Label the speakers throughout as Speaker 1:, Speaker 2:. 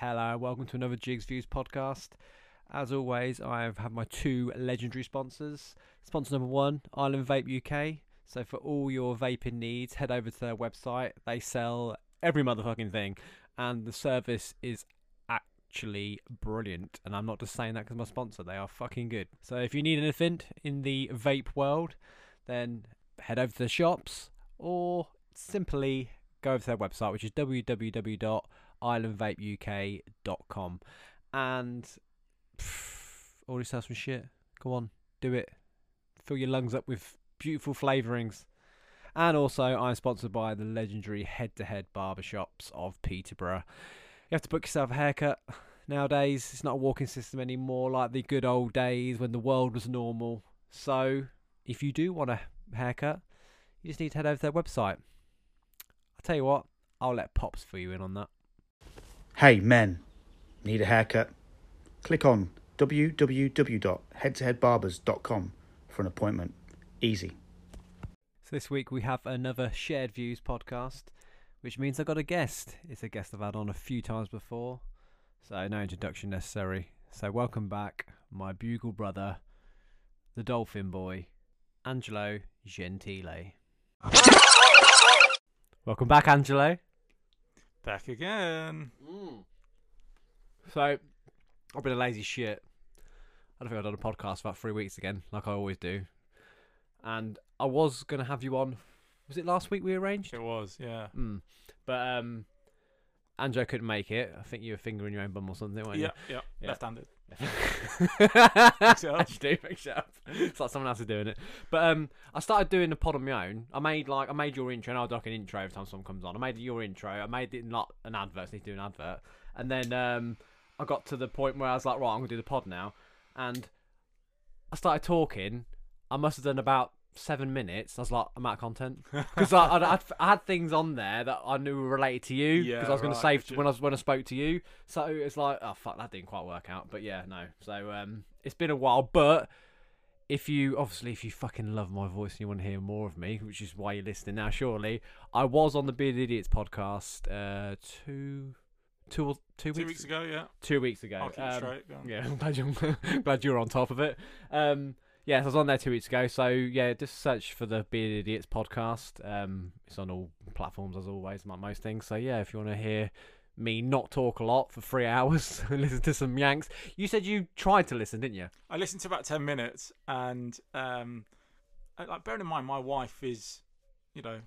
Speaker 1: Hello, welcome to another Jigs Views podcast. As always, I've had my two legendary sponsors. Sponsor number one, Island Vape UK. So for all your vaping needs, head over to their website. They sell every motherfucking thing, and the service is actually brilliant. And I'm not just saying that because my sponsor. They are fucking good. So if you need anything in the vape world, then head over to the shops or simply go over to their website, which is www.islandvapeuk.com. And pff, order yourself some shit. Go on, do it. Fill your lungs up with beautiful flavourings. And also, I'm sponsored by the legendary head to head barbershops of Peterborough. You have to book yourself a haircut. Nowadays, it's not a walking system anymore like the good old days when the world was normal. So, if you do want a haircut, you just need to head over to their website. I'll tell you what, I'll let Pops fill you in on that.
Speaker 2: Hey men, need a haircut? Click on www.headtoheadbarbers.com for an appointment. Easy.
Speaker 1: So this week we have another Shared Views podcast, which means I've got a guest. It's a guest I've had on a few times before, so no introduction necessary. So welcome back, my bugle brother, the dolphin boy, Angelo Gentile. welcome back, Angelo.
Speaker 3: Back again.
Speaker 1: Mm. So, I've been a lazy shit. I don't think I've done a podcast for about three weeks again, like I always do. And I was going to have you on. Was it last week we arranged?
Speaker 3: It was, yeah.
Speaker 1: Mm. But um, Angelo couldn't make it. I think you were fingering your own bum or something, weren't
Speaker 3: Yeah,
Speaker 1: you?
Speaker 3: yeah.
Speaker 1: Yeah.
Speaker 3: Left-handed.
Speaker 1: Mix
Speaker 3: it up.
Speaker 1: do mix it up. It's like someone else is doing it. But um, I started doing the pod on my own. I made like I made your intro, and I do like an intro every time someone comes on. I made your intro. I made it not an advert. I need to do an advert. And then um, I got to the point where I was like, right, I'm gonna do the pod now. And I started talking. I must have done about seven minutes. I was like, I'm out of content because I, I, I'd- I had things on there that I knew were related to you because
Speaker 3: Yeah,
Speaker 1: I was going
Speaker 3: right,
Speaker 1: to save
Speaker 3: gotcha.
Speaker 1: when I was when I spoke to you. So it's like, oh fuck, that didn't quite work out. But yeah, no. So um, it's been a while, but if you obviously if you fucking love my voice and you want to hear more of me, which is why you're listening now, surely I was on the Bearded Idiots podcast uh, two, two, or- two
Speaker 3: Two
Speaker 1: weeks,
Speaker 3: weeks ago, yeah.
Speaker 1: two weeks ago.
Speaker 3: I'll keep
Speaker 1: Um,
Speaker 3: it straight. Go on.
Speaker 1: yeah, I'm glad you're glad you're on top of it. Um, yeah, so I was on there two weeks ago. So yeah, just search for the Bearded Idiots podcast. Um, it's on all platforms as always, like most things. So yeah, if you want to hear me not talk a lot for three hours and listen to some Yanks, you said you tried to listen, didn't you?
Speaker 3: I listened to about 10 minutes and, um, I- like, bearing in mind, my wife is, you know,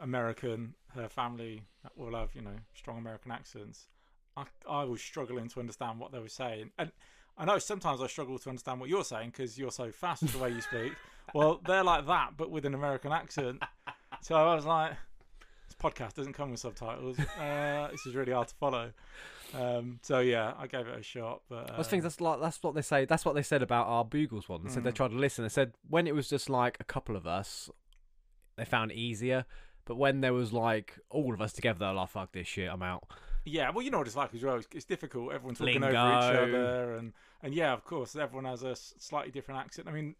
Speaker 3: American. Her family will have, you know, strong American accents. I, I was struggling to understand what they were saying. And I know sometimes I struggle to understand what you're saying because you're so fast with the way you speak. Well, they're like that, but with an American accent. So I was like, this podcast doesn't come with subtitles. Uh, this is really hard to follow. Um, so yeah, I gave it a shot. But
Speaker 1: I was thinking
Speaker 3: um,
Speaker 1: that's like that's what they say. That's what they said about our Boogles one. They said they
Speaker 3: Mm.
Speaker 1: tried to listen. They said when it was just like a couple of us, they found it easier. But when there was like all of us together, they're like, "Fuck this shit, I'm out."
Speaker 3: Yeah, well, you know what it's like as well. It's, it's difficult. Everyone's talking over
Speaker 1: Lingo.
Speaker 3: each other, and and yeah, of course, everyone has a s- slightly different accent. I mean,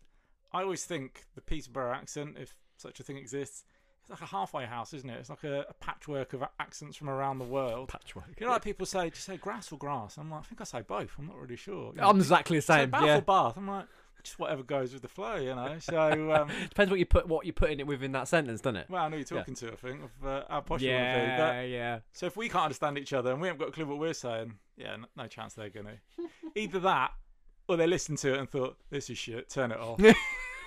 Speaker 3: I always think the Peterborough accent, if such a thing exists, it's like a halfway house, isn't it? It's like a, a patchwork of a- accents from around the world.
Speaker 1: Patchwork.
Speaker 3: You know, like people say, do you say grass or grass? I'm like, I think I say both. I'm not really sure. You know,
Speaker 1: I'm exactly the
Speaker 3: say
Speaker 1: same.
Speaker 3: bath
Speaker 1: yeah,
Speaker 3: or bath? I'm like, just whatever goes with the flow, you know. So, um,
Speaker 1: depends what you put what you put in it within that sentence, doesn't it?
Speaker 3: well, I know you're
Speaker 1: Yeah.
Speaker 3: talking to. I think of uh, how posh you want to be, but
Speaker 1: yeah, yeah.
Speaker 3: so if we can't understand each other and we haven't got a clue what we're saying, yeah, no, no chance they're gonna. Either that, or they listened to it and thought this is shit, turn it off. Which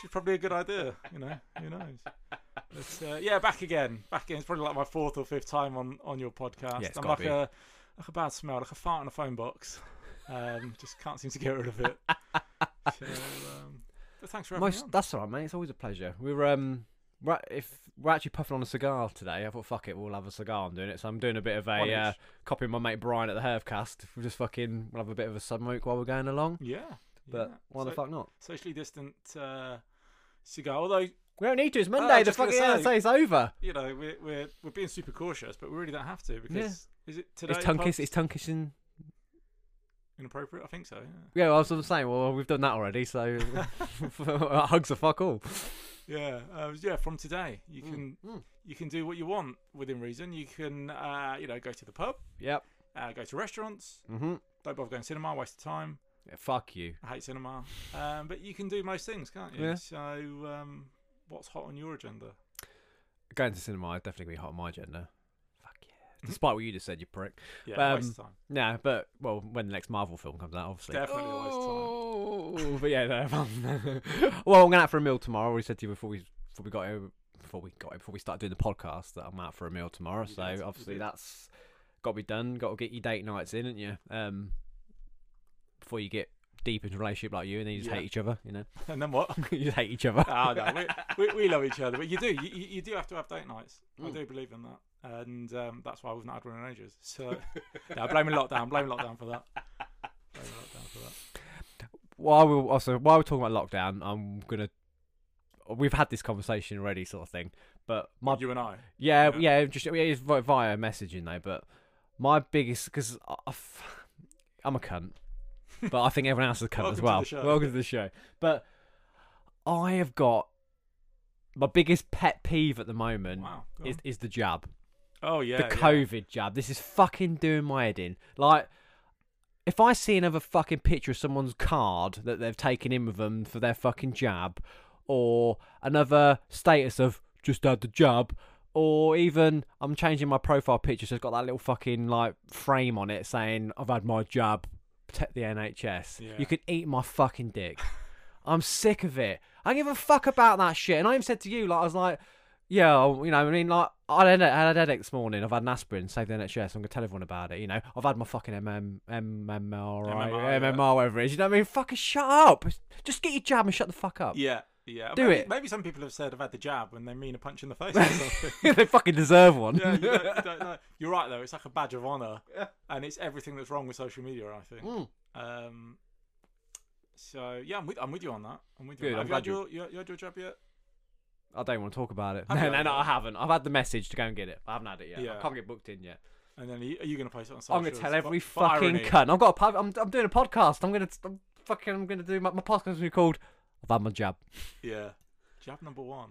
Speaker 3: is probably a good idea, you know. Who knows? But uh, yeah, back again, back again. It's probably like my fourth or fifth time on on your podcast.
Speaker 1: Yeah, it's
Speaker 3: I'm
Speaker 1: gotta
Speaker 3: like
Speaker 1: be.
Speaker 3: a like a bad smell, like a fart in a phone box. Um, just can't seem to get rid of it. So, um, but thanks for having me
Speaker 1: Most,
Speaker 3: on.
Speaker 1: that's all right, mate. It's always a pleasure. We're um, we're, at- if we're actually puffing on a cigar today, I thought fuck it, we'll have a cigar. I'm doing it, so I'm doing a bit of
Speaker 3: One
Speaker 1: a
Speaker 3: each.
Speaker 1: uh, copying my mate Brian at the Hervcast. We'll just fucking we'll have a bit of a smoke while we're going along.
Speaker 3: Yeah,
Speaker 1: But
Speaker 3: yeah.
Speaker 1: why the
Speaker 3: So-
Speaker 1: fuck not?
Speaker 3: Socially distant uh, cigar. Although
Speaker 1: We don't need to. It's
Speaker 3: I was
Speaker 1: Monday. the
Speaker 3: Ah, just gonna
Speaker 1: fucking say.
Speaker 3: say-
Speaker 1: it's over.
Speaker 3: you know, we're we're we're being super cautious, but we really don't have to because is it today?
Speaker 1: it's tongue
Speaker 3: pubs?
Speaker 1: kiss. It's tongue kissing.
Speaker 3: inappropriate. I think so. Yeah.
Speaker 1: Yeah, well, I was sort of saying. Well, we've done that already, so hugs are fuck all.
Speaker 3: Yeah, uh, yeah. From today, you can
Speaker 1: Mm.
Speaker 3: you can do what you want within reason. You can uh, you know go to the pub.
Speaker 1: Yep.
Speaker 3: Uh, go to restaurants.
Speaker 1: Mm-hmm.
Speaker 3: Don't bother going to cinema. Waste of time.
Speaker 1: fuck you.
Speaker 3: I hate cinema. Um, but you can do most things, can't you?
Speaker 1: Yeah.
Speaker 3: So, um, what's hot on your agenda?
Speaker 1: Going to cinema is definitely going to be hot on my agenda. Fuck yeah. Despite what you just said, you prick.
Speaker 3: Yeah,
Speaker 1: Um,
Speaker 3: waste of time.
Speaker 1: Yeah, but, well, when the next Marvel film comes out, obviously.
Speaker 3: Definitely a waste
Speaker 1: oh, But yeah, no, well, I'm going out for a meal tomorrow. I already said to you before we, before we got here, before we got here, before we started doing the podcast that I'm out for a meal tomorrow.
Speaker 3: You
Speaker 1: so
Speaker 3: did, you
Speaker 1: obviously
Speaker 3: did.
Speaker 1: that's got to be done. Got to get your date nights in, haven't you? Um, before you get deep into a relationship like you and then you just
Speaker 3: Yeah.
Speaker 1: hate each other, you know?
Speaker 3: and then what?
Speaker 1: you just hate each other.
Speaker 3: oh, no, we, we, we love each other, but you do you, you you do have to have date nights. I
Speaker 1: Mm.
Speaker 3: do believe in that, and um, that's why we've not had one in ages. So, no, blame lockdown. Blame lockdown for that. Blame lockdown for that.
Speaker 1: while we're also while we're talking about lockdown, I'm gonna. We've had this conversation already, sort of thing. But my
Speaker 3: you and I.
Speaker 1: yeah
Speaker 3: yeah.
Speaker 1: yeah, just yeah, it's vi- via messaging though. But my biggest because I'm a cunt, but I think everyone else is a cunt
Speaker 3: Welcome
Speaker 1: as
Speaker 3: to
Speaker 1: well.
Speaker 3: the show.
Speaker 1: Welcome to the show. But I have got my biggest pet peeve at the moment
Speaker 3: Wow. go
Speaker 1: is
Speaker 3: on.
Speaker 1: is the jab
Speaker 3: oh yeah.
Speaker 1: the
Speaker 3: yeah.
Speaker 1: COVID jab. This is fucking doing my head in. Like, if I see another fucking picture of someone's card that they've taken in with them for their fucking jab, or another status of just had the jab, or even I'm changing my profile picture so it's got that little fucking like frame on it saying I've had my jab, protect the NHS.
Speaker 3: Yeah.
Speaker 1: You can eat my fucking dick. I'm sick of it. I don't give a fuck about that shit. And I even said to you, like, I was like, yeah, I'll- you know, I mean, like, I had a, I had a headache this morning. I've had an aspirin, saved the NHS. I'm going to tell everyone about it. You know, I've had my fucking MM, MMR,
Speaker 3: MMR, yeah.
Speaker 1: MMR, whatever it is. You know what I mean? Fucking shut up. Just get your jab and shut the fuck up.
Speaker 3: Yeah. Yeah.
Speaker 1: Do
Speaker 3: maybe,
Speaker 1: it.
Speaker 3: Maybe some people have said I've had the jab when they mean a punch in the face or something.
Speaker 1: they fucking deserve one.
Speaker 3: yeah, you don't, you don't know. You're right though. It's like a badge of honor, and it's everything that's wrong with social media. I think.
Speaker 1: Mm.
Speaker 3: Um. So yeah, I'm with I'm with you on that. I'm with you.
Speaker 1: Good,
Speaker 3: on
Speaker 1: I'm
Speaker 3: that. Have you
Speaker 1: glad
Speaker 3: had your you, you had your jab yet?
Speaker 1: I don't want to talk about it.
Speaker 3: Have
Speaker 1: No,
Speaker 3: you
Speaker 1: no,
Speaker 3: had
Speaker 1: no,
Speaker 3: it?
Speaker 1: I haven't. I've had the message to go and get it. but I haven't had it yet. I
Speaker 3: Yeah.
Speaker 1: can't get booked in yet.
Speaker 3: And then are you, are you going to place it on social?
Speaker 1: I'm gonna tell
Speaker 3: It's
Speaker 1: every
Speaker 3: for- for
Speaker 1: fucking
Speaker 3: irony.
Speaker 1: cunt. I've got a pub. I'm, I'm doing a podcast. I'm gonna I'm fucking. I'm gonna do my, my podcast. Will be called. I've had my jab.
Speaker 3: Yeah. Jab number one.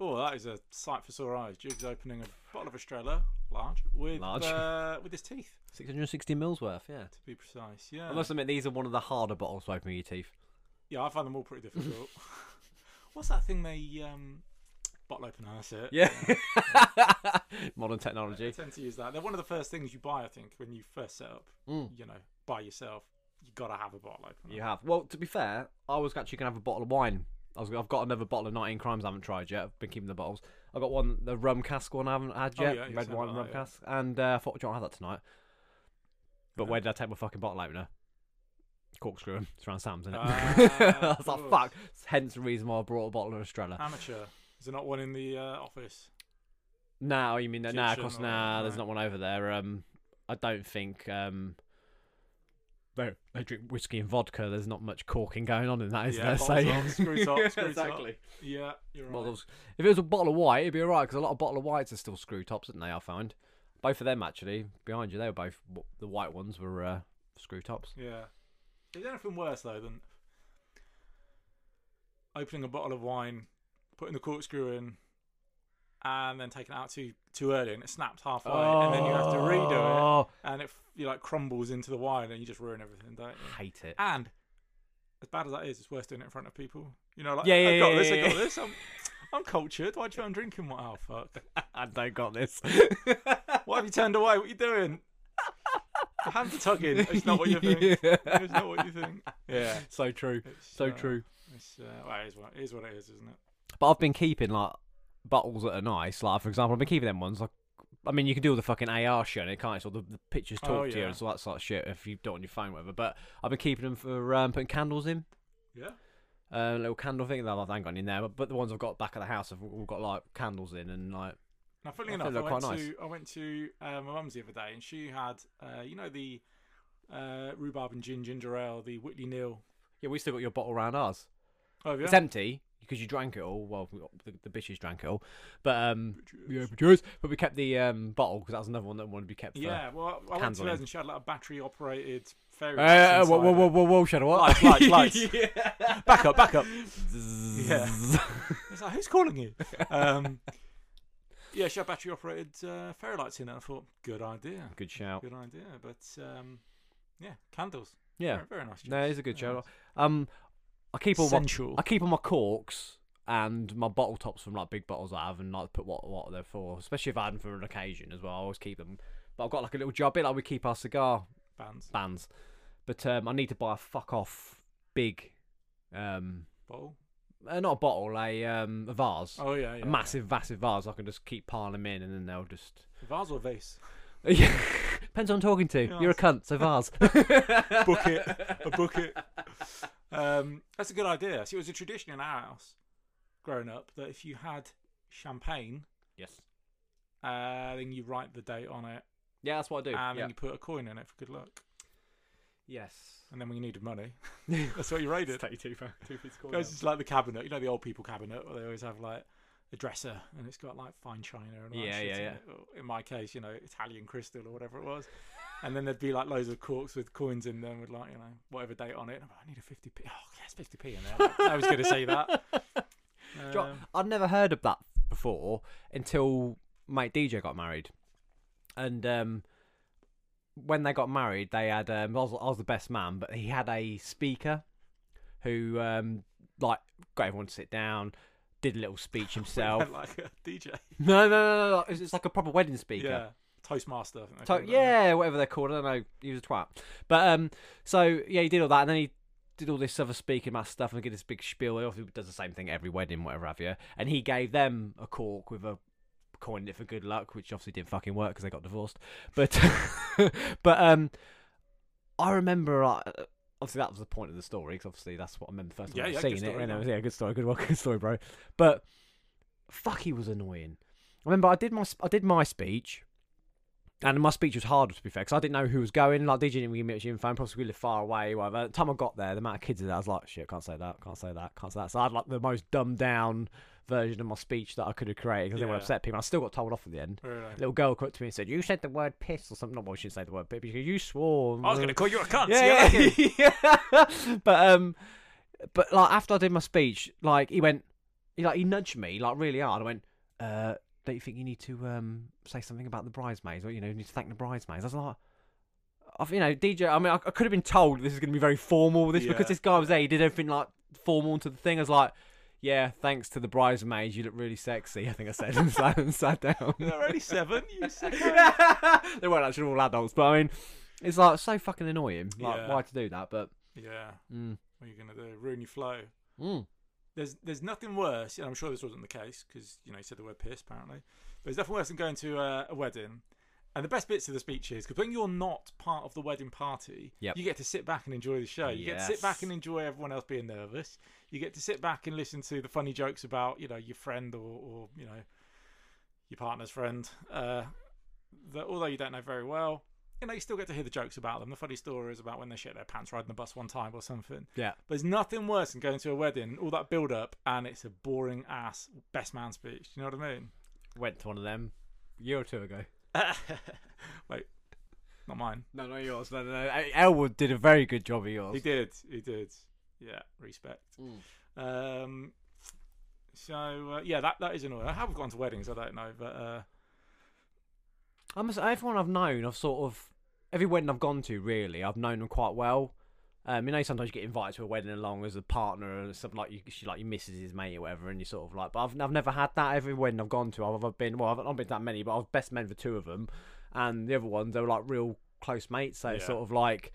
Speaker 3: Oh, that is a sight for sore eyes. Jig's opening a bottle of Estrella, large, with
Speaker 1: Large.
Speaker 3: Uh, with his teeth,
Speaker 1: 660 mils worth. Yeah.
Speaker 3: to be precise. Yeah.
Speaker 1: I must admit, these are one of the harder bottles to open with your teeth.
Speaker 3: Yeah, I find them all pretty difficult. What's that thing they um, bottle opener? That's it.
Speaker 1: Yeah. Modern technology.
Speaker 3: I tend to use that. They're one of the first things you buy, I think, when you first set up.
Speaker 1: Mm.
Speaker 3: You know, by yourself, you gotta have a bottle opener.
Speaker 1: You have. Well, to be fair, I was actually going to have a bottle of wine. I was, I've got another bottle of 19 Crimes I haven't tried yet. I've been keeping the bottles. I've got one, the rum cask one I haven't had
Speaker 3: Oh,
Speaker 1: yet.
Speaker 3: yeah, you
Speaker 1: Red
Speaker 3: said
Speaker 1: wine
Speaker 3: about
Speaker 1: rum
Speaker 3: that, yeah.
Speaker 1: cask. And uh, I thought, do you want to have that tonight? But
Speaker 3: Yeah.
Speaker 1: where did I take my fucking bottle opener? Corkscrew 'em. It's around Sam's, isn't it?
Speaker 3: Ah,
Speaker 1: I
Speaker 3: of
Speaker 1: was like,
Speaker 3: course.
Speaker 1: fuck. Hence the reason why I brought a bottle of Estrella.
Speaker 3: Amateur. Is there not one in the uh, office?
Speaker 1: No, you mean that? Nah, of
Speaker 3: Egyptian
Speaker 1: course,
Speaker 3: or-
Speaker 1: nah. There's
Speaker 3: right.
Speaker 1: not one over there. Um, I don't think um. They, they drink whiskey and vodka. There's not much corking going on in that, is
Speaker 3: Yeah,
Speaker 1: there? So
Speaker 3: bottles up, screws up,
Speaker 1: Yeah,
Speaker 3: screws up.
Speaker 1: exactly.
Speaker 3: Yeah, you're right.
Speaker 1: Bottles. If it was a bottle of white, it'd be alright because a lot of bottle of whites are still screw tops, aren't they? I found both of them actually behind you. They were both the white ones were uh, screw tops.
Speaker 3: Yeah. Is there anything worse though than opening a bottle of wine, putting the corkscrew in, and then taking it out too too early and it snaps halfway, and then you have to redo it,
Speaker 1: Oh,
Speaker 3: and it f- you like crumbles into the wine, and you just ruin everything, don't you?
Speaker 1: Hate it.
Speaker 3: And as bad as that is, it's worse doing it in front of people. You know, like
Speaker 1: Yeah,
Speaker 3: I
Speaker 1: yeah,
Speaker 3: got
Speaker 1: yeah,
Speaker 3: this,
Speaker 1: yeah,
Speaker 3: I
Speaker 1: yeah.
Speaker 3: got this. I'm, I'm cultured. Why do you know I'm drinking? What? Oh fuck!
Speaker 1: I don't got this.
Speaker 3: Why have you turned away? What are you doing? Your hands are tugging. It's not what you think. It's not what you think. Yeah.
Speaker 1: So true.
Speaker 3: It's,
Speaker 1: So
Speaker 3: uh,
Speaker 1: true.
Speaker 3: It's, uh, well, it, is what, it is what it is, isn't it?
Speaker 1: But I've been keeping like bottles that are nice. Like for example, I've been keeping them ones. Like I mean, you can do all the fucking AR shit, and it can't. So the, the pictures
Speaker 3: Oh,
Speaker 1: talk to you
Speaker 3: yeah.
Speaker 1: and all that sort of shit if you do it on your phone, whatever. But I've been keeping them for um, putting candles in.
Speaker 3: Yeah.
Speaker 1: Uh, little candle thing that I haven't got any in there, but, but the ones I've got back at the house have all got like candles in and like
Speaker 3: Now, funnily
Speaker 1: I
Speaker 3: enough,
Speaker 1: think
Speaker 3: I
Speaker 1: they're
Speaker 3: went,
Speaker 1: quite
Speaker 3: to, I went to uh, my mum's the other day and she had, uh, you know, the uh, rhubarb and gin ginger ale, the Whitley Neal.
Speaker 1: yeah, we still got your bottle round ours.
Speaker 3: Oh, yeah.
Speaker 1: It's empty because you drank it all. Well, we got- the, the bitches drank it all, but um,
Speaker 3: Bitches.
Speaker 1: yeah, bitches. But we kept the um bottle because that was another one that wanted to be kept. for-
Speaker 3: Yeah, well, I went to
Speaker 1: handling.
Speaker 3: theirs and she had like a battery operated fairy.
Speaker 1: Uh,
Speaker 3: lights
Speaker 1: whoa, whoa,
Speaker 3: inside
Speaker 1: whoa,
Speaker 3: it.
Speaker 1: whoa, whoa, Shadow! What?
Speaker 3: Lights, lights, lights.
Speaker 1: Yeah.
Speaker 3: Back up, back up.
Speaker 1: yeah.
Speaker 3: It's like, who's calling you? Um, yeah, she had battery operated uh, fairy lights in it. I thought, good idea,
Speaker 1: Good shout.
Speaker 3: good idea. But um, yeah, candles.
Speaker 1: Yeah.
Speaker 3: very, very nice.
Speaker 1: No,
Speaker 3: choice.
Speaker 1: it's a good
Speaker 3: Very
Speaker 1: shout. Um, I keep all my
Speaker 3: Sensual.
Speaker 1: I keep all my corks and my bottle tops from like big bottles I have, and like put what what they're for. Especially if I had them for an occasion as well. I always keep them. But I've got like a little jar, bit like we keep our cigar
Speaker 3: nice. bands
Speaker 1: bands. But um, I need to buy a fuck off big, um,
Speaker 3: bowl.
Speaker 1: uh, not a bottle, a um, a vase,
Speaker 3: Oh yeah, yeah.
Speaker 1: a massive, massive vase. I can just keep piling them in, and then they'll just.
Speaker 3: Vase or vase?
Speaker 1: Depends who I'm talking to. You're a cunt, so vase.
Speaker 3: book it, a book it. Um, that's a good idea. See, it was a tradition in our house growing up that if you had champagne,
Speaker 1: yes.
Speaker 3: uh, then you write the date on it
Speaker 1: Yeah, that's what I do.
Speaker 3: and
Speaker 1: Yeah.
Speaker 3: then you put a coin in it for good luck.
Speaker 1: Yes.
Speaker 3: And then when you needed money, that's what you raided. It's just like the cabinet, you know, the old people cabinet where they always have like a dresser and it's got like fine china and all
Speaker 1: Yeah,
Speaker 3: that shit
Speaker 1: yeah,
Speaker 3: in
Speaker 1: yeah.
Speaker 3: it. Or In my case, you know, Italian crystal or whatever it was. And then there'd be like loads of corks with coins in them with like, you know, whatever date on it. And I'm like, I need a 50p. Oh, yes, 50p in there. I was going to say that.
Speaker 1: Do you know
Speaker 3: Um,
Speaker 1: what? I'd never heard of that before until mate DJ got married, and um, when they got married, they had um, I, was, I was the best man, but he had a speaker who um, like got everyone to sit down, did a little speech himself.
Speaker 3: like a DJ.
Speaker 1: no, no, no, no, no, it's, it's like a proper wedding speaker.
Speaker 3: Yeah. Toastmaster. I think they
Speaker 1: To-
Speaker 3: call it.
Speaker 1: yeah, whatever they're called. I don't know. He was a twat. But um, so yeah, he did all that, and then he did all this other speaking mass stuff and did this big spiel. He obviously does the same thing at every wedding, whatever have you. And he gave them a cork with a coin in it for good luck, which obviously didn't fucking work because they got divorced. But but um, I remember. Uh, Obviously, that was the point of the story because obviously that's what I remember first time
Speaker 3: Yeah,
Speaker 1: I've
Speaker 3: yeah, good
Speaker 1: seen it.
Speaker 3: story,
Speaker 1: and it
Speaker 3: yeah.
Speaker 1: was, yeah, good story, good, one, good story, bro. But fuck, he was annoying. I remember I did my I did my speech, and my speech was harder to be fair because I didn't know who was going. Like, did you didn't give me much info? and Plus, we live far away. Whatever. By the time I got there, the amount of kids there, I was like, shit, can't say that, can't say that, can't say that. So I had like the most dumbed down version of my speech that I could have created because I didn't want
Speaker 3: Yeah.
Speaker 1: to upset people. I still got told off at the end.
Speaker 3: Really.
Speaker 1: A little girl came up to me and said, "You said the word piss or something." Not well, she didn't say the word piss because you swore.
Speaker 3: I was going to call you a cunt. see you
Speaker 1: Yeah,
Speaker 3: later.
Speaker 1: yeah. but um, but like after I did my speech, like he went, he like he nudged me like really hard. I went, uh, don't you think you need to um say something about the bridesmaids or you know you need to thank the bridesmaids? I was like. I've, you know, DJ. I mean, I, I could have been told this is going to be very formal. This
Speaker 3: Yeah.
Speaker 1: because this guy was there. He did everything like formal to the thing. I was like, "Yeah, thanks to the bridesmaids, you look really sexy." I think I said and sat, and sat down.
Speaker 3: They're only seven. You sick
Speaker 1: they weren't actually all adults, but I mean, it's like so fucking annoying. Like,
Speaker 3: Yeah.
Speaker 1: why to do that? But
Speaker 3: Yeah.
Speaker 1: mm,
Speaker 3: What are you going to do? Ruin your flow.
Speaker 1: mm,
Speaker 3: there's there's nothing worse, and I'm sure this wasn't the case because you know he said the word piss apparently. But there's nothing worse than going to a, a wedding, and the best bits of the speech is because when you're not part of the wedding party,
Speaker 1: Yep.
Speaker 3: you get to sit back and enjoy the show. You get to sit back
Speaker 1: Yes.
Speaker 3: and enjoy everyone else being nervous. You get to sit back and listen to the funny jokes about you know your friend or, or you know your partner's friend uh, that although you don't know very well. You know, you still get to hear the jokes about them, the funny stories about when they shit their pants riding the bus one time or something.
Speaker 1: yeah,
Speaker 3: There's nothing worse than going to a wedding, all that build up, and it's a boring ass best man speech. You know what I mean?
Speaker 1: went to one of them a year or two ago.
Speaker 3: Wait, not mine.
Speaker 1: No, not yours. No, no, no. Elwood did a very good job of yours.
Speaker 3: He did. He did. Yeah, respect.
Speaker 1: Mm.
Speaker 3: Um, so uh, yeah, that that is annoying. How we've gone to weddings, I don't know, but uh,
Speaker 1: I must. Everyone I've known, I've sort of every wedding I've gone to, really, I've known them quite well. Um, you know, sometimes you get invited to a wedding along as a partner or something like you, she, like your missus, his mate, or whatever, and you sort of like. But I've, I've never had that. Every wedding I've gone to, I've, I've been well, I've not been to that many, but I've best men for two of them, and the other ones they were like real close mates. So it's
Speaker 3: Yeah.
Speaker 1: sort of like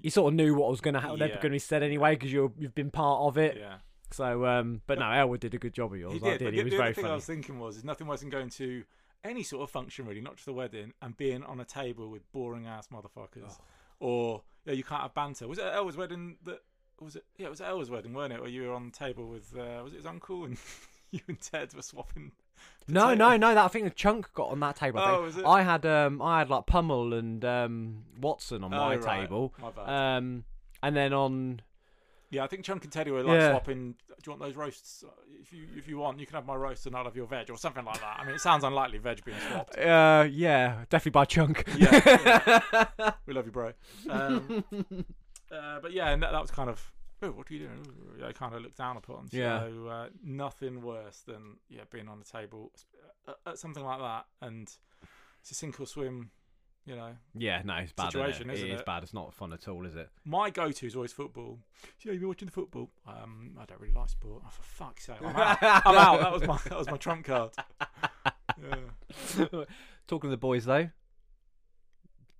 Speaker 1: you sort of knew what was going to happen,
Speaker 3: Yeah.
Speaker 1: going to be said anyway, because you you've been part of it.
Speaker 3: yeah,
Speaker 1: So, um, but no, Elwood did a good job of yours.
Speaker 3: he
Speaker 1: I
Speaker 3: did.
Speaker 1: did.
Speaker 3: But
Speaker 1: He
Speaker 3: the,
Speaker 1: was
Speaker 3: the
Speaker 1: very
Speaker 3: other thing
Speaker 1: funny.
Speaker 3: I was thinking was, there's nothing worse than going to any sort of function really, not just a wedding, and being on a table with boring ass motherfuckers, or yeah, you can't have banter. Was it at Elwa's wedding that? Was it? Yeah, it was at Elwa's wedding, weren't it? Where you were on the table with uh, was it his uncle and you and Ted were swapping.
Speaker 1: No,
Speaker 3: potato-
Speaker 1: no, no. That I think the chunk got on that table. I, think.
Speaker 3: Oh, was it?
Speaker 1: I had um, I had like Pummel and um, Watson on my
Speaker 3: Oh, right.
Speaker 1: table.
Speaker 3: My bad.
Speaker 1: Um, and then on
Speaker 3: yeah, I think Chunk and Teddy were like
Speaker 1: Yeah.
Speaker 3: swapping. Do you want those roasts? If you if you want, you can have my roast and I'll have your veg or something like that. I mean, it sounds unlikely veg being swapped.
Speaker 1: uh, yeah, definitely by chunk. Um,
Speaker 3: yeah, yeah. we love you, bro. Um, uh, but yeah, and that, that was kind of. Oh, what are you doing? Ooh, I kind of looked down upon. So,
Speaker 1: Yeah.
Speaker 3: uh, nothing worse than yeah being on the table, at, at something like that, and it's a sink or swim. You know,
Speaker 1: Yeah, no, it's bad.
Speaker 3: Situation,
Speaker 1: isn't it?
Speaker 3: isn't
Speaker 1: it is
Speaker 3: it?
Speaker 1: bad. It's not fun at all, is it?
Speaker 3: my go-to is always football. So you've been watching the football. Um, I don't really like sport. Oh, for fuck's sake, I'm out. I'm out. That was my that was my trump card. Yeah.
Speaker 1: Talking to the boys though,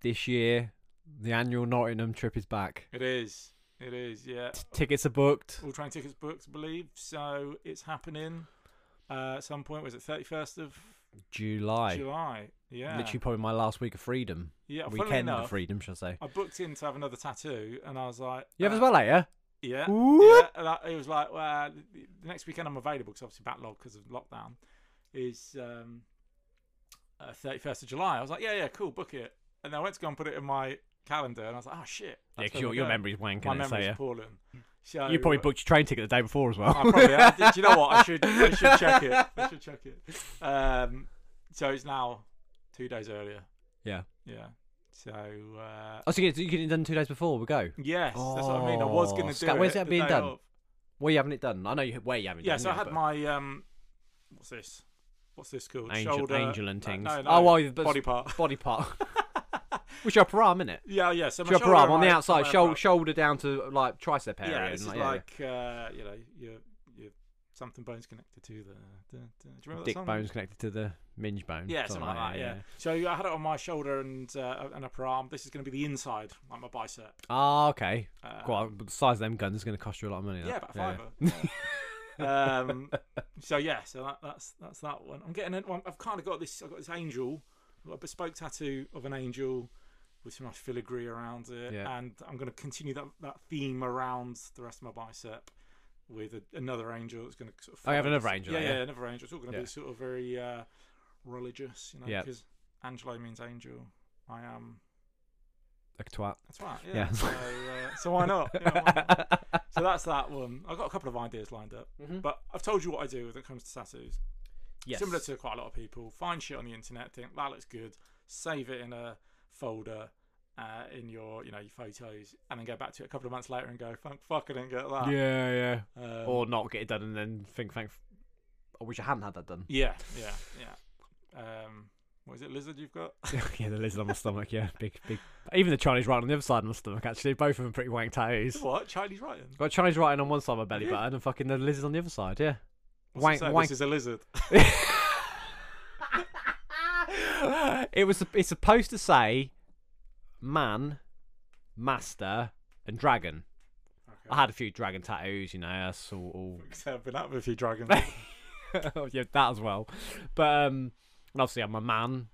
Speaker 1: this year the annual Nottingham trip is back.
Speaker 3: It is. It is. Yeah.
Speaker 1: T- tickets are booked.
Speaker 3: All train tickets booked, I believe. So it's happening uh, at some point. Was it 31st of
Speaker 1: July.
Speaker 3: July? Yeah.
Speaker 1: Literally, probably my last week of freedom.
Speaker 3: yeah. funnily
Speaker 1: Weekend
Speaker 3: enough,
Speaker 1: of freedom, shall I say?
Speaker 3: I booked in to have another tattoo, and I was like,
Speaker 1: You have
Speaker 3: uh,
Speaker 1: as well later.
Speaker 3: Yeah.
Speaker 1: Whoop.
Speaker 3: Yeah, and I, it was like, well, the the next weekend I'm available because obviously backlog because of lockdown is um, uh, 31st of July. I was like, yeah, yeah, cool, book it. And I went to go and put it in my calendar, and I was like, oh shit.
Speaker 1: Yeah,
Speaker 3: that's
Speaker 1: 'cause
Speaker 3: where
Speaker 1: your,
Speaker 3: we're
Speaker 1: your
Speaker 3: going.
Speaker 1: memory's wanking.
Speaker 3: My
Speaker 1: let's say,
Speaker 3: memory's
Speaker 1: yeah.
Speaker 3: appalling. So
Speaker 1: You probably
Speaker 3: uh,
Speaker 1: booked your train ticket the day before as well.
Speaker 3: I probably. I, did- do you know what? I should. I should check it. I should check it. Um, so it's now two days earlier.
Speaker 1: Yeah.
Speaker 3: Yeah. So. Uh,
Speaker 1: Oh, so you get, you get it done two days before we go.
Speaker 3: yes, that's what I mean. I was
Speaker 1: Oh,
Speaker 3: going to do
Speaker 1: Scout, where's
Speaker 3: it
Speaker 1: that
Speaker 3: the
Speaker 1: being
Speaker 3: day
Speaker 1: done?
Speaker 3: of.
Speaker 1: Where you haven't it done? I know you, where you haven't.
Speaker 3: Yeah.
Speaker 1: done
Speaker 3: So I
Speaker 1: it,
Speaker 3: had
Speaker 1: but-
Speaker 3: my um, what's this? What's this called?
Speaker 1: angel,
Speaker 3: Shoulder.
Speaker 1: angel and
Speaker 3: no,
Speaker 1: things.
Speaker 3: No, no,
Speaker 1: oh, well, but
Speaker 3: body part.
Speaker 1: body part. Which upper arm, innit?
Speaker 3: Yeah, yeah. So
Speaker 1: It's
Speaker 3: my
Speaker 1: your
Speaker 3: shoulder
Speaker 1: upper arm
Speaker 3: and
Speaker 1: on the
Speaker 3: my-
Speaker 1: outside,
Speaker 3: my
Speaker 1: shou-
Speaker 3: upper
Speaker 1: shoulder down to like tricep
Speaker 3: arm.
Speaker 1: area.
Speaker 3: Yeah,
Speaker 1: and
Speaker 3: this is
Speaker 1: like, yeah, yeah.
Speaker 3: like uh, you know your your something bones connected to the. the- the- do you remember that
Speaker 1: dick
Speaker 3: song?
Speaker 1: bones connected to the minge bone.
Speaker 3: Yeah, something like that. Yeah. So I had it on my shoulder and uh, an upper arm. This is going to be the inside, like my bicep.
Speaker 1: Ah, okay.
Speaker 3: Uh,
Speaker 1: Well, but the size of them guns is going to cost you a lot of money.
Speaker 3: Yeah,
Speaker 1: that.
Speaker 3: about fiver. Yeah. um, so yeah, so that, that's that's that one. I'm getting. it- well, I've kind of got this. I've got this angel, I've got a bespoke tattoo of an angel with some nice filigree around it,
Speaker 1: Yeah.
Speaker 3: and I'm going to continue that that theme around the rest of my bicep with a, another angel. that's going to sort of.
Speaker 1: Oh, you have
Speaker 3: follow
Speaker 1: another
Speaker 3: this-
Speaker 1: angel,
Speaker 3: Yeah,
Speaker 1: yeah.
Speaker 3: yeah, another angel. It's all going to
Speaker 1: Yeah.
Speaker 3: be sort of very uh, religious, you know,
Speaker 1: Yeah.
Speaker 3: because Angelo means angel. I am.
Speaker 1: Like a twat.
Speaker 3: That's right. Yeah.
Speaker 1: Yeah.
Speaker 3: So, uh, so why not? You know, why not? so that's that one. I've got a couple of ideas lined up.
Speaker 1: Mhm.
Speaker 3: But I've told you what I do when it comes to tattoos.
Speaker 1: Yes.
Speaker 3: Similar to quite a lot of people, find shit on the internet, think that looks good, save it in a folder uh, in your you know your photos, and then go back to it a couple of months later and go, "Fuck, fuck, I didn't get that."
Speaker 1: Yeah, yeah.
Speaker 3: Um,
Speaker 1: or not get it done and then think, thank. I wish I hadn't had that done.
Speaker 3: yeah, yeah, yeah. Um, what is it, lizard? You've got?
Speaker 1: yeah, the lizard on my stomach. Yeah, big, big. Even the Chinese writing on the other side of my stomach. Actually, both of them pretty wank tattoos.
Speaker 3: what Chinese writing?
Speaker 1: Got Chinese writing on one side of my belly
Speaker 3: Yeah.
Speaker 1: button and fucking the lizard on the other side. Yeah.
Speaker 3: What's it
Speaker 1: Wank-
Speaker 3: say?
Speaker 1: wank-
Speaker 3: This is a lizard.
Speaker 1: it was. It's supposed to say, man, master, and dragon. I
Speaker 3: Okay.
Speaker 1: had a few dragon tattoos, you know. That's all. all...
Speaker 3: So I've been out with a few dragons.
Speaker 1: Oh, yeah, that as well. But um, and obviously, I'm a man.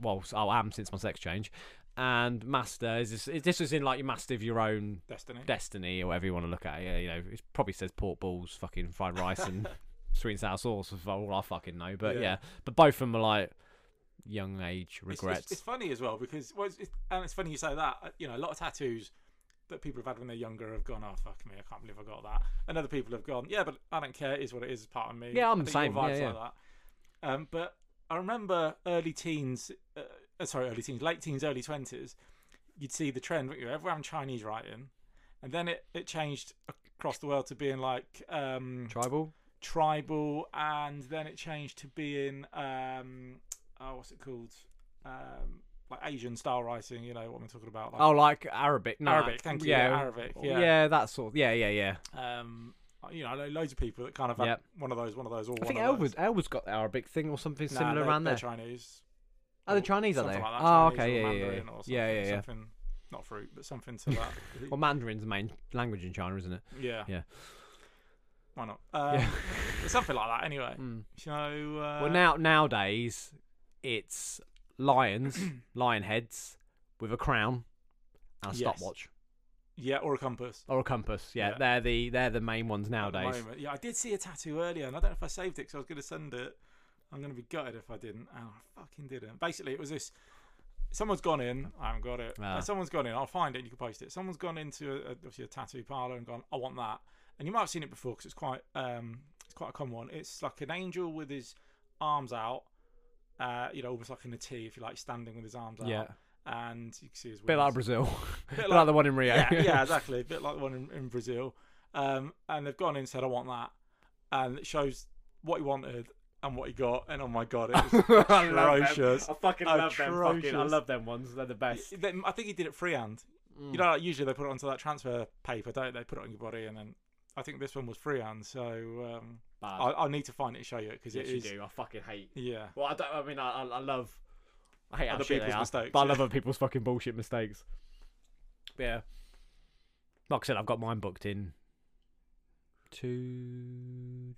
Speaker 1: Well, s- I am since my sex change. And master is this, is this was in like your master of your own
Speaker 3: Destiny.
Speaker 1: destiny or whatever you want to look at. it, Yeah, you know, it probably says pork balls, fucking fried rice, and sweet and sour sauce for all I fucking know. But
Speaker 3: Yeah.
Speaker 1: yeah, but both of them are like young age
Speaker 3: It's- it's-
Speaker 1: regrets.
Speaker 3: It's, funny as well because well, it's, it's- and it's funny you say that. uh, You know, a lot of tattoos that people have had when they're younger have gone, "Oh fuck me, I can't believe I got that." And other people have gone, "Yeah, but I don't care. It is what it is. It's part of me."
Speaker 1: Yeah, I'm
Speaker 3: I
Speaker 1: the
Speaker 3: think your
Speaker 1: same,
Speaker 3: vibes
Speaker 1: yeah,
Speaker 3: like that. Um, but I remember early teens, uh, uh, sorry, early teens, late teens, early twenties. You'd see the trend, wouldn't you? Everyone having Chinese writing, and then it, it changed across the world to being like um,
Speaker 1: Tribal.
Speaker 3: tribal, and then it changed to being um, oh, what's it called? Um, like Asian style writing. You know what I'm talking about? Like
Speaker 1: Oh, like Arabic. No,
Speaker 3: Arabic. Thank you. Yeah, Arabic.
Speaker 1: Yeah.
Speaker 3: Yeah.
Speaker 1: that sort. Of, yeah, yeah, yeah.
Speaker 3: Um, you know, I know loads of people that kind of had
Speaker 1: Yep.
Speaker 3: one of those, one of those, or
Speaker 1: I
Speaker 3: one
Speaker 1: think
Speaker 3: of
Speaker 1: Elwood,
Speaker 3: those.
Speaker 1: Elwood's got the Arabic thing or something
Speaker 3: Nah,
Speaker 1: similar
Speaker 3: they're-
Speaker 1: around
Speaker 3: they're
Speaker 1: there.
Speaker 3: Chinese.
Speaker 1: Oh, the
Speaker 3: or
Speaker 1: Chinese are
Speaker 3: something
Speaker 1: they?
Speaker 3: like that,
Speaker 1: oh,
Speaker 3: Chinese
Speaker 1: okay,
Speaker 3: or
Speaker 1: yeah, yeah,
Speaker 3: Mandarin
Speaker 1: yeah, yeah,
Speaker 3: or
Speaker 1: yeah,
Speaker 3: something-
Speaker 1: yeah.
Speaker 3: Something, not fruit, but something to that.
Speaker 1: Well, Mandarin's the main language in China, isn't it?
Speaker 3: yeah.
Speaker 1: yeah.
Speaker 3: Why not? Um,
Speaker 1: Yeah.
Speaker 3: Something like that. Anyway.
Speaker 1: Mm.
Speaker 3: So. Uh,
Speaker 1: well, now nowadays it's lions, lion heads with a crown and a
Speaker 3: Yes.
Speaker 1: stopwatch
Speaker 3: Yeah, or a compass.
Speaker 1: or a compass. Yeah,
Speaker 3: Yeah.
Speaker 1: they're the they're the main ones
Speaker 3: at the
Speaker 1: nowadays.
Speaker 3: moment. Yeah, I did see a tattoo earlier, and I don't know if I saved it because I was going to send it. I'm going to be gutted if I didn't, and I fucking didn't. Basically, it was this: someone's gone in. I haven't got it.
Speaker 1: Ah.
Speaker 3: Uh, Someone's gone in. I'll find it. and You can post it. Someone's gone into a, a, obviously a tattoo parlor and gone, "I want that." And you might have seen it before because it's quite, um, it's quite a common one. It's like an angel with his arms out. Uh, you know, almost like in a T, if you like, standing with his arms out.
Speaker 1: Yeah,
Speaker 3: And you can see his
Speaker 1: bit like
Speaker 3: wings.
Speaker 1: Brazil, bit like
Speaker 3: like-
Speaker 1: the one in Rio.
Speaker 3: Yeah, yeah, exactly. A bit like the one in, in Brazil. Um, and they've gone in and said, I want that. And it shows what he wanted. and what he got, and oh my god, it was.
Speaker 1: I love them.
Speaker 3: Atrocious.
Speaker 1: I fucking love them. Fucking, I
Speaker 3: Atrocious.
Speaker 1: love them ones. They're the best.
Speaker 3: They- I think he did it freehand.
Speaker 1: Mm. Hmm.
Speaker 3: You know, like, usually they put it onto that transfer paper, don't they? They Put it on your body, and then I think this one was freehand. So um,
Speaker 1: Bad.
Speaker 3: I, I'll need to find it and show you because
Speaker 1: yes,
Speaker 3: it
Speaker 1: you
Speaker 3: is.
Speaker 1: do. I fucking hate.
Speaker 3: Yeah,
Speaker 1: Well, I don't. I mean, I, I, I love. I hate how
Speaker 3: Other
Speaker 1: shit they
Speaker 3: people's
Speaker 1: are,
Speaker 3: mistakes,
Speaker 1: But I
Speaker 3: yeah.
Speaker 1: love other people's fucking bullshit mistakes. But yeah. Like I said, I've got mine booked in. To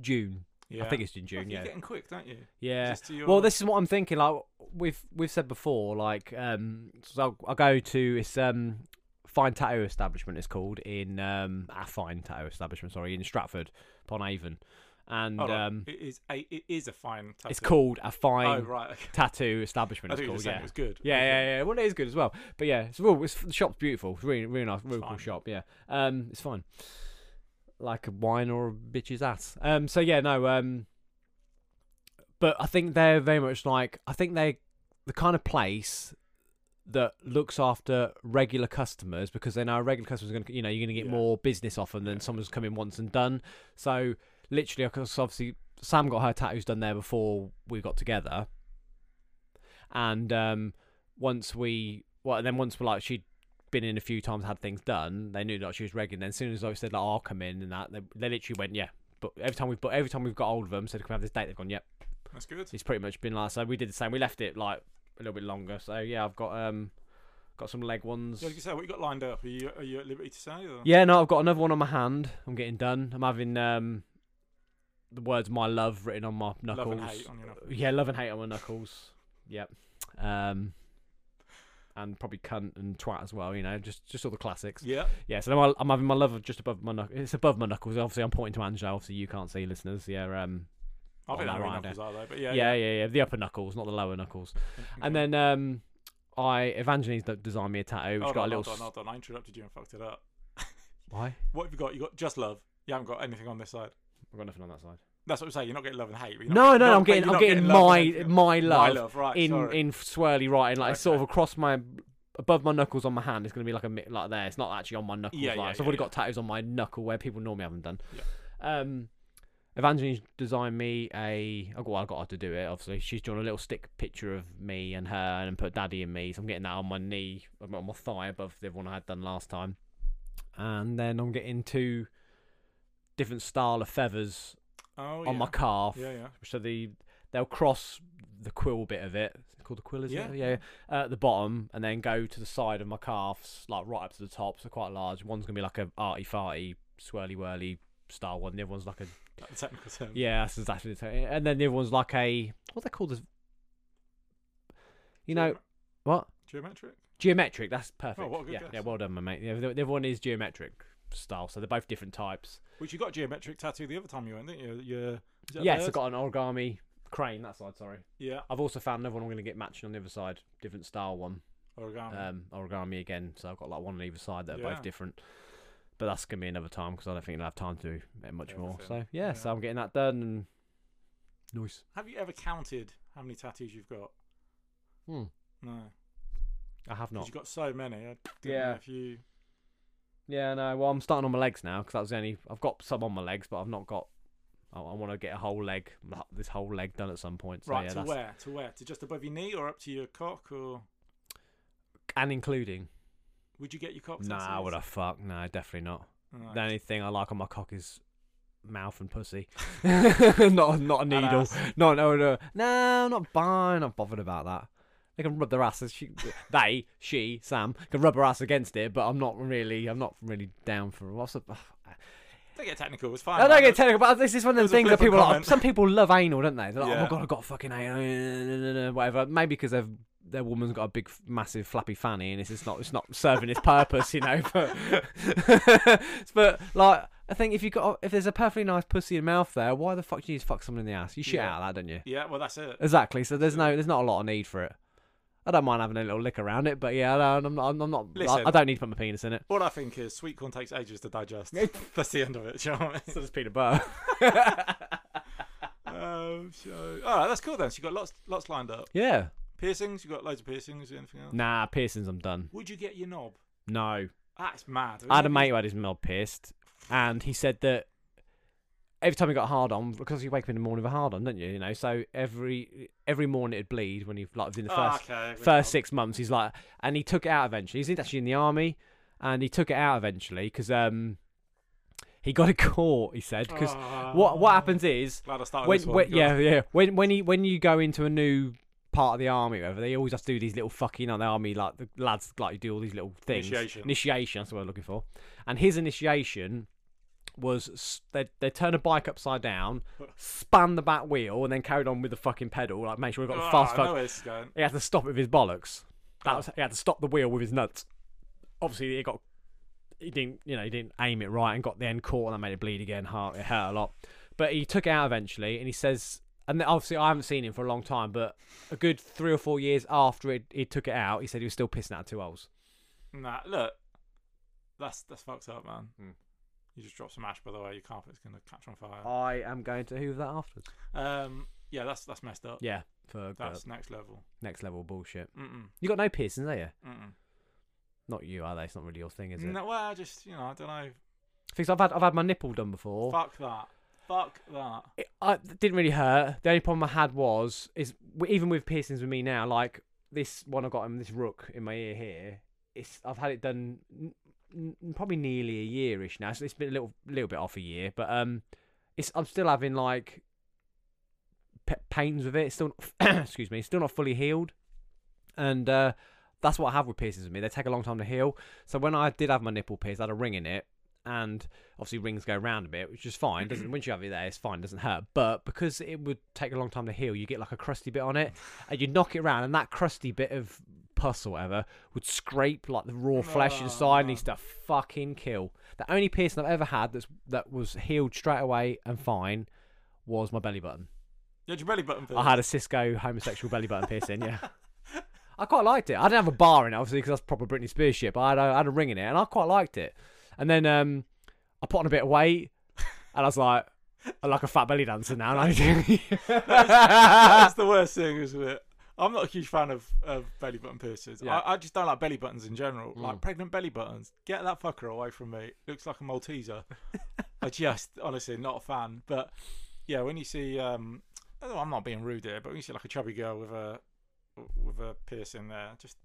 Speaker 1: June.
Speaker 3: yeah.
Speaker 1: I think it's in
Speaker 3: Well,
Speaker 1: June.
Speaker 3: You're
Speaker 1: Yeah.
Speaker 3: getting quick, don't you?
Speaker 1: Yeah.
Speaker 3: Just to your-
Speaker 1: Well, this is what I'm thinking. Like we've we've said before, like um, so I'll, I'll go to it's um, fine tattoo establishment. It's called in um, a fine tattoo establishment. Sorry, in Stratford upon Avon, and
Speaker 3: Hold on.
Speaker 1: um,
Speaker 3: it is a it is a fine. Tattoo.
Speaker 1: it's called a fine
Speaker 3: Oh right, okay.
Speaker 1: tattoo establishment.
Speaker 3: I
Speaker 1: It's
Speaker 3: think you were
Speaker 1: called
Speaker 3: saying
Speaker 1: yeah.
Speaker 3: it was good.
Speaker 1: Yeah,
Speaker 3: Okay.
Speaker 1: yeah, yeah. Well, it is good as well. But yeah, it's real. It's, the shop's beautiful. It's really, really nice, real cool
Speaker 3: fine.
Speaker 1: shop. Yeah, um, it's fine. Like a wine or a bitch's ass. Um, so yeah, no. Um, but I think they're very much like I think they the kind of place that looks after regular customers because they know regular customers are going to you know you're going to get
Speaker 3: Yeah.
Speaker 1: more business off them than someone's come in once and done. So literally, of course, obviously Sam got her tattoos done there before we got together, and um, once we well, and then once we like she'd been in a few times, had things done, they knew that she was regular. And then as soon as I said like I'll come in and that, they, they literally went yeah. But every time we've but every time we've got hold of them, said can we have this date? They've gone yep.
Speaker 3: That's good.
Speaker 1: It's pretty much been like so. We did the same. We left it like a little bit longer. So yeah, I've got um got some leg ones.
Speaker 3: Yeah, like you said, what you got lined up? Are you are you at liberty to say? Or?
Speaker 1: Yeah, no, I've got another one on my hand. I'm getting done. I'm having um the words "my love" written on my knuckles.
Speaker 3: Love and hate on your knuckles.
Speaker 1: Yeah, love and hate on my knuckles. Yep. Um, and probably cunt and twat as well. You know, just just all the classics.
Speaker 3: Yeah.
Speaker 1: Yeah. So now I'm having my love just above my knuckles. It's above my knuckles. Obviously, I'm pointing to Angelo. Obviously, you can't see, listeners. Yeah. Um.
Speaker 3: I don't
Speaker 1: On that
Speaker 3: know how many
Speaker 1: rider.
Speaker 3: knuckles are there, but yeah. Mm-hmm.
Speaker 1: Yeah, yeah, yeah. The upper knuckles, not the lower knuckles. And then um, I Evangeline's d- designed me a tattoo. Which
Speaker 3: hold
Speaker 1: got
Speaker 3: on,
Speaker 1: a little.
Speaker 3: hold on,
Speaker 1: s-
Speaker 3: hold on. I interrupted you and fucked it up.
Speaker 1: Why?
Speaker 3: What have you got? You got just love. You haven't got anything on this side.
Speaker 1: I've got nothing on that side.
Speaker 3: That's what I'm saying. You're not getting love and hate. but you're
Speaker 1: No,
Speaker 3: not
Speaker 1: no,
Speaker 3: you're
Speaker 1: no.
Speaker 3: not-
Speaker 1: I'm
Speaker 3: but
Speaker 1: getting,
Speaker 3: you're
Speaker 1: I'm
Speaker 3: not
Speaker 1: getting
Speaker 3: love
Speaker 1: my
Speaker 3: and hate.
Speaker 1: my
Speaker 3: My
Speaker 1: love
Speaker 3: love, right?
Speaker 1: in
Speaker 3: sorry.
Speaker 1: in swirly writing, like sort of
Speaker 3: Okay.
Speaker 1: across my above my knuckles on my hand. It's gonna be like a mi- like there. It's not actually on my knuckles.
Speaker 3: Yeah,
Speaker 1: like,
Speaker 3: yeah,
Speaker 1: so I've
Speaker 3: yeah,
Speaker 1: already
Speaker 3: yeah.
Speaker 1: got tattoos on my knuckle where people normally haven't done. Um, Evangeline's designed me a. Oh, well, I got her to do it. Obviously, she's drawn a little stick picture of me and her, and put Daddy and me. So I'm getting that on my knee, on my thigh above the one I had done last time, and then I'm getting two different style of feathers
Speaker 3: oh,
Speaker 1: on
Speaker 3: yeah.
Speaker 1: my calf
Speaker 3: Yeah, yeah.
Speaker 1: so the they'll cross the quill bit of it. It's called the quill, is
Speaker 3: Yeah.
Speaker 1: it? Yeah, yeah. Uh, at the bottom, and then go to the side of my calves, like right up to the top. So quite large. One's gonna be like a arty farty, swirly whirly style one. The other one's like a
Speaker 3: That's the technical term.
Speaker 1: yeah, that's exactly the same. And then the other one's like a what they call this. You know
Speaker 3: Geome-
Speaker 1: what?
Speaker 3: Geometric.
Speaker 1: Geometric. That's perfect.
Speaker 3: Oh, what a good
Speaker 1: yeah,
Speaker 3: guess.
Speaker 1: yeah. Well done, my mate. Yeah, the, the other one is geometric style. So they're both different types.
Speaker 3: Which you got a geometric tattoo the other time you went, didn't you? Your, is it a
Speaker 1: Yes, I
Speaker 3: bird?
Speaker 1: got an origami crane that side. Sorry.
Speaker 3: Yeah.
Speaker 1: I've also found another one I'm going to get matching on the other side, different style one,
Speaker 3: Origami.
Speaker 1: um, origami again. So I've got like one on either side that are
Speaker 3: Oh. Yeah.
Speaker 1: both different. But that's going to be another time because I don't think I'll have time to do it much more. So
Speaker 3: Everything.
Speaker 1: yeah, so
Speaker 3: Yeah.
Speaker 1: I'm getting that done. And... Nice.
Speaker 3: Have you ever counted how many tattoos you've got?
Speaker 1: Hmm.
Speaker 3: No. 'Cause
Speaker 1: I have not.
Speaker 3: You've got so many. I didn't
Speaker 1: Yeah.
Speaker 3: know if you.
Speaker 1: Yeah, no. Well, I'm starting on my legs now because that was the only. I've got some on my legs, but I've not got. I, I want to get a whole leg, this whole leg done at some point. So,
Speaker 3: right,
Speaker 1: yeah,
Speaker 3: to
Speaker 1: that's...
Speaker 3: where? To where? To just above your knee or up to your cock? Or
Speaker 1: And including.
Speaker 3: would you get your cock
Speaker 1: Nah,
Speaker 3: tattoos?
Speaker 1: what a fuck. No, definitely not.
Speaker 3: Right.
Speaker 1: The only thing I like on my cock is mouth and pussy. uh, not not a
Speaker 3: And
Speaker 1: needle.
Speaker 3: ass.
Speaker 1: No, no, no. No, I'm not buying. Not bothered about that. They can rub their asses. She, they, she, Sam can rub her ass against it, but I'm not really. I'm not really down for. What's the?
Speaker 3: Don't get technical. It's fine.
Speaker 1: I don't
Speaker 3: man.
Speaker 1: get technical, but this is one of
Speaker 3: was
Speaker 1: the
Speaker 3: a
Speaker 1: things that
Speaker 3: flippant
Speaker 1: people. Like,
Speaker 3: comment.
Speaker 1: some people love anal, don't they? They're like, oh my
Speaker 3: Yeah.
Speaker 1: god, I've got a fucking anal, whatever. Maybe because they've. Their woman's got a big, massive, flappy fanny, and it's just not it's not serving its purpose, you know. But but like, I think if you got if there's a perfectly nice pussy and mouth there, why the fuck do you need to fuck someone in the ass? You shit
Speaker 3: Yeah.
Speaker 1: out of that, don't you?
Speaker 3: Yeah, well, that's it.
Speaker 1: Exactly. So there's no, there's not a lot of need for it. I don't mind having a little lick around it, but yeah, I don't- I'm not, I'm not, I,
Speaker 3: Listen.
Speaker 1: I don't need to put my penis in it.
Speaker 3: All I think is sweet corn takes ages to digest. that's the end of it, shall we?
Speaker 1: So does peanut butter.
Speaker 3: um, so, all right, that's cool then. So you got lots, lots lined up.
Speaker 1: yeah.
Speaker 3: Piercings. You got loads of piercings. Anything else?
Speaker 1: Nah, piercings. I'm done.
Speaker 3: Would you get your knob?
Speaker 1: No.
Speaker 3: That's mad.
Speaker 1: I had a mate who had his knob pierced, and he said that every time he got hard on because you wake up in the morning with a hard on, don't you? You know, so every every morning it'd bleed when you like within the
Speaker 3: Oh,
Speaker 1: first
Speaker 3: okay, we-
Speaker 1: first six months. He's like, and he took it out eventually. He's actually in the army, and he took it out eventually because um he got a caught. He said because
Speaker 3: Oh.
Speaker 1: what what happens is
Speaker 3: Glad I started
Speaker 1: when,
Speaker 3: Oh, this one.
Speaker 1: when-
Speaker 3: God.
Speaker 1: yeah, yeah. When when you when you go into a new part of the army, whatever, they always have to do these little fucking on the army like the lads like do all these little things.
Speaker 3: Initiation.
Speaker 1: Initiation. That's what I'm looking for. And his initiation was s- they they turn a bike upside down, span the back wheel, and then carried on with the fucking pedal. Like make sure we got
Speaker 3: Ah,
Speaker 1: the fast.
Speaker 3: I
Speaker 1: fuck-
Speaker 3: know where this is going.
Speaker 1: He had to stop it with his bollocks. That was, he had to stop the wheel with his nuts. Obviously, he got he didn't you know he didn't aim it right and got the end caught and that made it bleed again. Heart it hurt a lot, but he took it out eventually. And he says, and then obviously I haven't seen him for a long time, but a good three or four years after it, he took it out, he said he was still pissing out two holes.
Speaker 3: Nah, look, that's that's fucked up, man.
Speaker 1: Hmm.
Speaker 3: You just dropped some ash, by the way. Your carpet's gonna catch on fire.
Speaker 1: I am going to hoover that afterwards.
Speaker 3: Um, yeah, that's that's messed up.
Speaker 1: Oh. Yeah, for uh,
Speaker 3: That's next level.
Speaker 1: next level bullshit.
Speaker 3: Mm
Speaker 1: You got no piercings, are you?
Speaker 3: mm
Speaker 1: Not you, are they? It's not really your thing, is it?
Speaker 3: mm. No, well, I just you know, I don't know.
Speaker 1: Because I've had I've had my nipple done before.
Speaker 3: Fuck that. Fuck that.
Speaker 1: it, I, it didn't really hurt. The only problem I had was is w- even with piercings with me now, like this one I got in this rook in my ear here. It's I've had it done n- n- probably nearly a yearish now. So it's been a little little bit off a year, but um, it's I'm still having like p- pains with it. It's still excuse me, it's still not fully healed, and uh, that's what I have with piercings with me. They take a long time to heal. So when I did have my nipple pierced, I had a ring in it, and obviously rings go round a bit, which is fine. Doesn't once you have it there, it's fine. Doesn't hurt. But because it would take a long time to heal, you get like a crusty bit on it, and you knock it around, and that crusty bit of pus or whatever would scrape like the raw flesh inside, and it's to fucking kill. The only piercing I've ever had that's that was healed straight away and fine was my belly button.
Speaker 3: You had your belly button.
Speaker 1: I had a Cisco homosexual belly button piercing. Yeah. I quite liked it. I didn't have a bar in it, obviously, because that's proper Britney Spears shit. But I had, a, I had a ring in it, and I quite liked it. And then um, I put on a bit of weight, and I was like, I like a fat belly dancer now. And I
Speaker 3: That's the worst thing, isn't it? I'm not a huge fan of, of belly button piercings.
Speaker 1: Yeah. Mm.
Speaker 3: I, I just don't like belly buttons in general. Like pregnant belly buttons. Get that fucker away from me. Looks like a Malteser. I just, honestly, not a fan. But yeah, when you see, um, oh, I'm not being rude here, but when you see like a chubby girl with a with a piercing there, just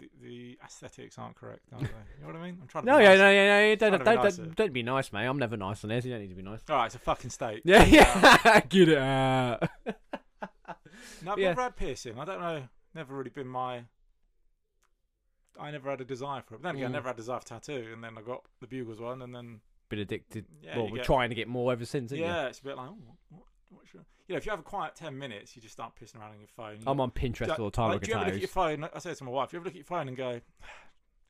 Speaker 3: the, the aesthetics aren't correct, are they? You know what I mean? I'm trying to.
Speaker 1: no,
Speaker 3: be
Speaker 1: yeah,
Speaker 3: nice.
Speaker 1: no, yeah, no, yeah, don't,
Speaker 3: Trying to be
Speaker 1: don't, don't,
Speaker 3: nicer.
Speaker 1: don't, be nice, mate. I'm never nice on this. You don't need to be nice. um,
Speaker 3: All right, it's a fucking steak.
Speaker 1: Yeah, yeah, get it out.
Speaker 3: No, I've
Speaker 1: Yeah.
Speaker 3: never had piercing. I don't know. Never really been my. I never had a desire for it. But then again,
Speaker 1: Mm.
Speaker 3: I never had a desire for tattoo, and then I got the bugles one, and then
Speaker 1: Been addicted.
Speaker 3: Yeah,
Speaker 1: well,
Speaker 3: you
Speaker 1: we're
Speaker 3: get-
Speaker 1: trying to get more ever since. Aren't
Speaker 3: yeah, it's a bit like, oh, what, what, what's your... you know, you have a quiet ten minutes, you just start pissing around on your phone.
Speaker 1: you? I'm on Pinterest all the time.
Speaker 3: Like, do you ever look at
Speaker 1: look
Speaker 3: your phone? I say to my wife, you ever look at your phone and go, "Ah,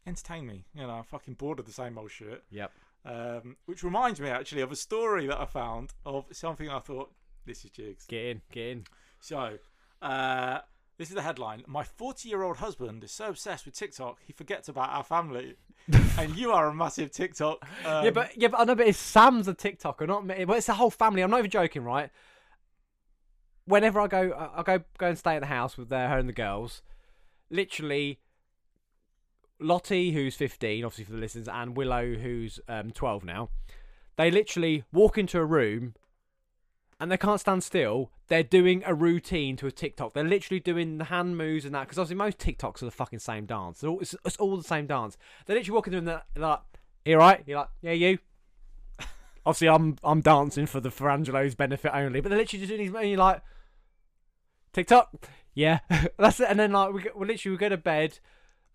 Speaker 3: entertain me? You know, I'm fucking bored of the same old shit.
Speaker 1: Yep.
Speaker 3: Um, which reminds me actually of a story that I found of something I thought this is jigs.
Speaker 1: Get in, get in.
Speaker 3: So, uh, this is the headline. My 40 year old husband is so obsessed with TikTok, he forgets about our family. and you are a massive TikTok. Um,
Speaker 1: yeah, but yeah, but I know, but it's Sam's a TikToker, not me. But it's the whole family. I'm not even joking, right? Whenever I go, I I go go and stay at the house with uh, her and the girls. Literally, Lottie, who's 15, obviously for the listeners, and Willow, who's um, 12 now. They literally walk into a room, and they can't stand still. They're doing a routine to a TikTok. They're literally doing the hand moves and that because obviously most TikToks are the fucking same dance. They're all, it's, it's all the same dance. They're literally walking through and they're they're like, "You all right?" You're like, "Yeah, you." obviously, I'm I'm dancing for the Frangelo's benefit only, but they're literally just doing these. And you're like, TikTok, yeah, that's it. And then like we go, we literally we go to bed.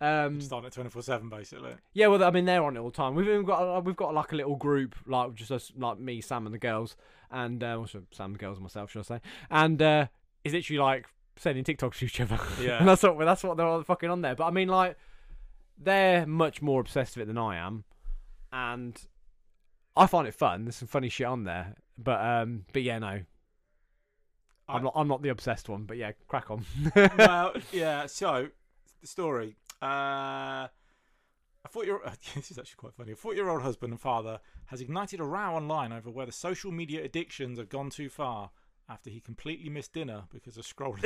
Speaker 1: Um,
Speaker 3: Just on it 24 7, basically.
Speaker 1: yeah, well, I mean, they're on it all the time. We've even got uh, we've got like a little group, like just us, like me, Sam, and the girls, and uh, also Sam, the girls, and myself, should I say? And uh, it's literally like sending TikToks to each other.
Speaker 3: Yeah.
Speaker 1: and that's what that's what they're all fucking on there. But I mean, like, they're much more obsessed with it than I am, and I find it fun. There's some funny shit on there, but um, but yeah, no.
Speaker 3: I-
Speaker 1: I'm not. I'm not the obsessed one, but yeah, crack on.
Speaker 3: well, yeah, so the story. Uh, a 40 year this is actually quite funny. A 40 year old husband and father has ignited a row online over whether social media addictions have gone too far after he completely missed dinner because of scrolling.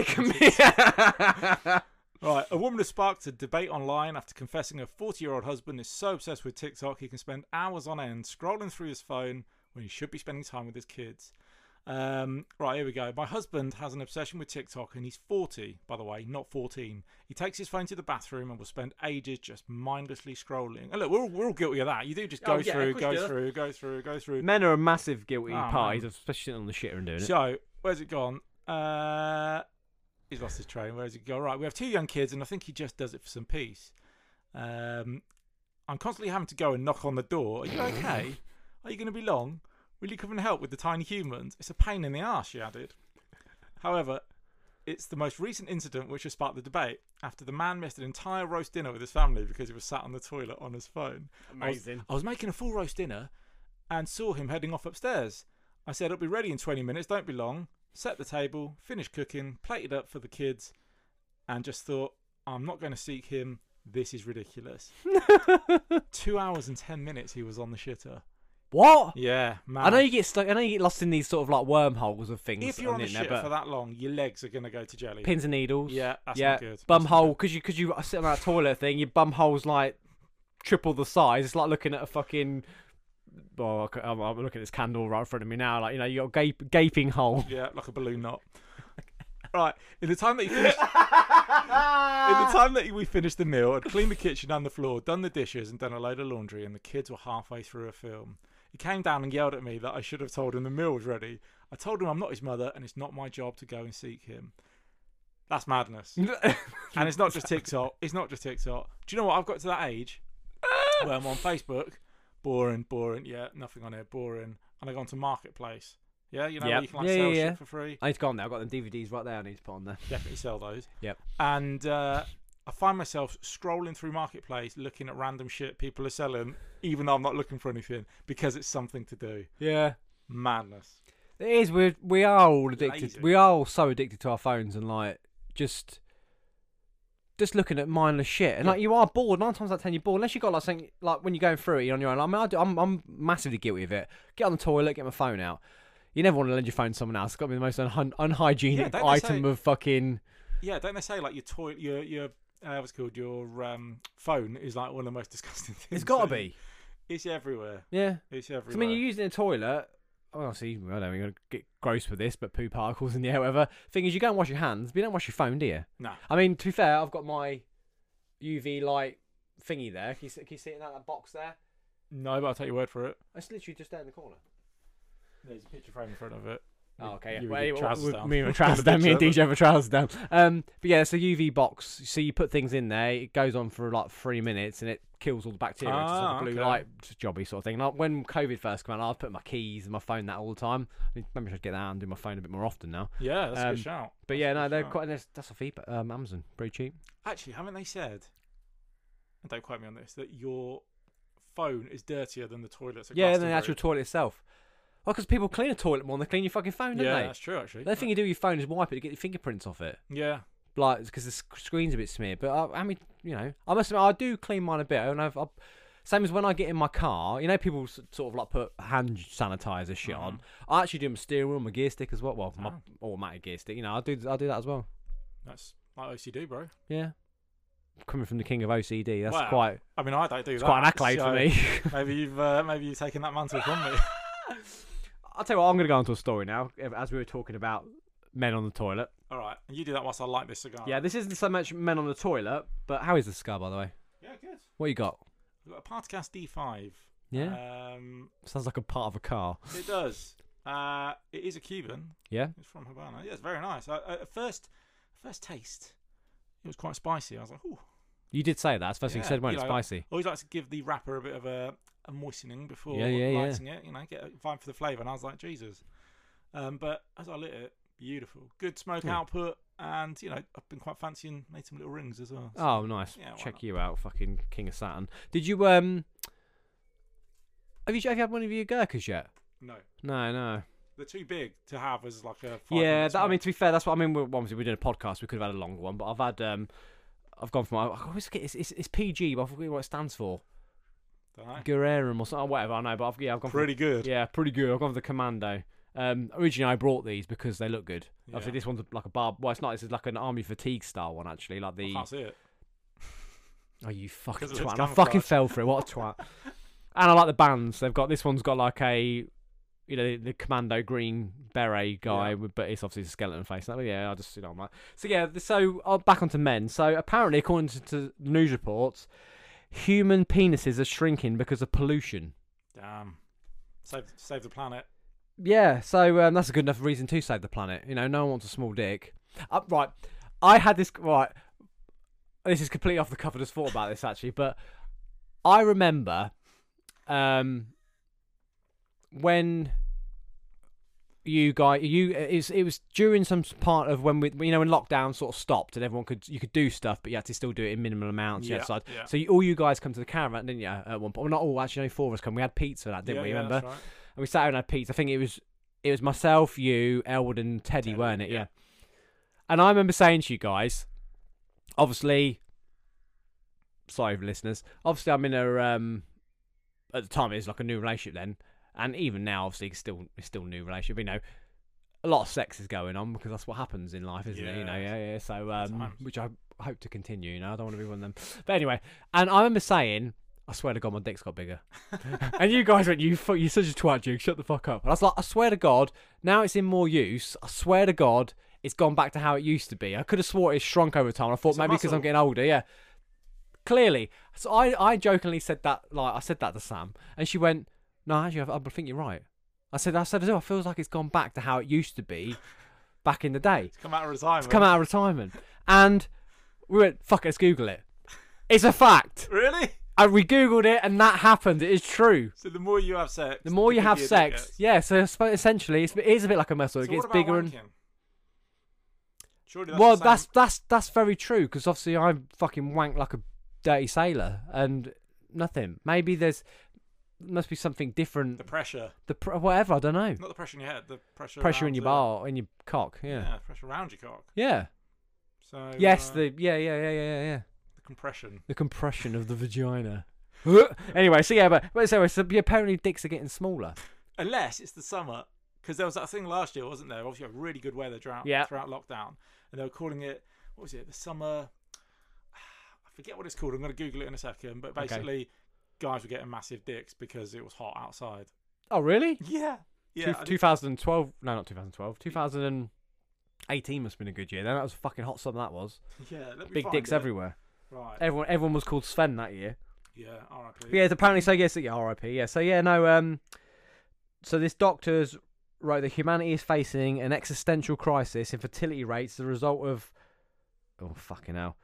Speaker 3: Right, a woman has sparked a debate online after confessing her 40 year old husband is so obsessed with TikTok he can spend hours on end scrolling through his phone when he should be spending time with his kids. Um, right, here we go. My husband has an obsession with TikTok and he's 40, by the way, not 14. He takes his phone to the bathroom and will spend ages just mindlessly scrolling. And look, we're all, we're all guilty of that. You do just
Speaker 4: Oh,
Speaker 3: go
Speaker 4: yeah, of
Speaker 3: through,
Speaker 4: course
Speaker 3: go
Speaker 4: you do.
Speaker 3: through, go through, go through.
Speaker 1: Men are a massive guilty
Speaker 3: Oh,
Speaker 1: parties,
Speaker 3: man.
Speaker 1: especially on the shit and doing it.
Speaker 3: So, where's it gone? Uh, he's lost his train. Where's it go? Right, we have two young kids, and I think he just does it for some peace. Um, I'm constantly having to go and knock on the door. Are you okay? Are you going to be long? Will you come and help with the tiny humans? It's a pain in the arse, she added. However, it's the most recent incident which has sparked the debate after the man missed an entire roast dinner with his family because he was sat on the toilet on his phone. I was-
Speaker 4: Amazing.
Speaker 3: I was, making a full roast dinner and saw him heading off upstairs. I said, It'll be ready in 20 minutes, don't be long. Set the table, finished cooking, plated up for the kids, and just thought, I'm not going to seek him. This is ridiculous. Two hours and 10 minutes he was on the shitter.
Speaker 1: What?
Speaker 3: Yeah, man.
Speaker 1: Oh. I know you get stuck. I know you get lost in these sort of like wormholes of things.
Speaker 3: if you're on the
Speaker 1: internet,
Speaker 3: shitter
Speaker 1: but
Speaker 3: for that long, your legs are going to go to jelly.
Speaker 1: pins and needles.
Speaker 3: Yeah, that's
Speaker 1: yeah.
Speaker 3: not good.
Speaker 1: Bum
Speaker 3: That's not
Speaker 1: hole, because you because you sit on that toilet thing, your bum hole's like triple the size. It's like looking at a fucking. Oh, I c- I'm, I'm looking at this candle right in front of me now. Like you know, you got a gape, gaping hole.
Speaker 3: Yeah, like a balloon knot. right. In the time that he finished, in the time that we finished the meal, I'd cleaned the kitchen and the floor, done the dishes, and done a load of laundry. And the kids were halfway through a film. He came down and yelled at me that I should have told him the meal was ready. I told him I'm not his mother, and it's not my job to go and seek him. That's madness. and it's not just TikTok. It's not just TikTok. Do you know what? I've got to that age where I'm on Facebook. Boring, boring. Yeah, nothing on here. Boring. And I go on to Marketplace. Yeah, you know, where
Speaker 1: Yep.
Speaker 3: you can like
Speaker 1: Yeah, yeah,
Speaker 3: sell
Speaker 1: yeah.
Speaker 3: shit for free
Speaker 1: I need to go on there. I've got the DVDs right there. I need to put on there.
Speaker 3: definitely sell those.
Speaker 1: Yep.
Speaker 3: And uh, I find myself scrolling through marketplace, looking at random shit people are selling, even though I'm not looking for anything because it's something to do.
Speaker 1: Yeah,
Speaker 3: Madness.
Speaker 1: it is. We we are all addicted.
Speaker 3: Lazy.
Speaker 1: We are all so addicted to our phones and like just just looking at mindless shit. And like you are bored nine times out of ten. You're bored unless you got like something like when you're going through it you're on your own. I mean, I do, I'm I'm massively guilty of it. Get on the toilet, get my phone out. You never want to lend your phone to someone else. It's got to be the most un-
Speaker 3: Yeah,
Speaker 1: unhygienic
Speaker 3: don't they
Speaker 1: item
Speaker 3: say-
Speaker 1: of fucking.
Speaker 3: Yeah, don't they say like your toy, your your uh, what's it called your um, phone is like one of the most disgusting things.
Speaker 1: It's got to
Speaker 3: that-
Speaker 1: be.
Speaker 3: It's everywhere.
Speaker 1: Yeah.
Speaker 3: It's
Speaker 1: 'Cause,
Speaker 3: everywhere.
Speaker 1: I mean, you're using a toilet. Obviously, I don't know, you're going to get gross with this, but poo particles in the air, whatever. Thing is, you go and wash your hands, but you don't wash your phone, do you?
Speaker 3: Nah.
Speaker 1: I mean, to be fair, I've got my UV light thingy there. Can you, see- can you see it in that, that box there?
Speaker 3: No, but I'll take your word for it.
Speaker 1: It's literally just there in the corner.
Speaker 3: There's a picture frame in front of it.
Speaker 1: Oh, okay. Yeah.
Speaker 3: You with
Speaker 1: Well,
Speaker 3: your
Speaker 1: anyway,
Speaker 3: trousers
Speaker 1: we-
Speaker 3: down.
Speaker 1: Me and my trousers down. Me and DJ have a trousers down. Um, but yeah, it's a UV box. So you put things in there. It goes on for like three minutes, and it kills all the bacteria. it's just like
Speaker 3: Ah,
Speaker 1: a blue
Speaker 3: okay.
Speaker 1: light jobby sort of thing. Like when COVID first came out, I was putting my keys and my phone that all the time. I mean, maybe I should get that out and do my phone a bit more often now.
Speaker 3: Yeah, that's a good
Speaker 1: Um,
Speaker 3: shout.
Speaker 1: But
Speaker 3: That's a
Speaker 1: yeah,
Speaker 3: good
Speaker 1: no, they're
Speaker 3: shout.
Speaker 1: quite. That's that's off eBay, um, Amazon, pretty cheap.
Speaker 3: Actually, haven't they said? And don't quote me on this. That your phone is dirtier than the toilets. At
Speaker 1: Yeah, and the
Speaker 3: Glastonbury.
Speaker 1: actual toilet itself. Well, because people clean a toilet more than they clean your fucking phone, don't
Speaker 3: Yeah,
Speaker 1: they?
Speaker 3: that's true. Actually,
Speaker 1: The only thing you do with your phone is wipe it to get your fingerprints off it.
Speaker 3: yeah,
Speaker 1: Like, because the sc- screen's a bit smeared. But uh, I, I mean, you know, I must admit, I do clean mine a bit. And I've, I, same as when I get in my car, you know, people s- sort of like put hand sanitizer shit on. I actually do my steering wheel, my gear stick as well. Well, my
Speaker 3: Mm-hmm. Oh.
Speaker 1: automatic gear stick. You know, I do, I do that as well.
Speaker 3: that's like OCD, bro.
Speaker 1: Yeah. Coming from the king of OCD, that's
Speaker 3: Wow.
Speaker 1: quite,
Speaker 3: I mean, I don't do
Speaker 1: it's
Speaker 3: that.
Speaker 1: quite an accolade
Speaker 3: so
Speaker 1: for me.
Speaker 3: maybe you've uh, maybe you've taken that mantle from me.
Speaker 1: I'll tell you what, I'm going to go on to a story now, as we were talking about men on the toilet.
Speaker 3: All right, and you do that whilst I light this cigar.
Speaker 1: Yeah, this isn't so much men on the toilet, but how is the cigar, by the way?
Speaker 3: yeah, good.
Speaker 1: What you got?
Speaker 3: We've got a Particast D5.
Speaker 1: Yeah,
Speaker 3: um,
Speaker 1: sounds like a part of a car.
Speaker 3: it does. Uh, it is a Cuban.
Speaker 1: Yeah,
Speaker 3: It's from Havana. Yeah, it's very nice. Uh, at first, first taste, it was quite spicy. I was like, ooh.
Speaker 1: you did say that. That's the first thing you
Speaker 3: Yeah,
Speaker 1: said, when
Speaker 3: you
Speaker 1: it's
Speaker 3: know,
Speaker 1: spicy.
Speaker 3: I always like to give the wrapper a bit of a, a moistening before
Speaker 1: Yeah, yeah, yeah.
Speaker 3: lighting it. You know, get a vibe for the flavour. And I was like, Jesus. Um, but as I lit it, beautiful, good smoke
Speaker 1: Yeah.
Speaker 3: output, and you know, I've been quite fancying made some little rings as well. So-
Speaker 1: Oh, nice.
Speaker 3: Yeah, why
Speaker 1: Check
Speaker 3: not?
Speaker 1: you out, fucking king of Saturn. Did you um? Have you have you had one of your Gurkhas yet?
Speaker 3: No,
Speaker 1: No, no.
Speaker 3: they're too big to have as like a. Five
Speaker 1: yeah,
Speaker 3: minute
Speaker 1: that, I mean,
Speaker 3: smoke.
Speaker 1: to be fair, that's what I mean. We're, obviously, we're doing a podcast. We could have had a longer one, but I've had um, I've gone for my. I always get it's, it's, it's PG, but I forget what it stands for.
Speaker 3: Dunno.
Speaker 1: Guerrerum or something, or oh, whatever. I know, but I've, yeah, I've gone.
Speaker 3: pretty
Speaker 1: For,
Speaker 3: good.
Speaker 1: yeah, pretty good. I've gone for the Commando. Um, originally I bought these because they look good. Obviously,
Speaker 3: Yeah.
Speaker 1: this one's like a barb. Well, it's not. This is like an army fatigue style one, actually. Like
Speaker 3: I
Speaker 1: the
Speaker 3: can't see it.
Speaker 1: oh, you fucking
Speaker 3: 'Cause of
Speaker 1: twat!
Speaker 3: its
Speaker 1: I fucking
Speaker 3: camouflage.
Speaker 1: fell for it. What a twat! and I like the bands. They've got this one's got like a you know, the, the commando green beret guy,
Speaker 3: Yeah.
Speaker 1: with, but it's obviously a skeleton face. And that, yeah, I just, you know, I'm like, so yeah. th- So uh, back onto men. So apparently, according to, to news reports, human penises are shrinking because of pollution.
Speaker 3: Damn. Save save the planet.
Speaker 1: Yeah, so um, that's a good enough reason to save the planet. You know, no one wants a small dick. Uh, right, I had this. Right, this is completely off the cuff. I just thought about this actually, but I remember um, when you guys, you it was, it was during some part of when we, you know, when lockdown sort of stopped and everyone could you could do stuff, but you had to still do it in minimal amounts. you had
Speaker 3: Yeah,
Speaker 1: side-
Speaker 3: yeah.
Speaker 1: So you, all you guys come to the caravan, didn't you? At one point, well, not all actually. Only four of us come. We had pizza that, didn't
Speaker 3: Yeah,
Speaker 1: we?
Speaker 3: yeah,
Speaker 1: remember?
Speaker 3: that's right.
Speaker 1: and we sat down and had pizza. I think it was it was myself, you, Elwood, and Teddy,
Speaker 3: Teddy,
Speaker 1: weren't it? Yeah.
Speaker 3: yeah.
Speaker 1: And I remember saying to you guys, obviously, sorry, listeners. Obviously, I'm in a um, at the time it was like a new relationship then, and even now, obviously, it's still it's still a new relationship. You know, a lot of sex is going on because that's what happens in life, isn't it? You know,
Speaker 3: Yeah.
Speaker 1: yeah, yeah. So, um,
Speaker 3: times.
Speaker 1: which I hope to continue. You know, I don't want to be one of them. But anyway, and I remember saying, I swear to God, my dick's got bigger. and you guys went, you fu- you're such a twat, Duke. Shut the fuck up. And I was like, I swear to God, now it's in more use. I swear to God, it's gone back to how it used to be. I could have swore it shrunk over time. I thought
Speaker 3: a
Speaker 1: maybe because I'm
Speaker 3: muscle.
Speaker 1: getting older. Yeah, clearly. So I, I jokingly said that, like I said that to Sam, and she went, "No, actually, I, I think you're right." I said, "I said, it feels like it's gone back to how it used to be, back in the day."
Speaker 3: Come out of retirement.
Speaker 1: It's come out of retirement, and we went, "Fuck, it, let's Google it." It's a fact,
Speaker 3: Really?
Speaker 1: and we googled it, and that happened. It is true.
Speaker 3: So the more you have sex,
Speaker 1: The more you have sex,
Speaker 3: yeah.
Speaker 1: yeah. So I suppose essentially, it's, it is a bit like a muscle. It
Speaker 3: so
Speaker 1: gets
Speaker 3: what about
Speaker 1: bigger and
Speaker 3: wanking? Surely that's
Speaker 1: well,
Speaker 3: the same-
Speaker 1: that's that's that's very true because obviously I fucking wank like a dirty sailor and nothing. Maybe there's must be something different.
Speaker 3: the pressure,
Speaker 1: The pr- whatever I don't know.
Speaker 3: not the pressure in your head, the pressure
Speaker 1: Pressure in
Speaker 3: around
Speaker 1: your
Speaker 3: the-
Speaker 1: bar, in your cock.
Speaker 3: Yeah.
Speaker 1: Yeah.
Speaker 3: pressure around your cock.
Speaker 1: Yeah.
Speaker 3: So
Speaker 1: Yes.
Speaker 3: uh,
Speaker 1: The yeah yeah yeah yeah yeah. yeah.
Speaker 3: the compression.
Speaker 1: The compression of the vagina. anyway, so yeah, but, but so, so apparently dicks are getting smaller.
Speaker 3: unless it's the summer because there was that thing last year wasn't there obviously you had really good weather throughout,
Speaker 1: Yeah.
Speaker 3: throughout lockdown and they were calling it what was it the summer i forget what it's called i'm going to google it in a second but
Speaker 1: Okay.
Speaker 3: basically guys were getting massive dicks because it was hot outside
Speaker 1: Oh really?
Speaker 3: yeah yeah I
Speaker 1: Two,
Speaker 3: think-
Speaker 1: 2012? No, not 2012. 2018 must have been a good year. Then that was fucking hot summer. That was
Speaker 3: yeah let me
Speaker 1: big
Speaker 3: find
Speaker 1: dicks
Speaker 3: it.
Speaker 1: everywhere.
Speaker 3: right
Speaker 1: Everyone, everyone was called Sven that year.
Speaker 3: yeah RIP.
Speaker 1: But yeah, it's apparently so. Yes, yeah, R.I.P. Yeah, so yeah, no. Um, so this doctor's wrote that humanity is facing an existential crisis in fertility rates, as a result of oh fucking hell,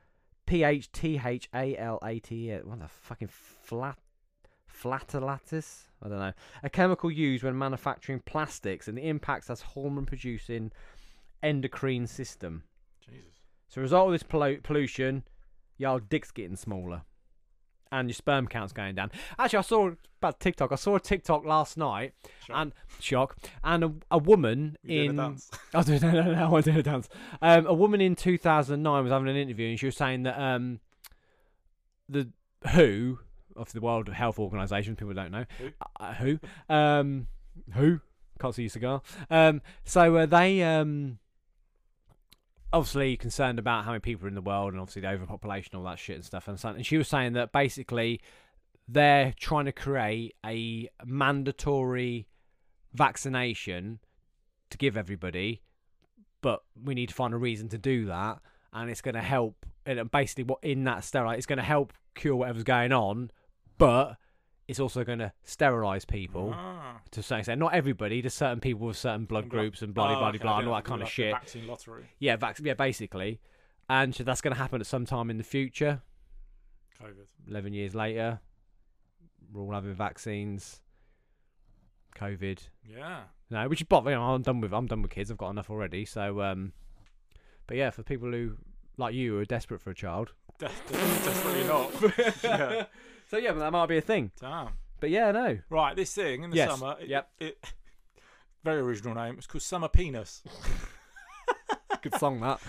Speaker 1: P H T H A L A T E. What the fucking flat flatulatus? I don't know. A chemical used when manufacturing plastics and the impacts that's hormone producing endocrine system.
Speaker 3: jesus
Speaker 1: So, as a result of this pollu- pollution, your dick's getting smaller, and your sperm count's going down. Actually, I saw about TikTok. I saw a TikTok last night,
Speaker 3: Shock.
Speaker 1: and shock, and a, a woman
Speaker 3: You doing a
Speaker 1: in.
Speaker 3: dance?
Speaker 1: I
Speaker 3: Ah,
Speaker 1: was doing no, no, no, I was doing a dance. Um, a woman in 2009 was having an interview, and she was saying that um, the WHO of the World Health Organization, people don't know
Speaker 3: Who?
Speaker 1: uh, who, um, who can't see your cigar. Um, so uh, they um, obviously concerned about how many people are in the world, and obviously the overpopulation, all that shit and stuff. And, so, and she was saying that basically they're trying to create a mandatory vaccination to give everybody, but we need to find a reason to do that, and it's going to help. And basically, what in that sterile, it's going to help cure whatever's going on, but it's also going to sterilise people
Speaker 3: Ah.
Speaker 1: to some extent. Not everybody, just certain people with certain blood groups and blah
Speaker 3: Oh,
Speaker 1: blah blah
Speaker 3: okay,
Speaker 1: blah
Speaker 3: I
Speaker 1: and
Speaker 3: do
Speaker 1: all
Speaker 3: like
Speaker 1: that kind
Speaker 3: the
Speaker 1: of shit.
Speaker 3: vaccine lottery
Speaker 1: Yeah, vac- yeah, basically. And so that's going to happen at some time in the future.
Speaker 3: covid
Speaker 1: Eleven years later, we're all having vaccines. COVID,
Speaker 3: yeah
Speaker 1: no, which is bother. You know, I'm done with. I'm done with kids. I've got enough already. So, um, but yeah, for people who like you who are desperate for a child.
Speaker 3: De- de- definitely not yeah
Speaker 1: So yeah, but that might be a thing.
Speaker 3: damn
Speaker 1: But yeah, no.
Speaker 3: Right, this thing in the
Speaker 1: Yes,
Speaker 3: summer. It,
Speaker 1: yep.
Speaker 3: It, very original name. It's called Summer Penis.
Speaker 1: Good song that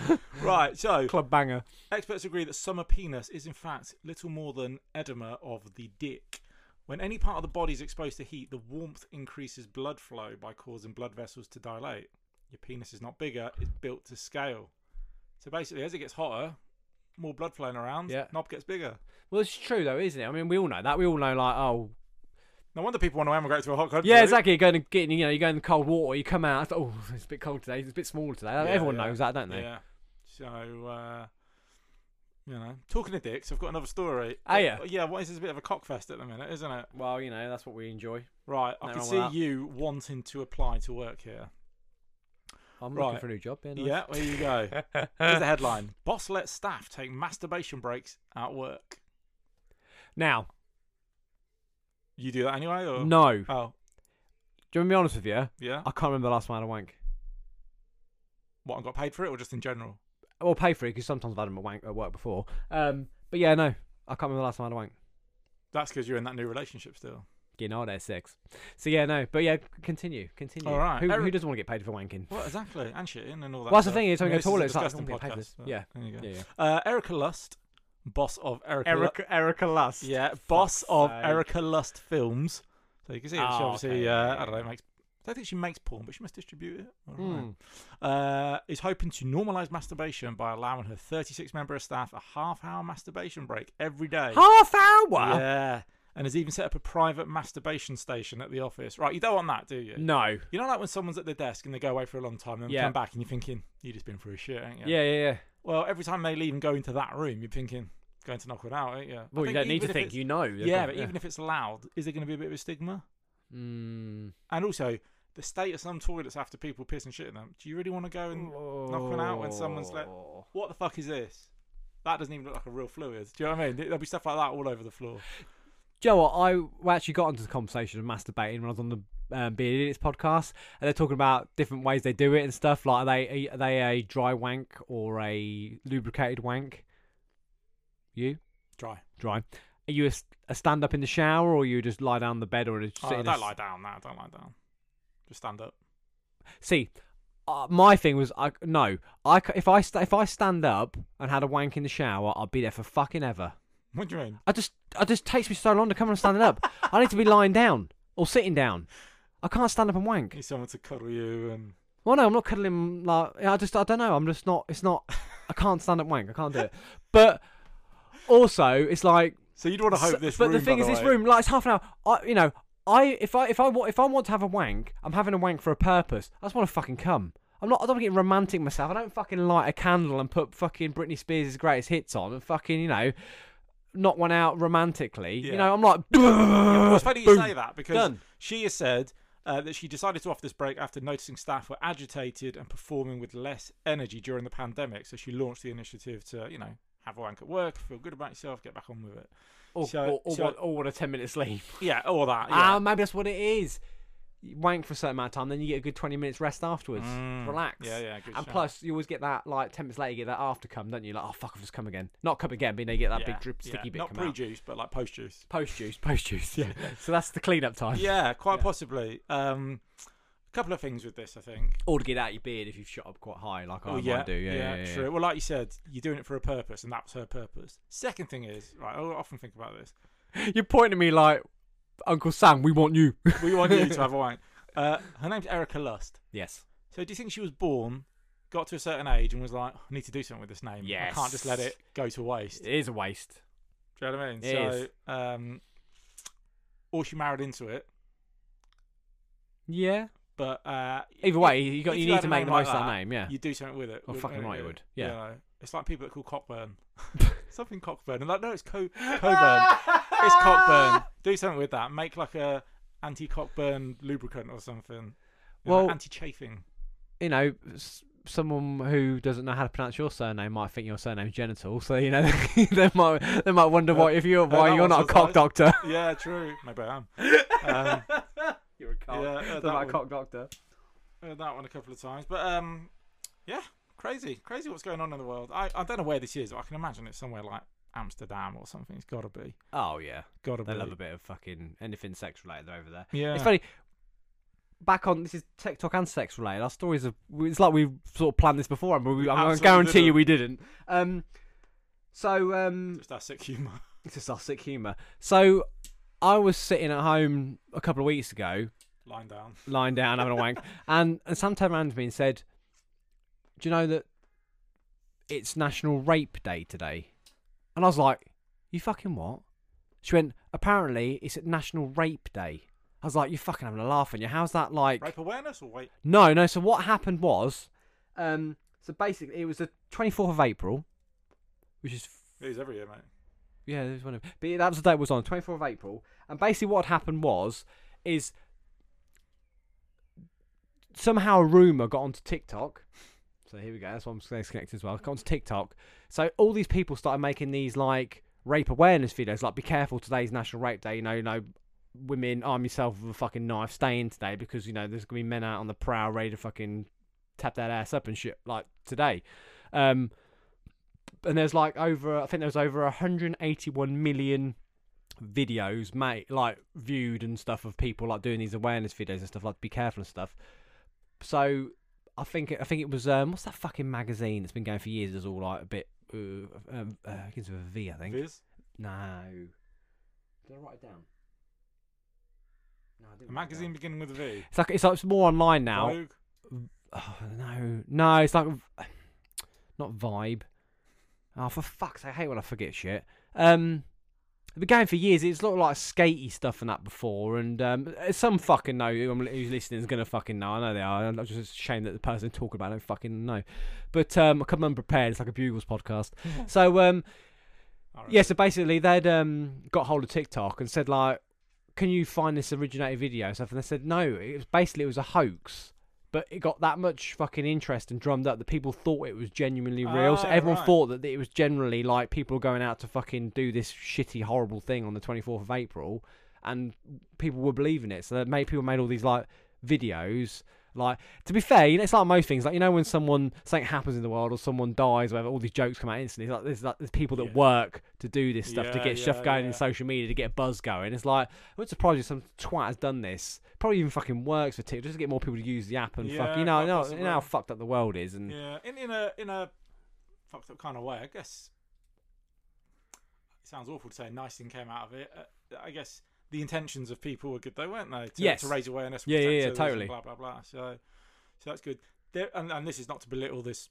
Speaker 3: right, so
Speaker 1: club banger.
Speaker 3: experts agree that summer penis is in fact little more than edema of the dick. When any part of the body is exposed to heat, the warmth increases blood flow by causing blood vessels to dilate. Your penis is not bigger; it's built to scale. So basically, as it gets hotter, more blood flowing around.
Speaker 1: Yeah.
Speaker 3: knob gets bigger.
Speaker 1: Well, it's true though, isn't it? I mean, we all know that. We all know like, oh,
Speaker 3: No wonder people want to emigrate to a hot country.
Speaker 1: Yeah, exactly. You're going to get, you know, you go in the cold water. You come out. It's, oh, it's a bit cold today. It's a bit smaller today.
Speaker 3: Yeah,
Speaker 1: Everyone
Speaker 3: yeah.
Speaker 1: knows that, don't they?
Speaker 3: Yeah. So, uh, you know, talking to dicks, I've got another story.
Speaker 1: Oh, yeah.
Speaker 3: Yeah, what is this is a bit of a cockfest at the minute, isn't it?
Speaker 1: Well, you know, that's what we enjoy.
Speaker 3: Right, I
Speaker 1: No wrong
Speaker 3: can
Speaker 1: with
Speaker 3: see
Speaker 1: that.
Speaker 3: you wanting to apply to work here.
Speaker 1: I'm looking
Speaker 3: Right.
Speaker 1: for a new job. Yeah. nice.
Speaker 3: Yeah, there you go. Here's the headline Boss lets staff take masturbation breaks at work.
Speaker 1: Now,
Speaker 3: You do that anyway? Or?
Speaker 1: no. Do you
Speaker 3: Oh,
Speaker 1: want to be honest with you?
Speaker 3: yeah.
Speaker 1: I can't remember the last time I had a wank.
Speaker 3: What, I got paid for it or just in general?
Speaker 1: Well, pay for it because sometimes I've had 'em at wank at work before. Um, but yeah, no, I can't remember the last time I had a wank.
Speaker 3: That's because you're in that new relationship still.
Speaker 1: You know, they're eh, six. So yeah, no, but yeah, continue, continue.
Speaker 3: All right.
Speaker 1: Who, who
Speaker 3: Every-
Speaker 1: doesn't want to get paid for wanking?
Speaker 3: Well, exactly. And shitting and
Speaker 1: Well,
Speaker 3: all that.
Speaker 1: that's the
Speaker 3: stuff.
Speaker 1: thing is, when you go
Speaker 3: this is a
Speaker 1: toilet, it's like, I
Speaker 3: disgusting
Speaker 1: don't get paid for this.
Speaker 3: but
Speaker 1: Yeah.
Speaker 3: There you go.
Speaker 1: Yeah, yeah.
Speaker 3: Uh, Erica Lust, boss of Erica. Lu-
Speaker 1: Erica Lust.
Speaker 3: yeah, boss of
Speaker 1: sake.
Speaker 3: Erica Lust Films. So you can see, it, she
Speaker 1: Oh,
Speaker 3: obviously,
Speaker 1: okay,
Speaker 3: uh,
Speaker 1: yeah,
Speaker 3: I don't know,
Speaker 1: yeah.
Speaker 3: makes. I don't think she makes porn, but she must distribute it. I don't know.
Speaker 1: Hmm.
Speaker 3: uh, is hoping to normalise masturbation by allowing her 36 member of staff a half hour masturbation break every day.
Speaker 1: Half hour.
Speaker 3: Yeah. And has even set up a private masturbation station at the office. Right, you don't want that, do you?
Speaker 1: No.
Speaker 3: You know, like when someone's at the desk and they go away for a long time and
Speaker 1: Mm. Yeah.
Speaker 3: come back and you're thinking, you just been through a shit, ain't you?
Speaker 1: Yeah, yeah, yeah.
Speaker 3: Well, every time they leave and go into that room, you're thinking, going to knock it out, ain't you? I
Speaker 1: Well, you
Speaker 3: think
Speaker 1: don't need
Speaker 3: even
Speaker 1: to
Speaker 3: if
Speaker 1: think.
Speaker 3: it's-
Speaker 1: You know.
Speaker 3: yeah, but even if it's loud, is there going to be a bit of a stigma?
Speaker 1: Mm.
Speaker 3: And also, the state of some toilets after people piss and shit in them. Do you really want to go and knocking out when someone's like-
Speaker 1: Oh.
Speaker 3: what the fuck is this? That doesn't even look like a real fluid. Do you know what I mean? There'll be stuff like that all over the floor.
Speaker 1: Do you know what? I w- actually got into the conversation of masturbating when I was on the um, Bearded Idiots podcast, and they're talking about different ways they do it and stuff. Like, are they are they a dry wank or a lubricated wank? You
Speaker 3: Try.
Speaker 1: dry? Are you a, s- a stand up in the shower, or you just lie down on the bed, or just
Speaker 3: Oh,
Speaker 1: sit in a
Speaker 3: don't
Speaker 1: s-
Speaker 3: lie down now. Don't lie down. Just stand up.
Speaker 1: See, uh, my thing was, I no, I c- if I st- if I stand up and had a wank in the shower, I'd be there for fucking ever.
Speaker 3: What do you mean?
Speaker 1: I just, I just takes me so long to come and standing up. I need to be lying down or sitting down. I can't stand up and wank.
Speaker 3: Need someone to cuddle you and.
Speaker 1: Well, no, I'm not cuddling. Like, I just, I don't know. I'm just not. It's not. I can't stand up wank. I can't do it. But also, it's like.
Speaker 3: So you'd want to hope
Speaker 1: so-
Speaker 3: this
Speaker 1: but
Speaker 3: room.
Speaker 1: the thing
Speaker 3: by
Speaker 1: is, this
Speaker 3: way-
Speaker 1: room, like, it's half an hour. I, you know, I, if I, if I, wa- if I want to have a wank, I'm having a wank for a purpose. I just want to fucking come. I'm not. I don't get romantic myself. I don't fucking light a candle and put fucking Britney Spears' greatest hits on and fucking, you know, knock one out romantically.
Speaker 3: Yeah.
Speaker 1: You know, I'm like.
Speaker 3: Well, it's funny you
Speaker 1: boom.
Speaker 3: say that because
Speaker 1: Done.
Speaker 3: she has said uh, that she decided to offer this break after noticing staff were agitated and performing with less energy during the pandemic. So she launched the initiative to, you know, have a wank at work, feel good about yourself, get back on with it.
Speaker 1: Or,
Speaker 3: So-
Speaker 1: or, or,
Speaker 3: so-
Speaker 1: want, or want a 10 minute sleep.
Speaker 3: Yeah, all that. Yeah.
Speaker 1: Ah, maybe that's what it is. You wank for a certain amount of time, then you get a good 20 minutes rest afterwards.
Speaker 3: Mm.
Speaker 1: Relax.
Speaker 3: Yeah, yeah, good
Speaker 1: And
Speaker 3: shout.
Speaker 1: plus, you always get that, like, 10 minutes later, you get that after come, don't you? Like, oh, fuck, I've just come again. Not come again, but then you get that
Speaker 3: Yeah,
Speaker 1: big drip,
Speaker 3: yeah.
Speaker 1: sticky bit
Speaker 3: Not
Speaker 1: come
Speaker 3: pre
Speaker 1: out.
Speaker 3: juice, but like post juice.
Speaker 1: Post juice, post juice, yeah. so that's the clean up time.
Speaker 3: Yeah, quite
Speaker 1: Yeah.
Speaker 3: possibly. Um, a couple of things with this, I think.
Speaker 1: Or to get out your beard if you've shot up quite high, like I
Speaker 3: Well,
Speaker 1: might Oh, do. Yeah, yeah, yeah, yeah.
Speaker 3: Oh, true. Well, like you said, you're doing it for a purpose, and that was her purpose. Second thing is, right, I often think about this.
Speaker 1: You're pointing at me like, Uncle Sam, we want you.
Speaker 3: We want you to have a wank. Uh, her name's Erica Lust.
Speaker 1: yes.
Speaker 3: So, do you think she was born, got to a certain age, and was like, I need to do something with this name? I can't just let
Speaker 1: Yes.
Speaker 3: it go to waste.
Speaker 1: It is a waste.
Speaker 3: Do you know what I mean?
Speaker 1: It
Speaker 3: so,
Speaker 1: is.
Speaker 3: um, or she married into it,
Speaker 1: Yeah.
Speaker 3: but uh,
Speaker 1: Either
Speaker 3: if-
Speaker 1: way, you, got,
Speaker 3: if
Speaker 1: you
Speaker 3: had
Speaker 1: need
Speaker 3: a
Speaker 1: to make the
Speaker 3: name like
Speaker 1: most of that name, yeah.
Speaker 3: you do something with it.
Speaker 1: Oh,
Speaker 3: wouldn't
Speaker 1: fucking right,
Speaker 3: you?
Speaker 1: you would. Yeah.
Speaker 3: know, it's like people that call Cockburn. something Cockburn. And like, no, it's Co- Coburn. it's Cockburn. Do something with that. Make like a anti Cockburn lubricant or something.
Speaker 1: Well-
Speaker 3: anti chafing.
Speaker 1: you know, s- someone who doesn't know how to pronounce your surname might think your surname's genital, so you know they might they might wonder why if you're
Speaker 3: Uh, that
Speaker 1: why you're
Speaker 3: one's
Speaker 1: not a
Speaker 3: just
Speaker 1: cock
Speaker 3: nice.
Speaker 1: doctor.
Speaker 3: Yeah, true. Maybe I am. Um,
Speaker 1: You're a cock.
Speaker 3: yeah, uh, that, one,
Speaker 1: doctor.
Speaker 3: heard Uh, that one a couple of times. But um, yeah, crazy, crazy what's going on in the world. I, I don't know where this is, but I can imagine it's somewhere like Amsterdam or something. It's got to be,
Speaker 1: Oh yeah,
Speaker 3: got to
Speaker 1: they
Speaker 3: be.
Speaker 1: love a bit of fucking anything sex related over there.
Speaker 3: Yeah,
Speaker 1: It's funny. Back on this is TikTok and sex related. Our stories of it's like we sort of planned this before, but we, I
Speaker 3: Absolutely
Speaker 1: guarantee you
Speaker 3: didn't.
Speaker 1: we didn't. Um, so um,
Speaker 3: just that sick humor.
Speaker 1: it's just our sick humour. So I was sitting at home a couple of weeks ago,
Speaker 3: Lying down.
Speaker 1: lying down having a wank, and, and Sam turned around to me and said, "Do you know that it's National Rape Day today?" And I was like, "You fucking what?" She went, apparently it's at National Rape Day. I was like, you're fucking having a laugh, and you. How's that like?
Speaker 3: Rape awareness or wait?
Speaker 1: No, no. So what happened was, um, so basically it was the 24th of April, which is
Speaker 3: It is every year, mate.
Speaker 1: yeah, there's one of. But that was the day it was on, 24th of April. And basically, what had happened was, is somehow a rumor got onto TikTok. So here we go. That's why I'm connected as well. Got onto TikTok. So all these people started making these like rape awareness videos, like "Be careful today's National Rape Day." You know, you know, women arm yourself with a fucking knife. Stay in today because you know there's gonna be men out on the prowl ready to fucking tap that ass up and shit like today. Um, and there's like over I think there's over 181 million videos mate like viewed and stuff of people like doing these awareness videos and stuff like be careful and stuff. So I think I think it was um what's that fucking magazine that's been going for years is all like a bit uh, um, uh, it begins with a V I think.
Speaker 3: Viz?
Speaker 1: No. Did I write it down? No, I didn't. write
Speaker 3: A
Speaker 1: it down.
Speaker 3: magazine beginning with a V.
Speaker 1: It's like it's like it's more online now.
Speaker 3: Vogue?
Speaker 1: Oh, no, no, it's like not vibe. Oh, for fuck's sake, I hate when I forget shit. Um, I've been going for years. It's looked like skatey stuff and that before, and um, some fucking know who I'm- who's listening is gonna fucking know. I know they are. I'm just ashamed that the person talking about it don't fucking know. But um, I come unprepared. It's like a Bugles podcast. so um,
Speaker 3: Alright.
Speaker 1: yeah, so basically they'd um, got hold of TikTok and said like, "Can you find this originator video?" So and they said no. It was basically it was a hoax, but it got that much fucking interest and drummed up that people thought it was genuinely real. so
Speaker 3: Ah,
Speaker 1: everyone
Speaker 3: right.
Speaker 1: thought that it was generally like people going out to fucking do this shitty horrible thing on the 24th of April, and people were believing it. So that made people made all these like videos. Like to be fair, you know, it's like most things. Like you know, when someone something happens in the world or someone dies, whatever, all these jokes come out instantly. It's like there's like there's people that
Speaker 3: Yeah.
Speaker 1: work to do this stuff to
Speaker 3: Yeah,
Speaker 1: get stuff
Speaker 3: yeah,
Speaker 1: going in
Speaker 3: yeah.
Speaker 1: social media to get a buzz going. It's like I wouldn't surprise you if some twat has done this. Probably even fucking works for TikTok just to get more people to use the app and fuck.
Speaker 3: Yeah,
Speaker 1: You know, you
Speaker 3: quite
Speaker 1: know, you know how
Speaker 3: possible.
Speaker 1: fucked up the world is, and
Speaker 3: Yeah, in, in a in a fucked up kind of way, I guess. It sounds awful to say a nice thing came out of it. Uh, I guess the intentions of people were good, though, weren't they? To,
Speaker 1: Yes.
Speaker 3: to raise awareness.
Speaker 1: Yeah, yeah,
Speaker 3: protect
Speaker 1: yeah,
Speaker 3: others, and
Speaker 1: totally.
Speaker 3: Blah blah blah. So, so that's good. There, and, and this is not to belittle this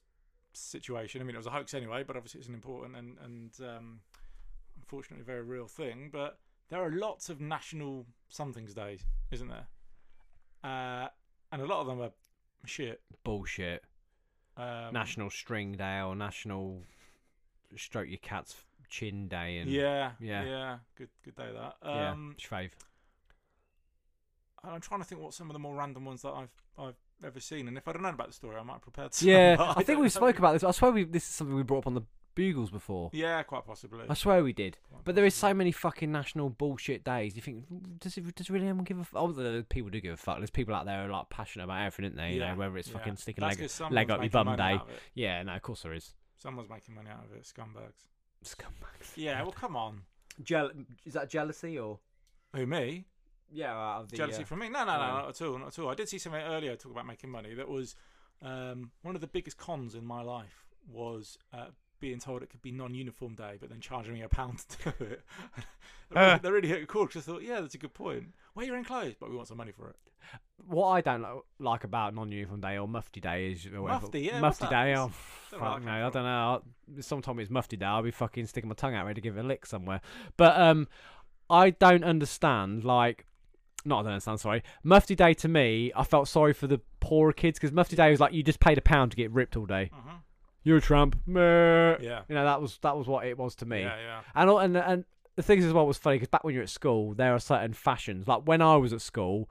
Speaker 3: situation. I mean, it was a hoax anyway, but obviously it's an important and and um, unfortunately very real thing. But there are lots of national somethings days, isn't there? Uh, and a lot of them are shit.
Speaker 1: bullshit.
Speaker 3: Um,
Speaker 1: National String Day or National Stroke Your Cat's Chin Day, and
Speaker 3: Yeah,
Speaker 1: Yeah.
Speaker 3: yeah, Good, good day that.
Speaker 1: yeah,
Speaker 3: Um,
Speaker 1: it's fave.
Speaker 3: and I'm trying to think what some of the more random ones that I've I've ever seen, and if I'd known about the story, I might have prepared. Some,
Speaker 1: Yeah,
Speaker 3: but
Speaker 1: I think
Speaker 3: don't
Speaker 1: we
Speaker 3: know.
Speaker 1: spoke about this. I swear we this is something we brought up on the Bugles before.
Speaker 3: Yeah, quite possibly.
Speaker 1: I swear we did.
Speaker 3: Quite
Speaker 1: But there is so
Speaker 3: possibly.
Speaker 1: many fucking national bullshit days. You think does it, does really anyone give a fuck? Oh, the- people do give a fuck. There's people out there who are like passionate about everything, aren't they you
Speaker 3: Yeah,
Speaker 1: know, whether it's
Speaker 3: yeah.
Speaker 1: fucking sticking
Speaker 3: That's
Speaker 1: leg.
Speaker 3: 'cause someone's
Speaker 1: up your
Speaker 3: making
Speaker 1: bum
Speaker 3: money
Speaker 1: day.
Speaker 3: out of it.
Speaker 1: Yeah, no, of course there is.
Speaker 3: Someone's making money out of it. Scumbags.
Speaker 1: Scumbags.
Speaker 3: Yeah, well, come on.
Speaker 1: Jeal- is that jealousy or
Speaker 3: Who me?
Speaker 1: yeah? Out of
Speaker 3: Jealousy from me? No, no, no,
Speaker 1: Oh.
Speaker 3: not at all, not at all. I did see something earlier talk about making money. That was um, one of the biggest cons in my life was uh, being told it could be non-uniform day, but then charging me a pound to do it. that, really, that really hit a chord 'cause I thought, yeah, that's a good point. Wear your own clothes, but we want some money for it.
Speaker 1: what I don't li- like about non-uniform day or Mufti day is or whatever-
Speaker 3: Mufti, yeah, what's
Speaker 1: Mufti
Speaker 3: that?
Speaker 1: day.
Speaker 3: It's-
Speaker 1: Oh,
Speaker 3: don't
Speaker 1: fuck
Speaker 3: know where that
Speaker 1: no,
Speaker 3: came
Speaker 1: I
Speaker 3: from.
Speaker 1: don't know. I'll- Sometime it's Mufti day. I'll be fucking sticking my tongue out ready to give it a lick somewhere. But um, I don't understand. Like, not I don't understand. Sorry, Mufti day to me, I felt sorry for the poorer kids because Mufti day was like you just paid a pound to get ripped all day.
Speaker 3: Mhm.
Speaker 1: You're a tramp. Meh.
Speaker 3: Yeah.
Speaker 1: You know that was that was what it was to me.
Speaker 3: Yeah, yeah.
Speaker 1: And al- and and the thing is as well was funny because back when you're at school, there are certain fashions. Like when I was at school,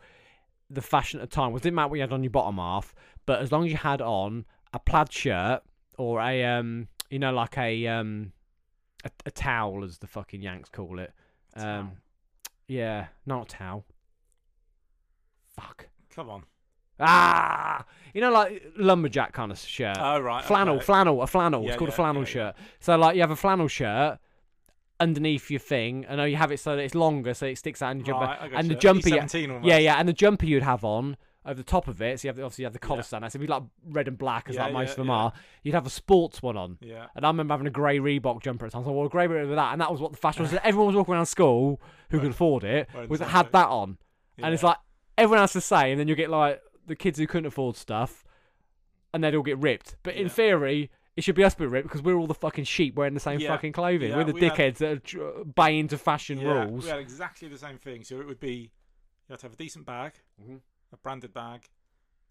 Speaker 1: the fashion at the time was didn't matter what you had on your bottom half, but as long as you had on a plaid shirt or a um, you know, like a um, a, a towel as the fucking Yanks call it. Um,
Speaker 3: Towel.
Speaker 1: yeah, not a towel. Fuck.
Speaker 3: Come on.
Speaker 1: Ah, you know, like lumberjack kind of shirt
Speaker 3: Oh right.
Speaker 1: Uh, flannel,
Speaker 3: okay.
Speaker 1: flannel, a flannel. it's
Speaker 3: Yeah,
Speaker 1: called a
Speaker 3: yeah,
Speaker 1: flannel
Speaker 3: yeah, yeah.
Speaker 1: shirt. So like you have a flannel shirt underneath your thing, and you have it so that it's longer, so it sticks out in your jumper.
Speaker 3: Right, I
Speaker 1: and the
Speaker 3: gotcha.
Speaker 1: jumper, you-
Speaker 3: E17 almost.
Speaker 1: yeah, yeah, and the jumper you'd have on over the top of it. So you have obviously you have the collar
Speaker 3: Yeah.
Speaker 1: stand. So it'd be like red and black, as
Speaker 3: Yeah,
Speaker 1: like most
Speaker 3: yeah,
Speaker 1: of them
Speaker 3: yeah.
Speaker 1: are. You'd have a sports one on.
Speaker 3: Yeah.
Speaker 1: And I remember having a grey Reebok jumper at times. I wore a grey Reebok with that, and that was what the fashion was. Everyone was walking around school who could afford it
Speaker 3: Wearing the
Speaker 1: was
Speaker 3: same
Speaker 1: had
Speaker 3: thing.
Speaker 1: that on, and it's
Speaker 3: Yeah.
Speaker 1: like everyone else the same. Then you will get like the kids who couldn't afford stuff, and they'd all get ripped. But in
Speaker 3: Yeah.
Speaker 1: theory, It should be us being ripped because we're all the fucking sheep wearing the same
Speaker 3: Yeah.
Speaker 1: fucking clothing.
Speaker 3: Yeah,
Speaker 1: we're the
Speaker 3: we had-
Speaker 1: dickheads that are dr- baying to fashion
Speaker 3: Yeah,
Speaker 1: rules.
Speaker 3: We had exactly the same thing. So it would be you had to have a decent bag,
Speaker 1: Mhm.
Speaker 3: a branded bag,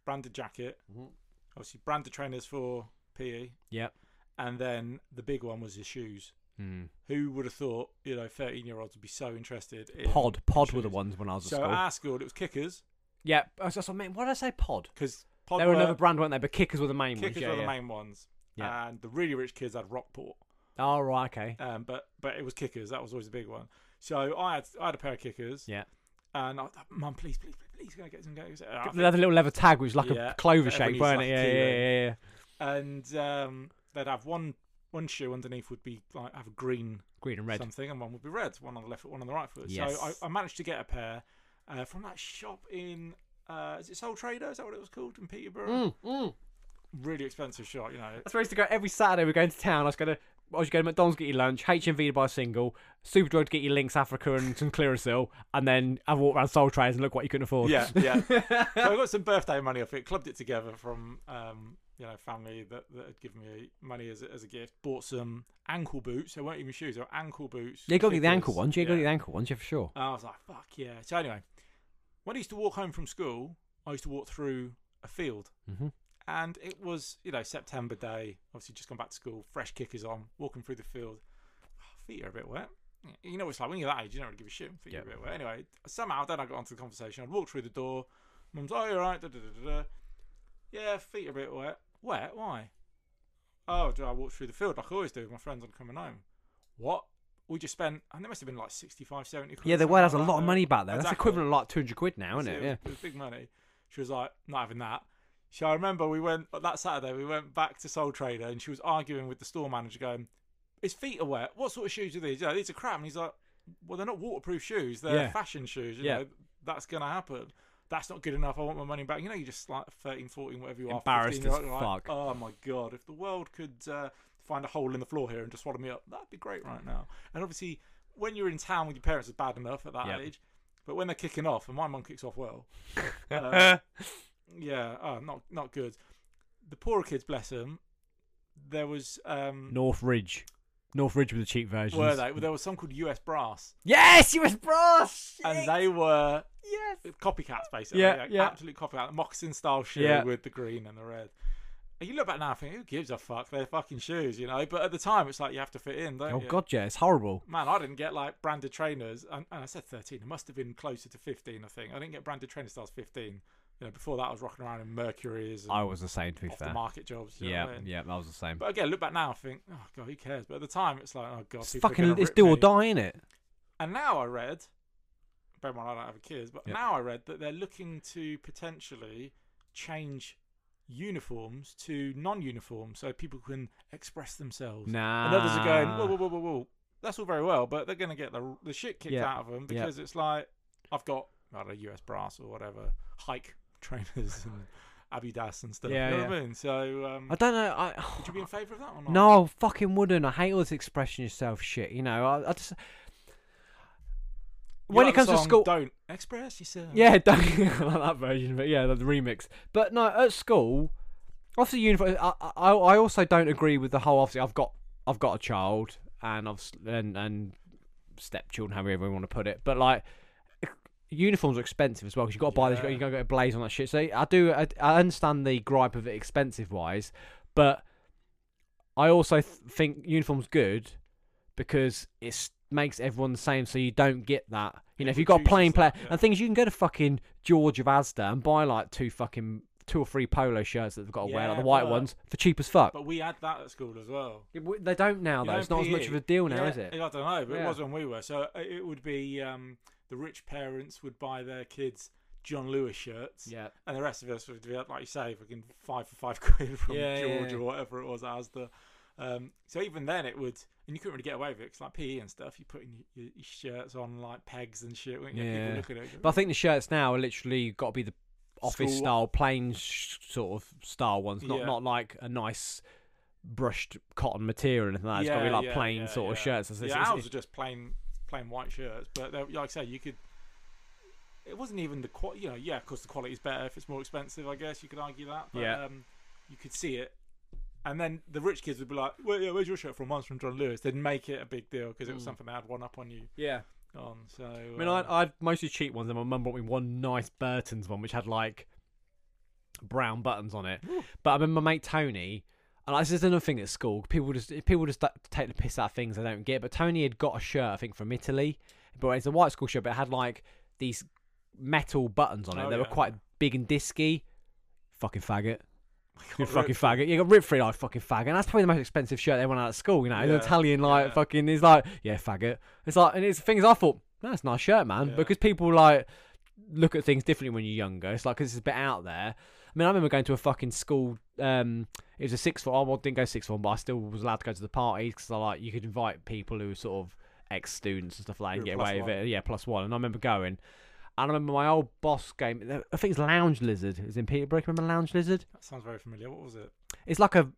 Speaker 3: branded jacket,
Speaker 1: Mhm.
Speaker 3: obviously branded trainers for PE,
Speaker 1: Yep.
Speaker 3: and then the big one was his shoes.
Speaker 1: Mm.
Speaker 3: Who would have thought, you know, 13 year olds would be so interested in.
Speaker 1: Pod. Pod were the
Speaker 3: shoes.
Speaker 1: ones when I was at
Speaker 3: So uh,
Speaker 1: school.
Speaker 3: at our school, it was kickers
Speaker 1: yeah. I was just like, man, why did I say pod?
Speaker 3: because pod
Speaker 1: they were
Speaker 3: were-
Speaker 1: another brand, weren't they? But Kickers were the main
Speaker 3: kickers
Speaker 1: ones. Yeah,
Speaker 3: were
Speaker 1: yeah.
Speaker 3: the main ones.
Speaker 1: Yeah.
Speaker 3: And the really rich kids had Rockport.
Speaker 1: Oh, right, okay.
Speaker 3: Um, but but it was kickers. That was always a big one. So I had I had a pair of kickers.
Speaker 1: Yeah.
Speaker 3: And I, mum, please, please, please, please, go and get some, go and get some. And I
Speaker 1: they had a little leather tag which was like
Speaker 3: Yeah,
Speaker 1: a clover
Speaker 3: everyone
Speaker 1: shape,
Speaker 3: used
Speaker 1: weren't
Speaker 3: like
Speaker 1: it?
Speaker 3: a
Speaker 1: Yeah,
Speaker 3: key
Speaker 1: yeah,
Speaker 3: ring.
Speaker 1: yeah, yeah.
Speaker 3: and um, they'd have one one shoe underneath would be like have a green
Speaker 1: Green and red.
Speaker 3: something, and one would be red. One on the left foot, one on the right foot.
Speaker 1: Yes.
Speaker 3: So I, I managed to get a pair uh, from that shop in uh, is it Soul Trader? Is that what it was called in Peterborough?
Speaker 1: Mm, mm.
Speaker 3: Really expensive shop, you know.
Speaker 1: That's where I used to go every Saturday. We're going to town. I was going to. I was going to McDonald's to get your lunch, HMV to buy a single, Superdrug to get your Lynx Africa and some Clearasil, and then have a walk around Soul Trays and look what you couldn't afford.
Speaker 3: Yeah, yeah. so I got some birthday money off it, clubbed it together from um, you know family that, that had given me money as a, as a gift. Bought some ankle boots. They weren't even shoes. They were ankle boots.
Speaker 1: You got to get the
Speaker 3: kickers.
Speaker 1: ankle ones. You got to
Speaker 3: Yeah.
Speaker 1: get the ankle ones, yeah, for sure.
Speaker 3: And I was like, fuck yeah. So anyway, when I used to walk home from school, I used to walk through a field.
Speaker 1: Mhm.
Speaker 3: And it was, you know, September day. Obviously, just gone back to school, fresh kickers on, walking through the field. Oh, Feet are a bit wet. You know, what it's like when you're that age, you don't really give a shit. Feet
Speaker 1: Yep.
Speaker 3: are a bit wet. Anyway, somehow then I got onto the conversation. I'd walk through the door. Mum's, oh, you're right. Da, da, da, da, da. Yeah, feet are a bit wet. Wet? Why? Oh, do I walk through the field like I always do with my friends on coming home? What? We just spent, and they must have been like 65, 70 quid.
Speaker 1: Yeah, they
Speaker 3: something
Speaker 1: were. That's a
Speaker 3: like
Speaker 1: lot of
Speaker 3: that.
Speaker 1: money back then. That's
Speaker 3: Exactly.
Speaker 1: equivalent to like 200 quid now, isn't
Speaker 3: So
Speaker 1: it?
Speaker 3: was-
Speaker 1: Yeah.
Speaker 3: was big money. She was like, not having that. So I remember we went that Saturday. We went back to Soul Trader, and she was arguing with the store manager, going, "His feet are wet. What sort of shoes are these? Yeah, these are crap." And he's like, "Well, they're not waterproof shoes. They're
Speaker 1: Yeah.
Speaker 3: fashion shoes. You
Speaker 1: Yeah.
Speaker 3: know, that's gonna happen. That's not good enough. I want my money back." You know, you're just like 13, 14, whatever you are.
Speaker 1: Embarrassed
Speaker 3: 15 -year-old,
Speaker 1: as
Speaker 3: you're like,
Speaker 1: fuck.
Speaker 3: oh my god, if the world could uh, find a hole in the floor here and just swallow me up, that'd be great right now. And obviously, when you're in town with your parents, it's bad enough at that
Speaker 1: Yep.
Speaker 3: age. But when they're kicking off, and my mum kicks off well, uh, yeah, oh, not not good. The poorer kids, bless them, there was um,
Speaker 1: North Ridge. North Ridge with the cheap versions.
Speaker 3: were they? There was some called US Brass,
Speaker 1: Yes, he was brass.
Speaker 3: and they were
Speaker 1: yes.
Speaker 3: copycats basically.
Speaker 1: Yeah,
Speaker 3: like,
Speaker 1: yeah.
Speaker 3: absolute copycat, moccasin style shoe
Speaker 1: Yeah.
Speaker 3: with the green and the red. And you look back now, and think, who gives a fuck? They're fucking shoes, you know. But at the time, it's like you have to fit in, don't
Speaker 1: Oh
Speaker 3: you?
Speaker 1: god, yeah, it's horrible.
Speaker 3: Man, I didn't get like branded trainers, and, and I said thirteen. It must have been closer to fifteen, I think. I didn't get branded trainers till I was fifteen. You know, before that, I was rocking around in Mercury's and
Speaker 1: I was the same to be
Speaker 3: off
Speaker 1: fair.
Speaker 3: the market jobs. you know
Speaker 1: yeah,
Speaker 3: what I mean?
Speaker 1: yeah, I was the same.
Speaker 3: But again, look back now, I think, oh god, who cares? But at the time, it's like, oh god,
Speaker 1: it's
Speaker 3: people are
Speaker 1: fucking
Speaker 3: gonna
Speaker 1: it's
Speaker 3: rip
Speaker 1: do
Speaker 3: me.
Speaker 1: or die, is it?
Speaker 3: And now I read, bear in mind I don't have kids, but
Speaker 1: Yeah.
Speaker 3: now I read that they're looking to potentially change uniforms to non-uniform so people can express themselves.
Speaker 1: Nah.
Speaker 3: And others are going,
Speaker 1: Uh,
Speaker 3: whoa, whoa, whoa, whoa, whoa. That's all very well, but they're going to get the the shit kicked
Speaker 1: Yeah.
Speaker 3: out of them
Speaker 1: Yeah.
Speaker 3: because it's like I've got I don't know US brass or whatever hike trainers and Abidas and stuff.
Speaker 1: Yeah,
Speaker 3: you know what I mean? So um,
Speaker 1: I don't know. I
Speaker 3: would you be in favour of that or not?
Speaker 1: No, I fucking wouldn't. I hate all this expressing yourself shit, you know. I, I just
Speaker 3: You
Speaker 1: when it
Speaker 3: like the
Speaker 1: comes to
Speaker 3: song,
Speaker 1: school
Speaker 3: don't express yourself.
Speaker 1: Yeah, don't, I like that version, but yeah, the remix. But no, at school, obviously uniform. I, I, I also don't agree with the whole. Obviously, I've got I've got a child, and I've s- and and stepchildren, however you want to put it. But like. Uniforms are expensive as well because you got to buy this.
Speaker 3: Yeah.
Speaker 1: You got to get a blaze on that shit. So I do. I, I understand the gripe of it expensive wise, but I also th- think uniforms good because it makes everyone the same, so you don't get that. You know, if you've got
Speaker 3: Reduces
Speaker 1: plain player
Speaker 3: that, yeah.
Speaker 1: and things, you can go to fucking George of Asda and buy like two fucking two or three polo shirts that they've got to wear, like
Speaker 3: Yeah,
Speaker 1: the white
Speaker 3: but-
Speaker 1: ones, for cheap as fuck.
Speaker 3: But we had that at school as well.
Speaker 1: It w- they don't now
Speaker 3: You
Speaker 1: though.
Speaker 3: know,
Speaker 1: it's Oh, not as much
Speaker 3: PE,
Speaker 1: of a deal now,
Speaker 3: yeah,
Speaker 1: is it?
Speaker 3: I don't know, but
Speaker 1: Yeah.
Speaker 3: it was when we were. So uh, it would be um, the rich parents would buy their kids John Lewis shirts,
Speaker 1: Yeah.
Speaker 3: and the rest of us would be like you say, fucking five for five quid from
Speaker 1: Yeah, yeah,
Speaker 3: George
Speaker 1: yeah.
Speaker 3: or whatever it was as the. Um, so even then, it would, and you couldn't really get away with it 'cause like PE and stuff, you put in your, your shirts on like pegs and shit. Wouldn't you?
Speaker 1: Yeah.
Speaker 3: People look at it.
Speaker 1: But I think the shirts now are literally got to be the office
Speaker 3: School-
Speaker 1: style, plain sh- sort of style ones, not
Speaker 3: Yeah.
Speaker 1: not like a nice brushed cotton material or anything like that. it's got to be like plain sort of shirts. It's-
Speaker 3: Yeah,
Speaker 1: it's-
Speaker 3: ours
Speaker 1: it's-
Speaker 3: were just plain, plain white shirts. But they- like I say, you could. It wasn't even the quality. You know, yeah, of course the quality's better if it's more expensive. I guess you could argue that. But,
Speaker 1: Yeah.
Speaker 3: Um, you could see it And then the rich kids would be like, well, yeah, where's your shirt from? Mine's from John Lewis. They'd make it a big deal because it was
Speaker 1: Mm.
Speaker 3: something they had one up on you
Speaker 1: Yeah.
Speaker 3: on. So um,
Speaker 1: I mean, I, I'd mostly cheap ones, and my mum bought me one nice Burton's one, which had like brown buttons on it.
Speaker 3: Ooh.
Speaker 1: But I remember my mate Tony, and this is another thing at school. People just people just like to take the piss out of things they don't get. But Tony had got a shirt, I think, from Italy, but it's a white school shirt, but it had like these metal buttons on it.
Speaker 3: Oh,
Speaker 1: they were
Speaker 3: yeah.
Speaker 1: quite big and disky. Fucking faggot.
Speaker 3: got
Speaker 1: You
Speaker 3: ripped.
Speaker 1: fucking faggot. You got ripped for it, like fucking faggot. And that's probably the most expensive shirt they went out at school, you know. The
Speaker 3: Yeah,
Speaker 1: Italian, like,
Speaker 3: yeah.
Speaker 1: fucking, is like, yeah, faggot. It's like, and it's the thing is, I thought, no, it's a nice shirt, man.
Speaker 3: Yeah.
Speaker 1: Because people, like, look at things differently when you're younger. It's like, because it's a bit out there. I mean, I remember going to a fucking school, um, it was a sixth form. I didn't go sixth form, but I still was allowed to go to the parties because I, like, you could invite people who were sort of ex students and stuff like that and
Speaker 3: You
Speaker 1: get
Speaker 3: were
Speaker 1: away
Speaker 3: plus
Speaker 1: with it. Yeah, plus one. And I remember going. And I remember my old boss game. I think it's Lounge Lizard. It was in Peterborough. Remember Lounge Lizard?
Speaker 3: That sounds very familiar. What was it?
Speaker 1: it's like a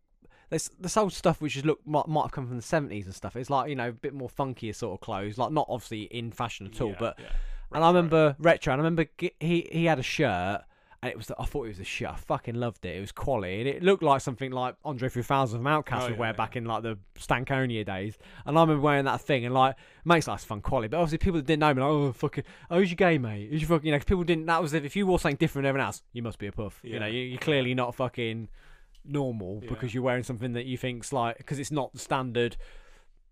Speaker 1: this this old stuff which is look might, might have come from the seventies and stuff. It's like you know a bit more funkier sort of clothes, like not obviously in fashion at all.
Speaker 3: Yeah,
Speaker 1: but
Speaker 3: yeah.
Speaker 1: and I remember retro, and I remember g- he he had a shirt. And it was, I thought it was a shirt. I fucking loved it. It was quality, and it looked like something like Andre 3000 from Outcast
Speaker 3: Oh,
Speaker 1: would
Speaker 3: yeah,
Speaker 1: wear
Speaker 3: yeah.
Speaker 1: back in like the Stankonia days. And I remember wearing that thing, and like it makes nice fun quality. But obviously, people that didn't know me, like, oh fucking, oh, who's your gay mate? Who's your fucking? You know, 'cause people didn't. That was if, if you wore something different than everyone else, you must be a puff. You know,
Speaker 3: Yeah.
Speaker 1: you, you're clearly not fucking normal
Speaker 3: Yeah.
Speaker 1: because you're wearing something that you think's like because it's not the standard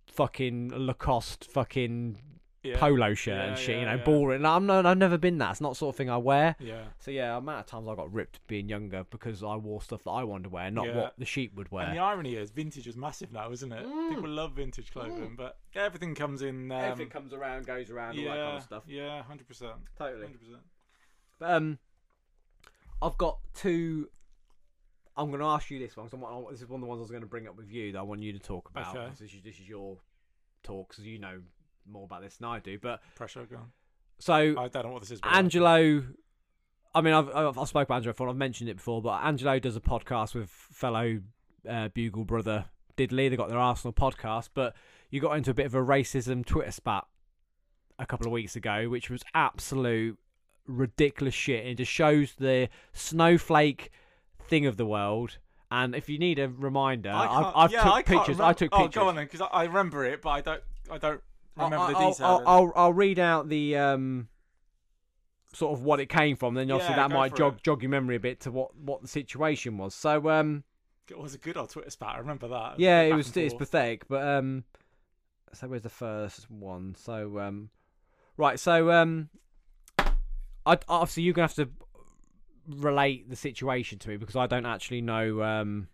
Speaker 1: fucking Lacoste fucking
Speaker 3: Yeah.
Speaker 1: polo shirt
Speaker 3: Yeah,
Speaker 1: and shit. you
Speaker 3: yeah,
Speaker 1: know,
Speaker 3: yeah.
Speaker 1: boring. Like, I'm no, I've never been that. It's not the sort of thing I wear.
Speaker 3: Yeah.
Speaker 1: So yeah, the amount of times I got ripped being younger because I wore stuff that I wanted to wear, not
Speaker 3: Yeah.
Speaker 1: what the sheep would wear.
Speaker 3: And the irony is, vintage is massive now, isn't it?
Speaker 1: Mm.
Speaker 3: People love vintage clothing, but everything comes in. Um,
Speaker 1: comes around, goes around,
Speaker 3: yeah, Yeah, hundred percent.
Speaker 1: Totally.
Speaker 3: Hundred percent.
Speaker 1: But, um, I've got two. I'm going to ask you this one. 'cause I want- this is one of the ones I was going to bring up with you that I want you to talk about.
Speaker 3: Okay.
Speaker 1: 'cause This, is, this is your talk, because you know more about this than I do. But
Speaker 3: Pressure gone.
Speaker 1: so
Speaker 3: I don't know what this is. but-
Speaker 1: Angelo. I mean, I've I've, I've spoken about Angelo before. I've mentioned it before, but Angelo does a podcast with fellow uh, bugle brother Diddley. They got their Arsenal podcast, but you got into a bit of a racism Twitter spat a couple of weeks ago, which was absolute ridiculous shit. It just shows the snowflake thing of the world. And if you need a reminder,
Speaker 3: I
Speaker 1: I've,
Speaker 3: can't-
Speaker 1: I've
Speaker 3: yeah,
Speaker 1: took
Speaker 3: I can't
Speaker 1: pictures. I
Speaker 3: remem-
Speaker 1: took
Speaker 3: Oh,
Speaker 1: pictures.
Speaker 3: go on then, because I, I remember it, but I don't. I don't remember
Speaker 1: I'll,
Speaker 3: the
Speaker 1: I'll-
Speaker 3: details.
Speaker 1: I'll, I'll, I'll read out the um, sort of what it came from. Then obviously
Speaker 3: Yeah,
Speaker 1: that
Speaker 3: go
Speaker 1: might
Speaker 3: for
Speaker 1: jog
Speaker 3: it.
Speaker 1: jog your memory a bit to what, what the situation was. So um,
Speaker 3: It was a good old Twitter spat. I remember that.
Speaker 1: yeah,
Speaker 3: Back
Speaker 1: it
Speaker 3: and
Speaker 1: was it's
Speaker 3: forth.
Speaker 1: pathetic. But um, so where's the first one? So um, right. So um, I obviously you're gonna have to relate the situation to me because I don't actually know um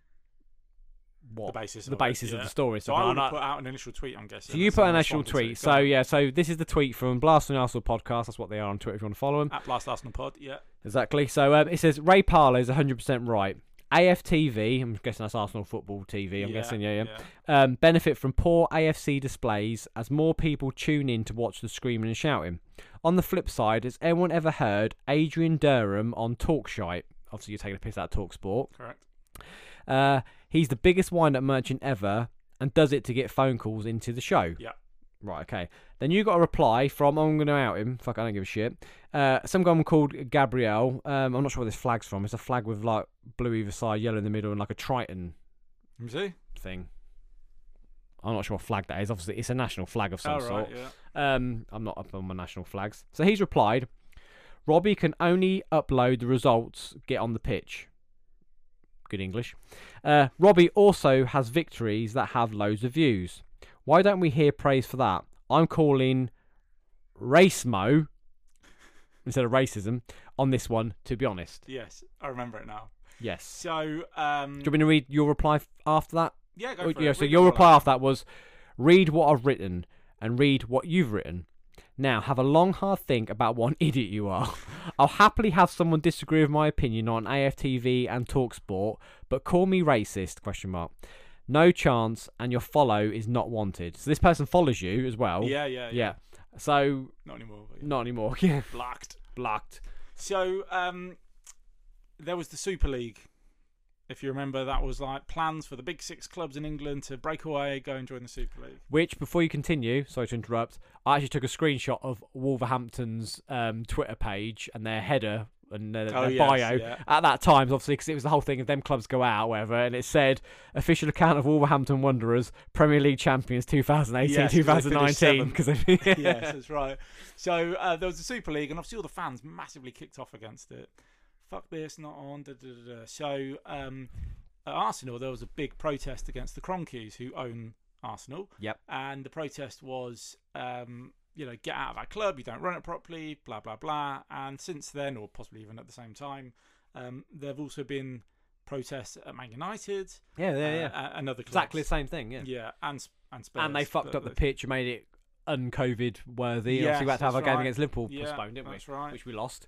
Speaker 3: the
Speaker 1: what
Speaker 3: basis.
Speaker 1: the
Speaker 3: of it,
Speaker 1: basis of
Speaker 3: yeah.
Speaker 1: the story.
Speaker 3: So I
Speaker 1: I'm
Speaker 3: would
Speaker 1: not-
Speaker 3: have put out an initial tweet. I'm guessing.
Speaker 1: So you
Speaker 3: and
Speaker 1: put an
Speaker 3: someone
Speaker 1: actual
Speaker 3: responded to it.
Speaker 1: tweet.
Speaker 3: Go
Speaker 1: So
Speaker 3: on.
Speaker 1: yeah, so this is the tweet from Blast and Arsenal podcast. That's what they are on Twitter if you want to follow them.
Speaker 3: at last last on the pod. Yeah.
Speaker 1: Exactly. So um, it says Ray Parlour is 100% right. AFTV, I'm guessing that's Arsenal football TV. I'm guessing, yeah, yeah. Um, benefit from poor AFC displays as more people tune in to watch the screaming and shouting. On the flip side, has anyone ever heard Adrian Durham on Talkshite? Obviously, you're taking a piss out of Talksport.
Speaker 3: Correct.
Speaker 1: Uh, he's the biggest wind-up merchant ever, and does it to get phone calls into the show.
Speaker 3: Yeah.
Speaker 1: Right. Okay. Then you got a reply from I'm going to out him. Fuck, I don't give a shit. Uh, some guy called Gabrielle. Um, I'm not sure where this flag's from. It's a flag with like blue either side, yellow in the middle, and like a triton
Speaker 3: You see?
Speaker 1: thing. I'm not sure what flag that is. Obviously, it's a national flag of some
Speaker 3: All Oh, right.
Speaker 1: sort.
Speaker 3: Yeah.
Speaker 1: Um, I'm not up on my national flags. So he's replied, Robbie can only upload the results, get on the pitch. Good English. Uh, Robbie also has victories that have loads of views. Why don't we hear praise for that? I'm calling Racemo instead of racism on this one, to be honest.
Speaker 3: Yes. I remember it now.
Speaker 1: Yes.
Speaker 3: So um.
Speaker 1: Do you want me to read your reply f- after that?
Speaker 3: Yeah.
Speaker 1: Oh,
Speaker 3: Go for
Speaker 1: yeah,
Speaker 3: it.
Speaker 1: so
Speaker 3: Read
Speaker 1: your
Speaker 3: it all
Speaker 1: reply
Speaker 3: out.
Speaker 1: off that was read what I've written and read what you've written. Now have a long hard think about what an idiot you are. I'll happily have someone disagree with my opinion on AFTV and Talksport, but call me racist question mark. No chance and your follow is not wanted. So this person follows you as well.
Speaker 3: Yeah. Yeah. Yeah.
Speaker 1: Yeah. So
Speaker 3: Not anymore. but yeah.
Speaker 1: not anymore. Yeah.
Speaker 3: Blocked.
Speaker 1: Blocked.
Speaker 3: So um, there was the Super League. If you remember, that was like plans for the big six clubs in England to break away, go and join the Super League.
Speaker 1: Which, before you continue, sorry to interrupt, I actually took a screenshot of Wolverhampton's um, Twitter page and their header and their,
Speaker 3: Oh,
Speaker 1: their
Speaker 3: yes,
Speaker 1: bio
Speaker 3: yeah.
Speaker 1: at that time, obviously, because it was the whole thing of them clubs go out, whatever, and it said official account of Wolverhampton Wanderers, Premier League champions 2018
Speaker 3: Yes, 'cause they finished
Speaker 1: 2019.
Speaker 3: seventh.
Speaker 1: Because
Speaker 3: yes, that's right. So uh, there was a Super League, and obviously all the fans massively kicked off against it. Fuck this, not on. Da, da, da, da. So um, at Arsenal, there was a big protest against the Cronkies, who own Arsenal.
Speaker 1: Yep.
Speaker 3: And the protest was, um, you know, get out of our club. You don't run it properly. Blah blah blah. And since then, or possibly even at the same time, um, there have also been protests at Man United.
Speaker 1: yeah, yeah,
Speaker 3: uh,
Speaker 1: yeah.
Speaker 3: a- and other clubs.
Speaker 1: exactly the same thing. Yeah.
Speaker 3: Yeah, and Sp- and Spurs,
Speaker 1: and they fucked
Speaker 3: but
Speaker 1: up the
Speaker 3: they-
Speaker 1: pitch, made it un-COVID worthy.
Speaker 3: Yes,
Speaker 1: obviously, we had to have our
Speaker 3: that's
Speaker 1: game
Speaker 3: right.
Speaker 1: against Liverpool
Speaker 3: Yeah,
Speaker 1: postponed, didn't we?
Speaker 3: That's right.
Speaker 1: Which we lost.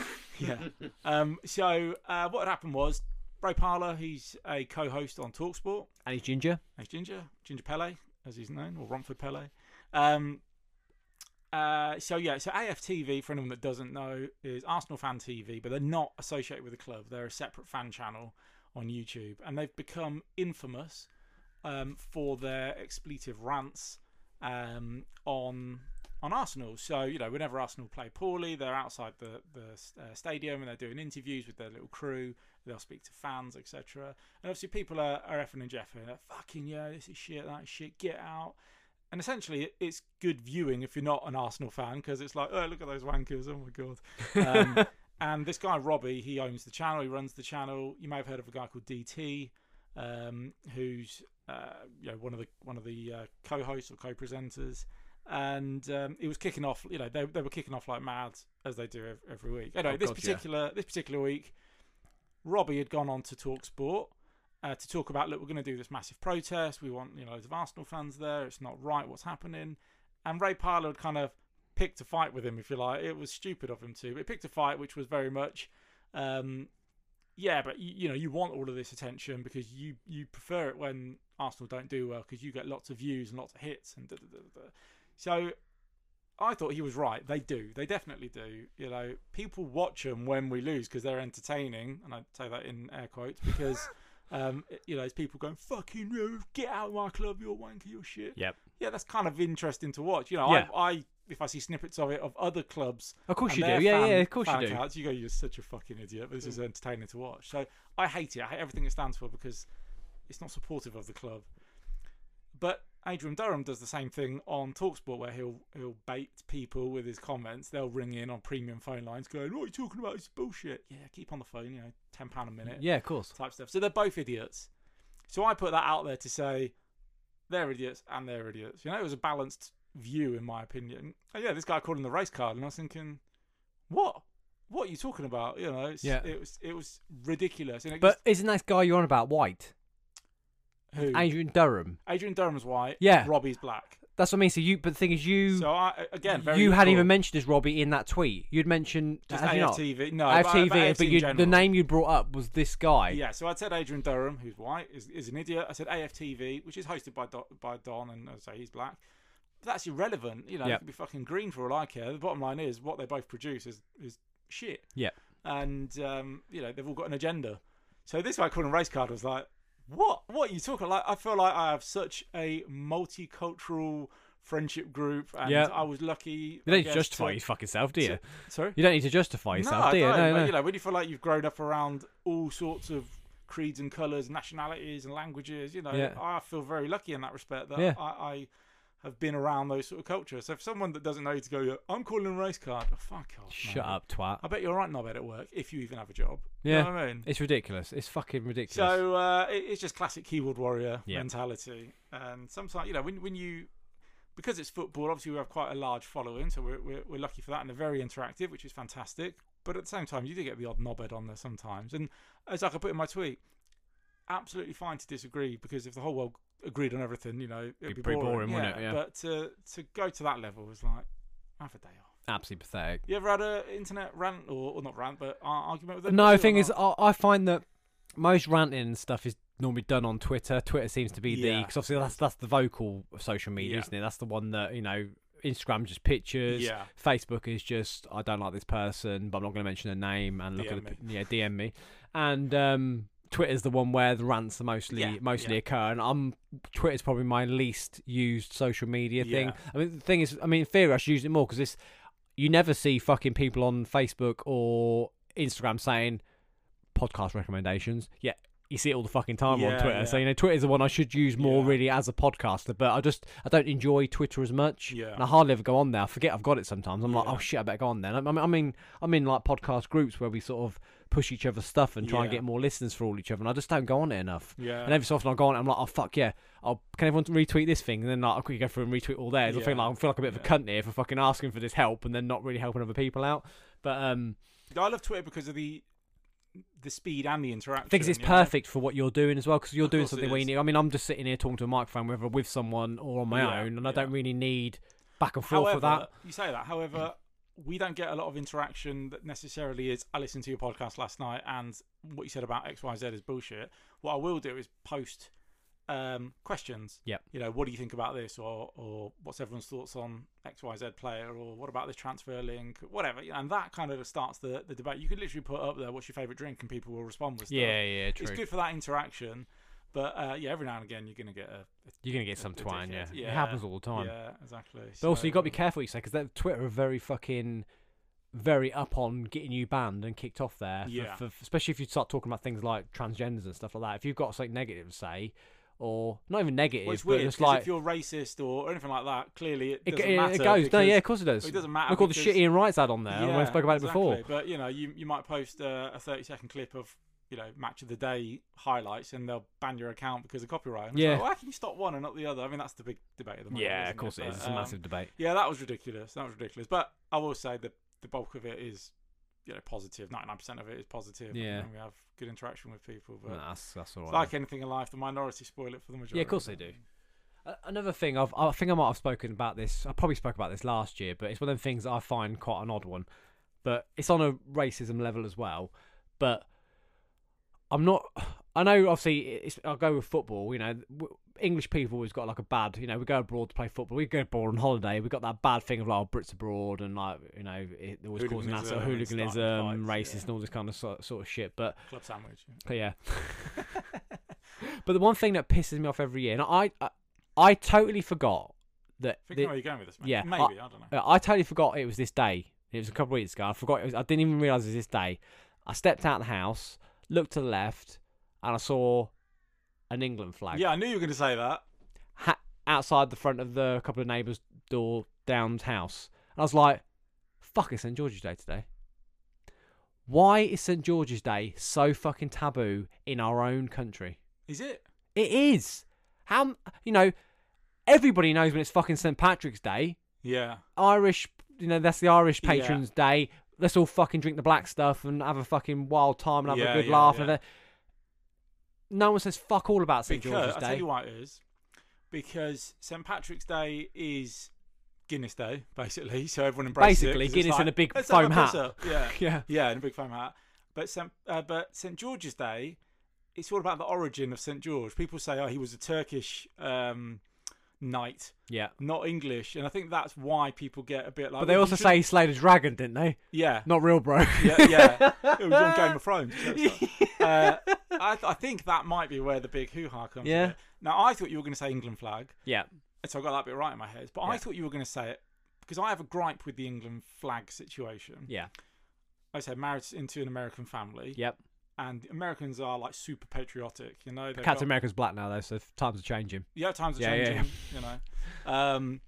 Speaker 3: yeah. Um, so uh, what had happened was Ray Parler, he's a co-host on Talksport.
Speaker 1: And he's ginger.
Speaker 3: He's Ginger, Ginger Pele, as he's known, or Romford Pele. Um, uh, so yeah, so AFTV for anyone that doesn't know is Arsenal Fan TV, but they're not associated with the club. They're a separate fan channel on YouTube, and they've become infamous um, for their expletive rants um, on on Arsenal. So you know, whenever Arsenal play poorly, they're outside the the uh, stadium and they're doing interviews with their little crew. They'll speak to fans, etc. And obviously, people are, are effing and jeffing. They're fucking yeah, this is shit, that is shit, get out. And essentially, it- it's good viewing if you're not an Arsenal fan because it's like, oh, look at those wankers, oh my god. Um, and this guy Robbie, he owns the channel, he runs the channel. You may have heard of a guy called DT, um, who's uh, you know one of the one of the uh, co-hosts or co-presenters. And um, it was kicking off, you know, they, they were kicking off like mad as they do ev- every week. Anyway,
Speaker 1: Oh,
Speaker 3: this
Speaker 1: God, yeah.
Speaker 3: particular this particular week, Robbie had gone on to talk sport uh, to talk about look, we're going to do this massive protest. We want you know loads of Arsenal fans there. It's not right what's happening. And Ray Parlour had kind of picked a fight with him, if you like. It was stupid of him to, but he picked a fight which was very much, um, yeah, but you, you know you want all of this attention because you you prefer it when Arsenal don't do well because you get lots of views and lots of hits and da, da, da, da, da. so. I thought he was right. They do. They definitely do. You know, people watch them when we lose because they're entertaining, and I say that in air quotes because um, you know, it's people going, fucking you, get out of my club, you're wanker, you're shit.
Speaker 1: Yep.
Speaker 3: Yeah, that's kind of interesting to watch. You know,
Speaker 1: Yeah.
Speaker 3: I, I, if I see snippets of it of other clubs,
Speaker 1: Of course
Speaker 3: and
Speaker 1: you do.
Speaker 3: their
Speaker 1: Yeah,
Speaker 3: fan-
Speaker 1: yeah. Of course
Speaker 3: fan
Speaker 1: you do. Mm.
Speaker 3: accounts, you go, you're such a fucking idiot. This is entertaining to watch. So I hate it. I hate everything it stands for because it's not supportive of the club. But Adrian Durham does the same thing on Talksport, where he'll he'll bait people with his comments. They'll ring in on premium phone lines, going, "What are you talking about? It's bullshit." Yeah, keep on the phone. You know, ten pound a minute
Speaker 1: Yeah, of course.
Speaker 3: type stuff. So they're both idiots. So I put that out there to say they're idiots and they're idiots. You know, it was a balanced view in my opinion. And yeah, this guy called him the race card, and I was thinking, what? What are you talking about? You know, it's,
Speaker 1: Yeah.
Speaker 3: it was it was ridiculous. And it
Speaker 1: But isn't that guy you're on about white?
Speaker 3: who?
Speaker 1: Adrian Durham.
Speaker 3: Adrian Durham's white.
Speaker 1: Yeah.
Speaker 3: Robbie's black.
Speaker 1: That's what I mean. So you, but the thing is, you,
Speaker 3: So I again, very
Speaker 1: you had
Speaker 3: cool.
Speaker 1: even mentioned as Robbie in that tweet. You'd mentioned
Speaker 3: just
Speaker 1: have you not?
Speaker 3: AFTV. No,
Speaker 1: I have
Speaker 3: but-
Speaker 1: TV,
Speaker 3: but, AFT
Speaker 1: but
Speaker 3: in
Speaker 1: you, the
Speaker 3: general.
Speaker 1: name you brought up was this guy.
Speaker 3: Yeah, so I said Adrian Durham, who's white, is, is an idiot. I said AFTV, which is hosted by Do- by Don, and I say he's black. But that's irrelevant. You know,
Speaker 1: Yep.
Speaker 3: it could be fucking green for all I care. The bottom line is what they both produce is is shit.
Speaker 1: Yeah.
Speaker 3: And um, you know they've all got an agenda. So this guy calling race card was like, "What? What are you talking like? I feel like I have such a multicultural friendship group, and
Speaker 1: Yeah.
Speaker 3: I was lucky."
Speaker 1: You
Speaker 3: I
Speaker 1: don't need
Speaker 3: guess,
Speaker 1: to justify
Speaker 3: to-
Speaker 1: yourself, fucking self, do you?
Speaker 3: Sorry.
Speaker 1: You don't need to justify yourself,
Speaker 3: I
Speaker 1: do you?
Speaker 3: don't,
Speaker 1: No,
Speaker 3: but,
Speaker 1: no.
Speaker 3: You know, when you feel like you've grown up around all sorts of creeds and colours, nationalities and languages, you know,
Speaker 1: Yeah.
Speaker 3: I feel very lucky in that respect that
Speaker 1: Yeah.
Speaker 3: I, I have been around those sort of cultures. So if someone that doesn't know you to go, I'm calling a race card, oh, fuck off.
Speaker 1: Shut
Speaker 3: mate.
Speaker 1: up, twat.
Speaker 3: I bet you're right, knobhead at work, if you even have a job.
Speaker 1: Yeah.
Speaker 3: You know what I mean?
Speaker 1: It's ridiculous. It's fucking ridiculous.
Speaker 3: So uh, it, it's just classic keyboard warrior
Speaker 1: Yeah.
Speaker 3: mentality, and sometimes you know when when you because it's football, obviously we have quite a large following, so we're we're, we're lucky for that, and they're very interactive, which is fantastic. But at the same time, you do get the odd knobhead on there sometimes, and as I put in my tweet, absolutely fine to disagree because if the whole world agreed on everything, you know, it'd be,
Speaker 1: Be pretty boring, wouldn't it? Yeah.
Speaker 3: But to to go to that level was like have a day off.
Speaker 1: Absolutely pathetic.
Speaker 3: You ever had a internet rant or, or not rant, but ar- argument with them?
Speaker 1: No,
Speaker 3: or
Speaker 1: the thing is,
Speaker 3: not?
Speaker 1: I, I find that most ranting and stuff is normally done on Twitter. Twitter seems to be the
Speaker 3: Yeah.
Speaker 1: because obviously that's that's the vocal of social media,
Speaker 3: Yeah.
Speaker 1: isn't it? That's the one that you know. Instagram just pictures.
Speaker 3: Yeah.
Speaker 1: Facebook is just I don't like this person, but I'm not going to mention their name and look
Speaker 3: DM
Speaker 1: at the, yeah DM me. And um, Twitter's the one where the rants are mostly
Speaker 3: Yeah,
Speaker 1: mostly
Speaker 3: yeah.
Speaker 1: occur. And I'm Twitter's probably my least used social media thing.
Speaker 3: Yeah.
Speaker 1: I mean, the thing is, I mean, in theory, I should use it more because this you never see fucking people on Facebook or Instagram saying podcast recommendations. Yeah, you see it all the fucking time on
Speaker 3: Yeah,
Speaker 1: Twitter. So
Speaker 3: yeah.
Speaker 1: you know, Twitter's the one I should use more
Speaker 3: Yeah.
Speaker 1: really as a podcaster. But I just I don't enjoy Twitter as much.
Speaker 3: Yeah.
Speaker 1: and I hardly ever go on there. I forget I've got it sometimes. I'm like,
Speaker 3: Yeah.
Speaker 1: oh shit, I better go on there. And I mean, I mean, I'm in like podcast groups where we sort of push each other's stuff and try and
Speaker 3: Yeah.
Speaker 1: get more listeners for all each other. And I just don't go on it enough.
Speaker 3: Yeah.
Speaker 1: And every so often I go on, it, I'm like, oh fuck yeah, I'll, can everyone retweet this thing? And then like, I quickly go through and retweet all theirs. I feel
Speaker 3: Yeah.
Speaker 1: like I feel like a bit of a
Speaker 3: Yeah.
Speaker 1: cunt here for fucking asking for this help and then not really helping other people out. But um,
Speaker 3: I love Twitter because of the the speed and the interaction.
Speaker 1: because it's
Speaker 3: you know?
Speaker 1: perfect for what you're doing as well, because you're
Speaker 3: Of
Speaker 1: doing
Speaker 3: course it
Speaker 1: something where you
Speaker 3: is.
Speaker 1: need. I mean, I'm just sitting here talking to a microphone, whether with someone or on my
Speaker 3: Yeah,
Speaker 1: own, and I
Speaker 3: yeah.
Speaker 1: don't really need back and forth
Speaker 3: However,
Speaker 1: with that.
Speaker 3: you say that. However, we don't get a lot of interaction that necessarily is. I listened to your podcast last night, and what you said about X Y Z is bullshit. What I will do is post um, questions.
Speaker 1: Yep.
Speaker 3: You know, what do you think about this, or or what's everyone's thoughts on X Y Z player, or what about this transfer link, whatever. you know, And that kind of starts the the debate. You could literally put up there, what's your favorite drink, and people will respond with stuff.
Speaker 1: Yeah, yeah, true.
Speaker 3: It's good for that interaction. But uh, yeah, every now and again you're gonna get a, a
Speaker 1: You're gonna get some twine, yeah.
Speaker 3: dickhead.
Speaker 1: It
Speaker 3: Yeah.
Speaker 1: happens all the time.
Speaker 3: yeah, exactly.
Speaker 1: But also, you got to be careful what you say because Twitter are very fucking, very up on getting you banned and kicked off there. for-
Speaker 3: Yeah.
Speaker 1: for- especially if you start talking about things like transgenders and stuff like that. If you've got something negative to say, or not even negative,
Speaker 3: Well, it's
Speaker 1: but
Speaker 3: weird
Speaker 1: it's
Speaker 3: 'cause
Speaker 1: like
Speaker 3: if you're racist or, or anything like that, clearly it
Speaker 1: it,
Speaker 3: doesn't
Speaker 1: it-
Speaker 3: matter.
Speaker 1: it goes. No,
Speaker 3: because-
Speaker 1: yeah, of course it does.
Speaker 3: it doesn't matter
Speaker 1: Look all the
Speaker 3: because-
Speaker 1: shit Ian Wright's had on there. and we
Speaker 3: Yeah,
Speaker 1: spoke about it
Speaker 3: exactly.
Speaker 1: before.
Speaker 3: But you know, you you might post uh, a 30 second clip of you know match of the day highlights, and they'll ban your account because of copyright. And it's
Speaker 1: Yeah.
Speaker 3: like, well, how can you stop one and not the other? I mean, that's the big debate at the moment.
Speaker 1: Yeah,
Speaker 3: isn't
Speaker 1: of course it
Speaker 3: But,
Speaker 1: is. It's a
Speaker 3: um,
Speaker 1: massive debate.
Speaker 3: Yeah, that was ridiculous. That was ridiculous. But I will say that the bulk of it is. You know, positive. Ninety-nine percent of it is positive.
Speaker 1: Yeah.
Speaker 3: and we have good interaction with people. But
Speaker 1: Nah, that's that's all
Speaker 3: it's
Speaker 1: right.
Speaker 3: like anything in life, the minority spoil it for the majority.
Speaker 1: course they do. A- Another thing I've, I think I might have spoken about this. I probably spoke about this last year, but it's one of the things I find quite an odd one. But it's on a racism level as well. But I'm not. I know, obviously, it's, I'll go with football. You know, w- English people always got like a bad. You know, we go abroad to play football. We go abroad on holiday. We got that bad thing of like oh, Brits abroad and like you know, it, they're always causing that sort of
Speaker 3: Hooliganism and
Speaker 1: hooliganism,
Speaker 3: starting fights,
Speaker 1: racist,
Speaker 3: yeah.
Speaker 1: and all this kind of sort, sort of shit. But
Speaker 3: Club sandwich. yeah.
Speaker 1: but yeah. but the one thing that pisses me off every year, and I, I, I totally forgot that.
Speaker 3: I think I
Speaker 1: the-
Speaker 3: know where you're going with this, mate.
Speaker 1: yeah,
Speaker 3: Maybe, I, don't know.
Speaker 1: uh, I totally forgot it was this day. It was a couple of weeks ago. I forgot. It was, I didn't even realize it was this day. I stepped out of the house, looked to the left, and I saw an England flag
Speaker 3: Yeah, I knew you were going to say that.
Speaker 1: ha- outside the front of the couple of neighbours' door down's house. And I was like, fuck, it's St George's Day today. Why is St George's Day so fucking taboo in our own country?
Speaker 3: Is it?
Speaker 1: It is. How m- you know? Everybody knows when it's fucking St Patrick's Day.
Speaker 3: Yeah.
Speaker 1: Irish, you know, that's the Irish
Speaker 3: Yeah.
Speaker 1: patrons' day. Let's all fucking drink the black stuff and have a fucking wild time and have
Speaker 3: Yeah,
Speaker 1: a good
Speaker 3: yeah,
Speaker 1: laugh.
Speaker 3: yeah.
Speaker 1: And a- no one says fuck all about St
Speaker 3: Because
Speaker 1: George's
Speaker 3: I tell
Speaker 1: Day.
Speaker 3: you why it is. Because St Patrick's Day is Guinness Day, basically. So everyone embraces it
Speaker 1: Basically,
Speaker 3: 'cause it's
Speaker 1: Guinness
Speaker 3: like,
Speaker 1: in a big
Speaker 3: "Let's have
Speaker 1: foam
Speaker 3: a piss
Speaker 1: hat."
Speaker 3: up. Yeah.
Speaker 1: yeah,
Speaker 3: yeah, in a big foam hat. But St uh, but St George's Day, it's all about the origin of St George. People say, oh, he was a Turkish um, knight,
Speaker 1: yeah.
Speaker 3: not English, and I think that's why people get a bit like.
Speaker 1: But they
Speaker 3: "Well, you
Speaker 1: also
Speaker 3: should-"
Speaker 1: say he slayed a dragon, didn't they?
Speaker 3: yeah,
Speaker 1: Not real, bro.
Speaker 3: yeah, yeah. It was on Game of Thrones. so it's not- uh, I, I think that might be where the big hoo ha comes.
Speaker 1: Yeah.
Speaker 3: Yeah. Now I thought you were going to say England flag,
Speaker 1: yeah,
Speaker 3: and so I got that bit right in my head. But
Speaker 1: Yeah.
Speaker 3: I thought you were going to say it because I have a gripe with the England flag situation.
Speaker 1: yeah,
Speaker 3: Like I said married into an American family,
Speaker 1: yep.
Speaker 3: and Americans are like super patriotic. You know, they've
Speaker 1: Captain
Speaker 3: got-
Speaker 1: America's black now though, so times are changing.
Speaker 3: yeah, times are
Speaker 1: Yeah, yeah,
Speaker 3: changing. You know, um,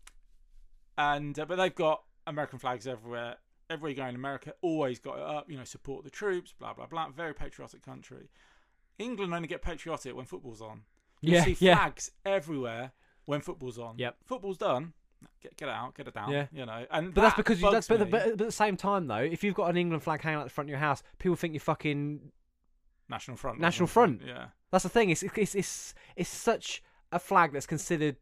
Speaker 3: and uh, but they've got American flags everywhere. Everywhere you go in America, always got it up. You know, support the troops. Blah blah blah. Very patriotic country. England only get patriotic when football's on. You
Speaker 1: yeah,
Speaker 3: see
Speaker 1: yeah.
Speaker 3: flags everywhere when footballall's on.
Speaker 1: Yep.
Speaker 3: Football's done. Get get it out. Get it down.
Speaker 1: Yeah.
Speaker 3: You know, and
Speaker 1: But that's because you, that's,
Speaker 3: bugs
Speaker 1: but,
Speaker 3: me.
Speaker 1: but, but at the same time though, if you've got an England flag hanging out the front of your house, people think you're fucking
Speaker 3: National Front.
Speaker 1: National
Speaker 3: wasn't it? Yeah.
Speaker 1: That's the thing. It's it's it's, it's such a flag that's considered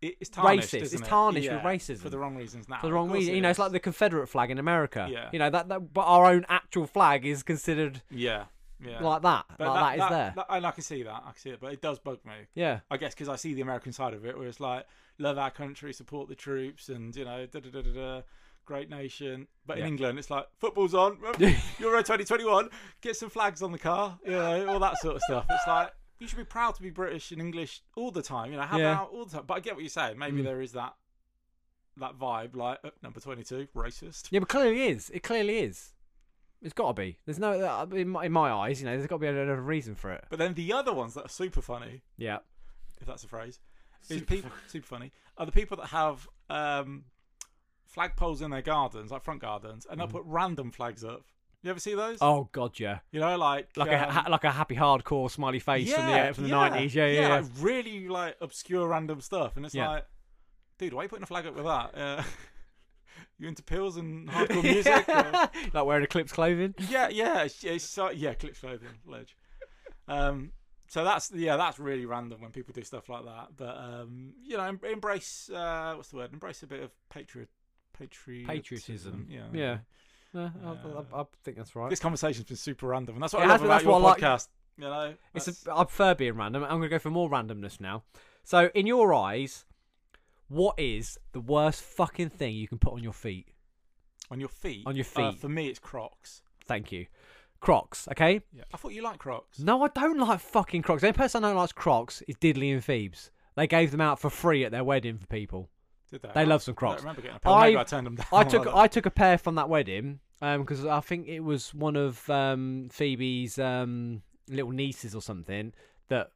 Speaker 3: It- it's tarnished.
Speaker 1: Racist.
Speaker 3: isn't
Speaker 1: It's
Speaker 3: it?
Speaker 1: tarnished with
Speaker 3: Yeah,
Speaker 1: racism.
Speaker 3: for the wrong reasons now.
Speaker 1: for the
Speaker 3: Of
Speaker 1: wrong
Speaker 3: course
Speaker 1: reason.
Speaker 3: it
Speaker 1: you know, it's
Speaker 3: is.
Speaker 1: like the Confederate flag in America.
Speaker 3: Yeah.
Speaker 1: You know that, that but our own actual flag is considered
Speaker 3: yeah, yeah.
Speaker 1: like that. like that is there.
Speaker 3: that- and I can see that. I can see it, but it does bug me.
Speaker 1: yeah.
Speaker 3: I guess because I see the American side of it, where it's like love our country, support the troops, and you know, da da da da da, great nation. But
Speaker 1: Yeah.
Speaker 3: in England, it's like football's on, Euro 2021, get some flags on the car, you know, all that sort of stuff. It's like you should be proud to be British and English all the time, you know, have it
Speaker 1: Yeah. Mm.
Speaker 3: out all the time. But I get what you're saying. Maybe there is that that vibe, like uh, number 22, racist.
Speaker 1: Yeah, but clearly it is. It clearly is. It's got to be. There's no uh, in my, in my eyes, you know. There's got to be another reason for it.
Speaker 3: But then the other ones that are super funny,
Speaker 1: Yeah.
Speaker 3: if that's a phrase, is
Speaker 1: Super
Speaker 3: people super funny are the people that have um, flagpoles in their gardens, like front gardens, and they'll put random flags up. You ever see those?
Speaker 1: Mm. Oh God, yeah.
Speaker 3: You know, like
Speaker 1: Like a
Speaker 3: um,
Speaker 1: ha- like a happy hardcore smiley face from the uh, from the nineties. Yeah, yeah, yeah.
Speaker 3: like really like obscure random stuff, and it's
Speaker 1: Yeah.
Speaker 3: like, dude, why are you putting a flag up with that? Uh, you into pills and hardcore music? or-
Speaker 1: like wearing Eclipse clothing.
Speaker 3: yeah, yeah, it's, it's like- yeah, clips clothing ledge. Um, so that's yeah, that's really random when people do stuff like that. But um, you know, em- embrace uh, what's the word? Embrace a bit of patriot, patriotism.
Speaker 1: Patriotism.
Speaker 3: Yeah,
Speaker 1: Yeah. No, I, I,
Speaker 3: Uh,
Speaker 1: I think that's right.
Speaker 3: This conversation's been super random, and that's what
Speaker 1: It has
Speaker 3: I love
Speaker 1: been,
Speaker 3: about
Speaker 1: that's
Speaker 3: your
Speaker 1: what I like.
Speaker 3: podcast. You know,
Speaker 1: It's
Speaker 3: that's-
Speaker 1: a, I prefer being random. I'm going to go for more randomness now. So, in your eyes, what is the worst fucking thing you can put on your feet?
Speaker 3: on your feet.
Speaker 1: On your
Speaker 3: Uh,
Speaker 1: feet.
Speaker 3: for me, it's Crocs.
Speaker 1: Thank you. Crocs, okay?
Speaker 3: Yeah. I thought you liked Crocs.
Speaker 1: No, I don't like fucking Crocs. The only person I know likes Crocs is Diddley and Thebes. They gave them out for free at their wedding for people.
Speaker 3: Did they?
Speaker 1: They love some
Speaker 3: I don't
Speaker 1: Crocs.
Speaker 3: remember getting a pair. Maybe
Speaker 1: I-
Speaker 3: I turned them down.
Speaker 1: I took
Speaker 3: like
Speaker 1: I took a pair from that wedding because I think it was one of um, Phoebe's um, little nieces or something that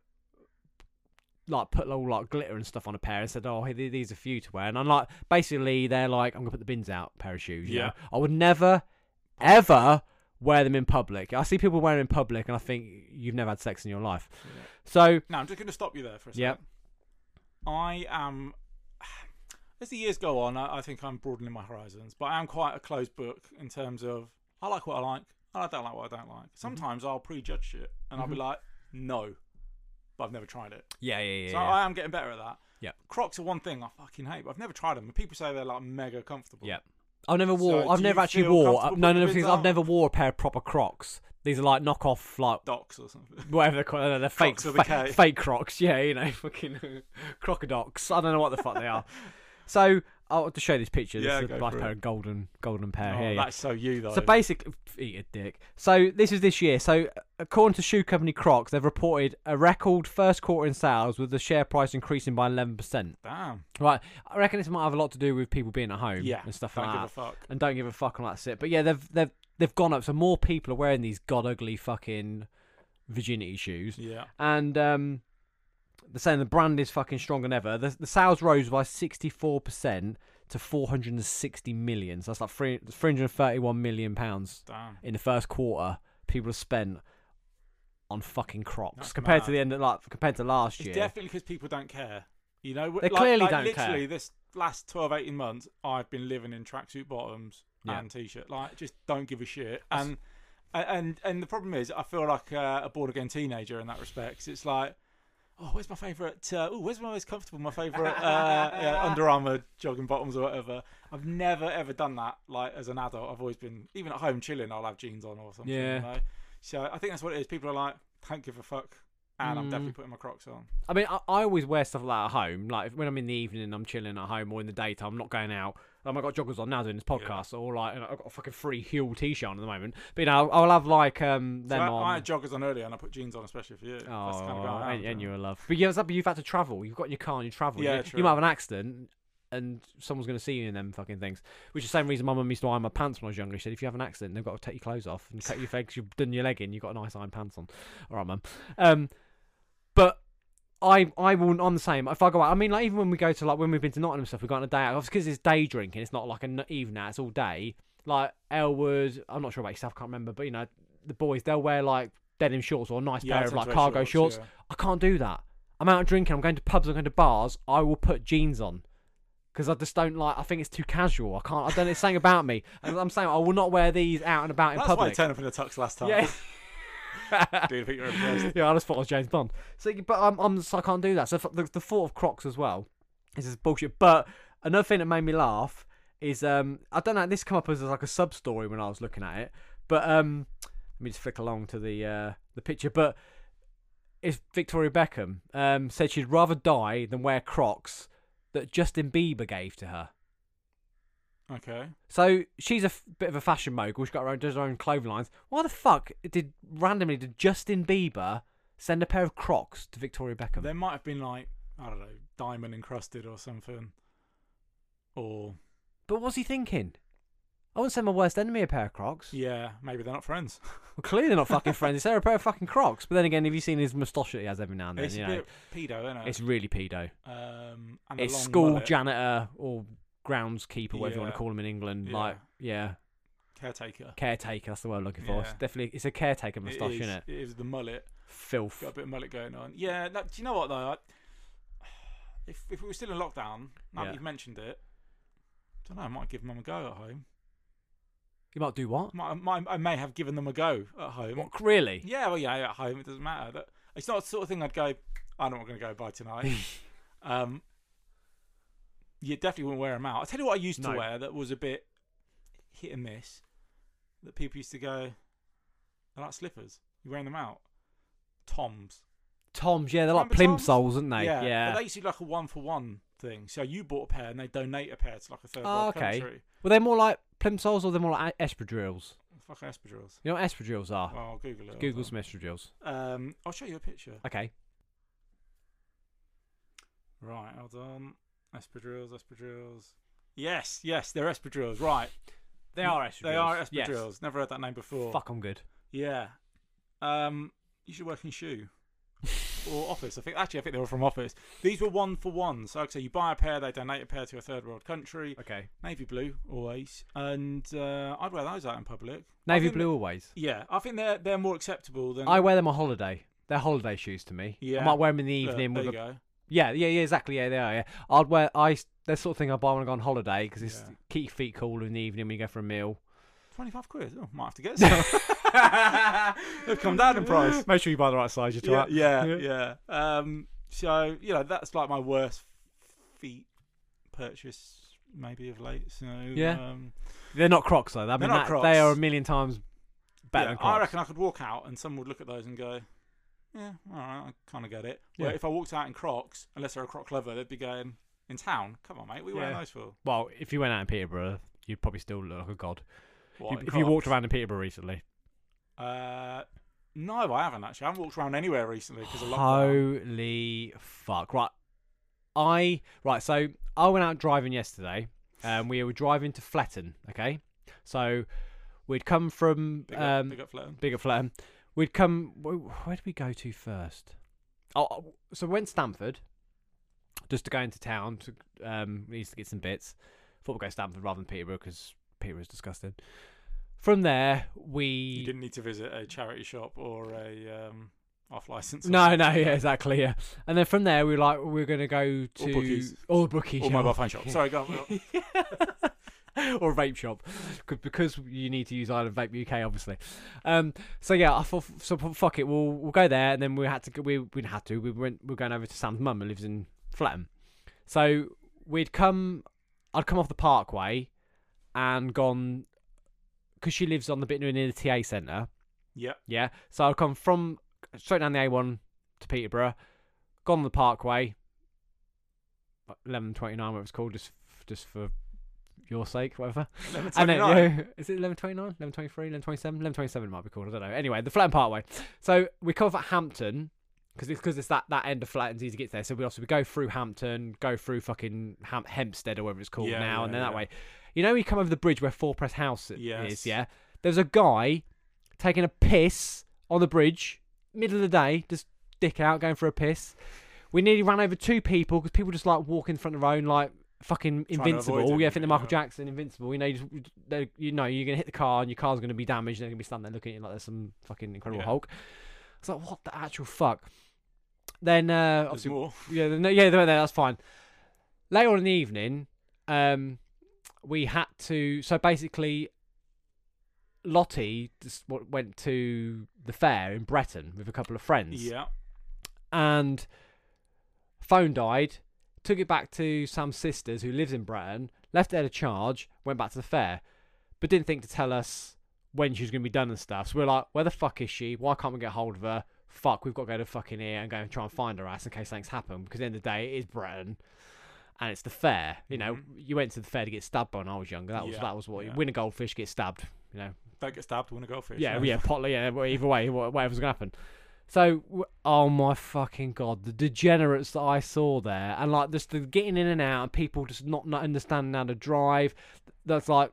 Speaker 1: like put all like glitter and stuff on a pair and said, "Oh, here, th- these are for you to wear." And I'm like, basically, they're like, "I'm gonna put the bins out." Pair of shoes. you
Speaker 3: Yeah.
Speaker 1: know? I would never, ever wear them in public. I see people wearing them in public, and I think you've never had sex in your life.
Speaker 3: that. Yeah.
Speaker 1: So
Speaker 3: No, I'm just going to stop you there for a second.
Speaker 1: Yep.
Speaker 3: I am. As the years go on, I, I think I'm broadening my horizons, but I am quite a closed book in terms of I like what I like and I don't like what I
Speaker 1: Mm-hmm.
Speaker 3: don't like. Sometimes I'll prejudge shit and I'll be like, no, but I've never tried it.
Speaker 1: yeah, yeah, yeah.
Speaker 3: so I am getting better at that.
Speaker 1: Yep.
Speaker 3: Crocs are one thing I fucking hate, but I've never tried them. And people say they're like mega comfortable.
Speaker 1: Yeah. I've never wore.
Speaker 3: do
Speaker 1: I've never
Speaker 3: you
Speaker 1: actually
Speaker 3: feel
Speaker 1: wore.
Speaker 3: comfortable
Speaker 1: No, no,
Speaker 3: putting
Speaker 1: no.
Speaker 3: the
Speaker 1: Because
Speaker 3: bins
Speaker 1: I've
Speaker 3: out?
Speaker 1: never wore a pair of proper Crocs. These are like knockoff, like
Speaker 3: Docs or something.
Speaker 1: whatever they're called. I don't know, They're fake,
Speaker 3: Crocs with a
Speaker 1: fa-
Speaker 3: K.
Speaker 1: fake Crocs. Yeah, you know, fucking crocodiles. I don't know what the fuck they are. So I'll just show you this picture.
Speaker 3: Yeah,
Speaker 1: this is
Speaker 3: go
Speaker 1: a nice
Speaker 3: for
Speaker 1: pair
Speaker 3: it.
Speaker 1: of golden, golden pair
Speaker 3: Oh,
Speaker 1: here. yeah.
Speaker 3: that's so you though.
Speaker 1: So basically, eat a dick. So this is this year. So according to shoe company Crocs, they've reported a record first quarter in sales, with the share price increasing by eleven percent.
Speaker 3: Damn.
Speaker 1: Right, I reckon this might have a lot to do with people being at home
Speaker 3: Yeah.
Speaker 1: and stuff
Speaker 3: don't
Speaker 1: like
Speaker 3: give
Speaker 1: that
Speaker 3: a fuck.
Speaker 1: and don't give a fuck on that shit. But yeah, they've they've they've gone up, so more people are wearing these god ugly fucking virginity shoes.
Speaker 3: Yeah.
Speaker 1: And um, they're saying the brand is fucking stronger than ever. The, the sales rose by sixty four percent to four hundred and sixty million. So that's like three hundred thirty one million pounds
Speaker 3: Damn.
Speaker 1: in the first quarter. People have spent on fucking Crocs
Speaker 3: That's
Speaker 1: compared to
Speaker 3: mad.
Speaker 1: the end of like compared to last
Speaker 3: It's
Speaker 1: year.
Speaker 3: definitely because people don't care. You know,
Speaker 1: They
Speaker 3: like,
Speaker 1: clearly
Speaker 3: like,
Speaker 1: don't
Speaker 3: literally
Speaker 1: care.
Speaker 3: this last 12, 18 months, I've been living in tracksuit bottoms
Speaker 1: Yeah.
Speaker 3: and t-shirt. Like, just don't give a shit. And and and the problem is, I feel like uh, a born again teenager in that respect. 'Cause It's like, oh, where's my favorite? Uh, oh, where's my most comfortable? My favorite uh, yeah, Under Armour jogging bottoms or whatever. I've never ever done that. Like as an adult, I've always been even at home chilling. I'll have jeans on or something.
Speaker 1: Yeah.
Speaker 3: You know? So I think that's what it is. People are like, don't give a fuck. And
Speaker 1: Mm.
Speaker 3: I'm definitely putting my Crocs on.
Speaker 1: I mean, I, I always wear stuff like that at home. Like if- when I'm in the evening, and I'm chilling at home, or in the daytime, I'm not going out. Um, I got joggers on now doing this podcast, or like you know, I've got a fucking free Huel t-shirt on at the moment. But you know, I'll, I'll have like um them
Speaker 3: So I, I
Speaker 1: on.
Speaker 3: had joggers on earlier, and I put jeans on, especially for you. That's the kind of guy
Speaker 1: oh,
Speaker 3: I am,
Speaker 1: and, and
Speaker 3: you know.
Speaker 1: you're a love. But yeah, it's that, but you've had to travel. You've got in your car and you travel.
Speaker 3: Yeah,
Speaker 1: you,
Speaker 3: true.
Speaker 1: you might have an accident, and someone's going to see you in them fucking things. Which is the same reason my mum used to iron my pants when I was younger. She said, if you have an accident, they've got to take your clothes off and cut your legs. You've done your leg in. You've got nice iron pants on. All right, mum. Um, but I I will. I'm the same. If I go out, I mean, like even when we go to like when we've been to Nottingham and stuff, we got on a day out. Obviously, because it's day drinking. It's not like an evening out. It's all day. Like Elwood, I'm not sure about yourself. I can't remember, but you know, the boys they'll wear like denim shorts or a nice
Speaker 3: Yeah, I
Speaker 1: pair of
Speaker 3: tend
Speaker 1: like
Speaker 3: to wear
Speaker 1: cargo shorts.
Speaker 3: shorts, yeah.
Speaker 1: I can't do that. I'm out drinking. I'm going to pubs. I'm going to bars. I will put jeans on because I just don't like. I think it's too casual. I can't. I don't. It's saying about me. And I'm saying I will not wear these out and about in
Speaker 3: That's why I
Speaker 1: public.
Speaker 3: turned up in a tux last time.
Speaker 1: yeah.
Speaker 3: Dude, I think you're impressed.
Speaker 1: yeah, I just thought it was James Bond. So, but I'm, I'm so I can't do that. So f- the, the thought of Crocs as well is just bullshit. But another thing that made me laugh is um I don't know. This come up as like a sub story when I was looking at it, but um let me just flick along to the uh the picture. But it's Victoria Beckham um said she'd rather die than wear Crocs that Justin Bieber gave to her.
Speaker 3: Okay.
Speaker 1: So she's a f- bit of a fashion mogul. She's got her own, does her own clothing lines. Why the fuck did randomly did Justin Bieber send a pair of Crocs to Victoria Beckham?
Speaker 3: There might have been like I don't know, diamond encrusted or something, or
Speaker 1: But what's he thinking? I wouldn't send my worst enemy a pair of Crocs.
Speaker 3: Yeah, maybe they're not friends.
Speaker 1: Well, clearly they're not fucking friends. It's a pair of fucking Crocs. But then again, have you seen his moustache that he has every now and then?
Speaker 3: it's
Speaker 1: you
Speaker 3: a
Speaker 1: know,
Speaker 3: bit pedo, isn't it?
Speaker 1: it's really pedo.
Speaker 3: um, and a
Speaker 1: It's
Speaker 3: long
Speaker 1: school
Speaker 3: mullet,
Speaker 1: janitor or groundskeeper, whatever you want to
Speaker 3: Yeah.
Speaker 1: call him in England.
Speaker 3: Yeah.
Speaker 1: Like, yeah,
Speaker 3: caretaker.
Speaker 1: caretaker. That's the word I'm looking for. It's
Speaker 3: Yeah.
Speaker 1: definitely it's a caretaker moustache, is
Speaker 3: it is,
Speaker 1: isn't it?
Speaker 3: It is the mullet.
Speaker 1: Filth.
Speaker 3: Got a bit of mullet going on. Yeah. That, do you know what though? I, if if we were still in lockdown, now
Speaker 1: Yeah.
Speaker 3: that you've mentioned it, I don't know. I might give them a go at home.
Speaker 1: You might do what?
Speaker 3: Might, might, I may have given them a go at home.
Speaker 1: What really?
Speaker 3: Yeah, well, yeah, at home it doesn't matter. That- It's not the sort of thing I'd go. I'm not going to go by tonight. um, you definitely wouldn't wear them out. I tell you what, I used
Speaker 1: No.
Speaker 3: to wear that was a bit hit and miss. That people used to go, "I like slippers. You're wearing them out." Toms.
Speaker 1: Toms. Yeah, they're like
Speaker 3: Remember Toms?
Speaker 1: plimsolls, aren't they?
Speaker 3: yeah, But they used to do like a one for one thing. So you bought a pair and they donate a pair to like a third
Speaker 1: Oh,
Speaker 3: world
Speaker 1: okay.
Speaker 3: country.
Speaker 1: Were they more like plimsolls or they're more like espadrilles?
Speaker 3: Fuck espadrilles.
Speaker 1: You know what espadrilles are?
Speaker 3: Well, I'll Google it.
Speaker 1: Google some espadrilles.
Speaker 3: Um, I'll show you a picture.
Speaker 1: Okay.
Speaker 3: Right, hold on. Espadrilles, espadrilles. Yes, yes, they're espadrilles. Right,
Speaker 1: They are
Speaker 3: They are
Speaker 1: espadrilles, yes.
Speaker 3: espadrilles. Never heard that name before.
Speaker 1: Fuck, I'm good.
Speaker 3: Yeah. Um, you should work in shoe or office. I think actually, I think they were from office. These were one for one. So like I say, you buy a pair, they donate a pair to a third world country.
Speaker 1: Okay.
Speaker 3: Navy blue always, and uh, I'd wear those out in public. I
Speaker 1: Navy
Speaker 3: think
Speaker 1: blue always.
Speaker 3: that- yeah, I think they're they're more acceptable than.
Speaker 1: I wear them on holiday. They're holiday shoes to me. I
Speaker 3: Yeah.
Speaker 1: might wear them in the
Speaker 3: Look,
Speaker 1: evening
Speaker 3: there
Speaker 1: with
Speaker 3: you
Speaker 1: a
Speaker 3: go.
Speaker 1: Yeah, yeah, yeah, exactly. Yeah, they are. Yeah, I'd wear. I that sort of thing I buy when I go on holiday because it's
Speaker 3: Yeah.
Speaker 1: keep your feet cool in the evening when you go for a meal.
Speaker 3: Twenty five quid. Oh, might have to get some. They've come down in price.
Speaker 1: Make sure you buy the right size. You
Speaker 3: yeah, yeah,
Speaker 1: Yeah.
Speaker 3: yeah. Um, so you know that's like my worst feet purchase maybe of late. So
Speaker 1: Yeah.
Speaker 3: um,
Speaker 1: They're not Crocs though. I mean,
Speaker 3: They're not
Speaker 1: that- they are a
Speaker 3: Crocs.
Speaker 1: million times better
Speaker 3: yeah,
Speaker 1: than Crocs.
Speaker 3: I reckon I could walk out and someone would look at those and go, "Yeah, all right, I kind of get it." Where
Speaker 1: Yeah.
Speaker 3: if I walked out in Crocs, unless they're a Croc lover, they'd be going in town. Come on, mate, we wearing
Speaker 1: Yeah.
Speaker 3: those for?
Speaker 1: Well, if you went out in Peterborough, you'd probably still look like a god.
Speaker 3: What,
Speaker 1: You-
Speaker 3: in
Speaker 1: if you walked
Speaker 3: Crocs?"
Speaker 1: around in Peterborough recently,
Speaker 3: uh, no, I haven't actually. I haven't walked around anywhere recently because of lockdown.
Speaker 1: holy fuck! Right, I right. So I went out driving yesterday. Um, we were driving to Fletton. Okay, so we'd come from
Speaker 3: Big up,
Speaker 1: um,
Speaker 3: big up Flirton.
Speaker 1: bigger flat. We'd come. wh- Where did we go to first? Oh, oh, so we went to Stamford just to go into town. To, um, we used to get some bits. Thought we'd go to Stamford rather than Peterborough because Peterborough's disgusting. From there,
Speaker 3: You
Speaker 1: we
Speaker 3: didn't need to visit a charity shop or a um, off license.
Speaker 1: no, no, yeah, exactly, yeah. And then from there, we were like, we are gonna go to
Speaker 3: bookies.
Speaker 1: all bookies,
Speaker 3: Or
Speaker 1: yeah.
Speaker 3: mobile phone shop. Sorry, go on.
Speaker 1: or a vape shop 'Cause- because you need to use Island Vape UK, obviously. Um, so yeah, I thought so. f- Fuck it, we'll we'll go there, and then we had to go, we we had to we went we're going over to Sam's mum who lives in Flatham. So we'd come, I'd come off the Parkway, and gone because she lives on the bit near the TA centre.
Speaker 3: Yep.
Speaker 1: Yeah. So I've come from straight down the A1 to Peterborough, gone on the Parkway, eleven twenty nine, whatever it's called, just just for your sake, whatever. And then, yeah, is it 1129, 1123, 1127? 1127 might be called, I don't know. Anyway, the Flatton Parkway. So we come off at Hampton, because it's, 'cause it's that, that end of Flatton's easy to get there. So we also we go through Hampton, go through fucking Ham- Hempstead or whatever it's called
Speaker 3: Yeah,
Speaker 1: now,
Speaker 3: yeah,
Speaker 1: and then that
Speaker 3: yeah.
Speaker 1: way. You know, you come over the bridge where Four Press House i- is,
Speaker 3: Yes.
Speaker 1: yeah? There's a guy taking a piss on the bridge, middle of the day, just dick out, going for a piss. We nearly ran over two people because people just like walk in front of their own, like fucking
Speaker 3: Trying to
Speaker 1: invincible.
Speaker 3: avoid him,
Speaker 1: yeah, I think the
Speaker 3: yeah.
Speaker 1: Michael Jackson invincible. You know, you, just, they- you know, you're gonna hit the car and your car's gonna be damaged. and They're gonna be standing there looking at you like there's some fucking Incredible
Speaker 3: Yeah.
Speaker 1: Hulk. It's like what the actual fuck. Then uh,
Speaker 3: There's
Speaker 1: obviously,
Speaker 3: more.
Speaker 1: yeah, no, yeah, they went there. That's fine. Later on in the evening, um, we had to. So basically, Lottie just w- went to the fair in Breton with a couple of friends
Speaker 3: Yeah.
Speaker 1: and phone died. Took it back to Sam's sisters who lives in Breton. Left it at a charge. Went back to the fair, but didn't think to tell us when she was going to be done and stuff. So we're like, where the fuck is she? Why can't we get hold of her? Fuck, we've got to go to fucking here and go and try and find her ass in case things happen. Because at the end of the day, it is Breton, and it's the fair. You know,
Speaker 3: Mhm.
Speaker 1: you went to the fair to get stabbed by when I was younger. That was
Speaker 3: Yeah,
Speaker 1: that was what
Speaker 3: yeah.
Speaker 1: win a goldfish, get stabbed. You know,
Speaker 3: Don't get stabbed, win a goldfish.
Speaker 1: yeah,
Speaker 3: no?
Speaker 1: yeah, potly, yeah. well, Either way, wha- whatever's gonna happen. So, w- oh my fucking god, the degenerates that I saw there, and like just the getting in and out, and people just not, not understanding how to drive. That's like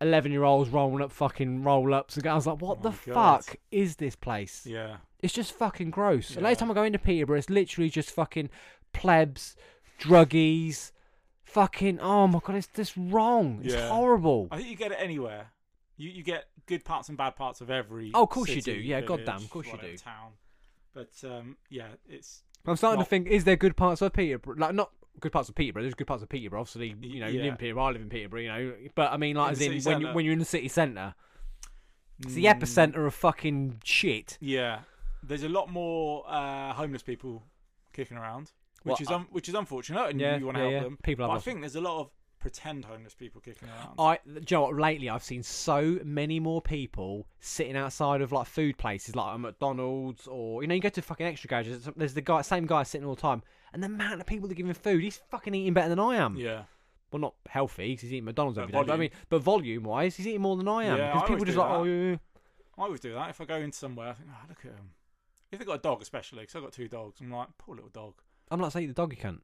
Speaker 1: eleven year olds rolling up fucking roll ups. And I was like, what
Speaker 3: Oh
Speaker 1: the
Speaker 3: my God.
Speaker 1: fuck is this place?
Speaker 3: Yeah.
Speaker 1: It's just fucking gross. The last
Speaker 3: Yeah.
Speaker 1: time I go into Peterborough, it's literally just fucking plebs, druggies, fucking. Oh my god, it's just wrong. It's
Speaker 3: Yeah.
Speaker 1: horrible.
Speaker 3: I think you get it anywhere. You you get good parts and bad parts of every.
Speaker 1: Oh, of course you
Speaker 3: city,
Speaker 1: do. Yeah,
Speaker 3: village,
Speaker 1: goddamn, of course you
Speaker 3: whatever
Speaker 1: do.
Speaker 3: Town, but um, yeah, it's
Speaker 1: I'm starting to
Speaker 3: Not-
Speaker 1: think: is there good parts of Peterborough? Like not good parts of Peterborough. There's good parts of Peterborough. Obviously, you know, you live
Speaker 3: yeah.
Speaker 1: in Peterborough. I live in Peterborough. You know, but I mean, like
Speaker 3: In
Speaker 1: as
Speaker 3: the
Speaker 1: in
Speaker 3: city
Speaker 1: when you,
Speaker 3: centre.
Speaker 1: when you're in the city centre, it's the
Speaker 3: mm,
Speaker 1: epicenter of fucking shit.
Speaker 3: Yeah, there's a lot more uh, homeless people kicking around, which
Speaker 1: Well,
Speaker 3: is
Speaker 1: I-
Speaker 3: un- which is unfortunate, and
Speaker 1: Yeah,
Speaker 3: you want to
Speaker 1: yeah,
Speaker 3: help
Speaker 1: yeah.
Speaker 3: them.
Speaker 1: People
Speaker 3: but
Speaker 1: have
Speaker 3: I
Speaker 1: us-
Speaker 3: think there's a lot of pretend homeless people kicking around.
Speaker 1: I, do you know what? Lately, I've seen so many more people sitting outside of like food places, like a McDonald's or you know, you go to fucking extra gadgets. There's the guy, same guy sitting all the time, and the amount of people that give him food, he's fucking eating better than I am.
Speaker 3: yeah,
Speaker 1: Well, not healthy because he's eating McDonald's
Speaker 3: But
Speaker 1: every day. But I
Speaker 3: volume.
Speaker 1: mean, but volume wise, he's eating more than I am
Speaker 3: Yeah, I
Speaker 1: because
Speaker 3: always
Speaker 1: people just
Speaker 3: do
Speaker 1: like,
Speaker 3: that.
Speaker 1: oh yeah, yeah.
Speaker 3: I always do that if I go into somewhere. I think, oh, look at them. If they've got a dog, especially because I've got two dogs, I'm like, poor little dog.
Speaker 1: I'm not saying eat the dog, you can't.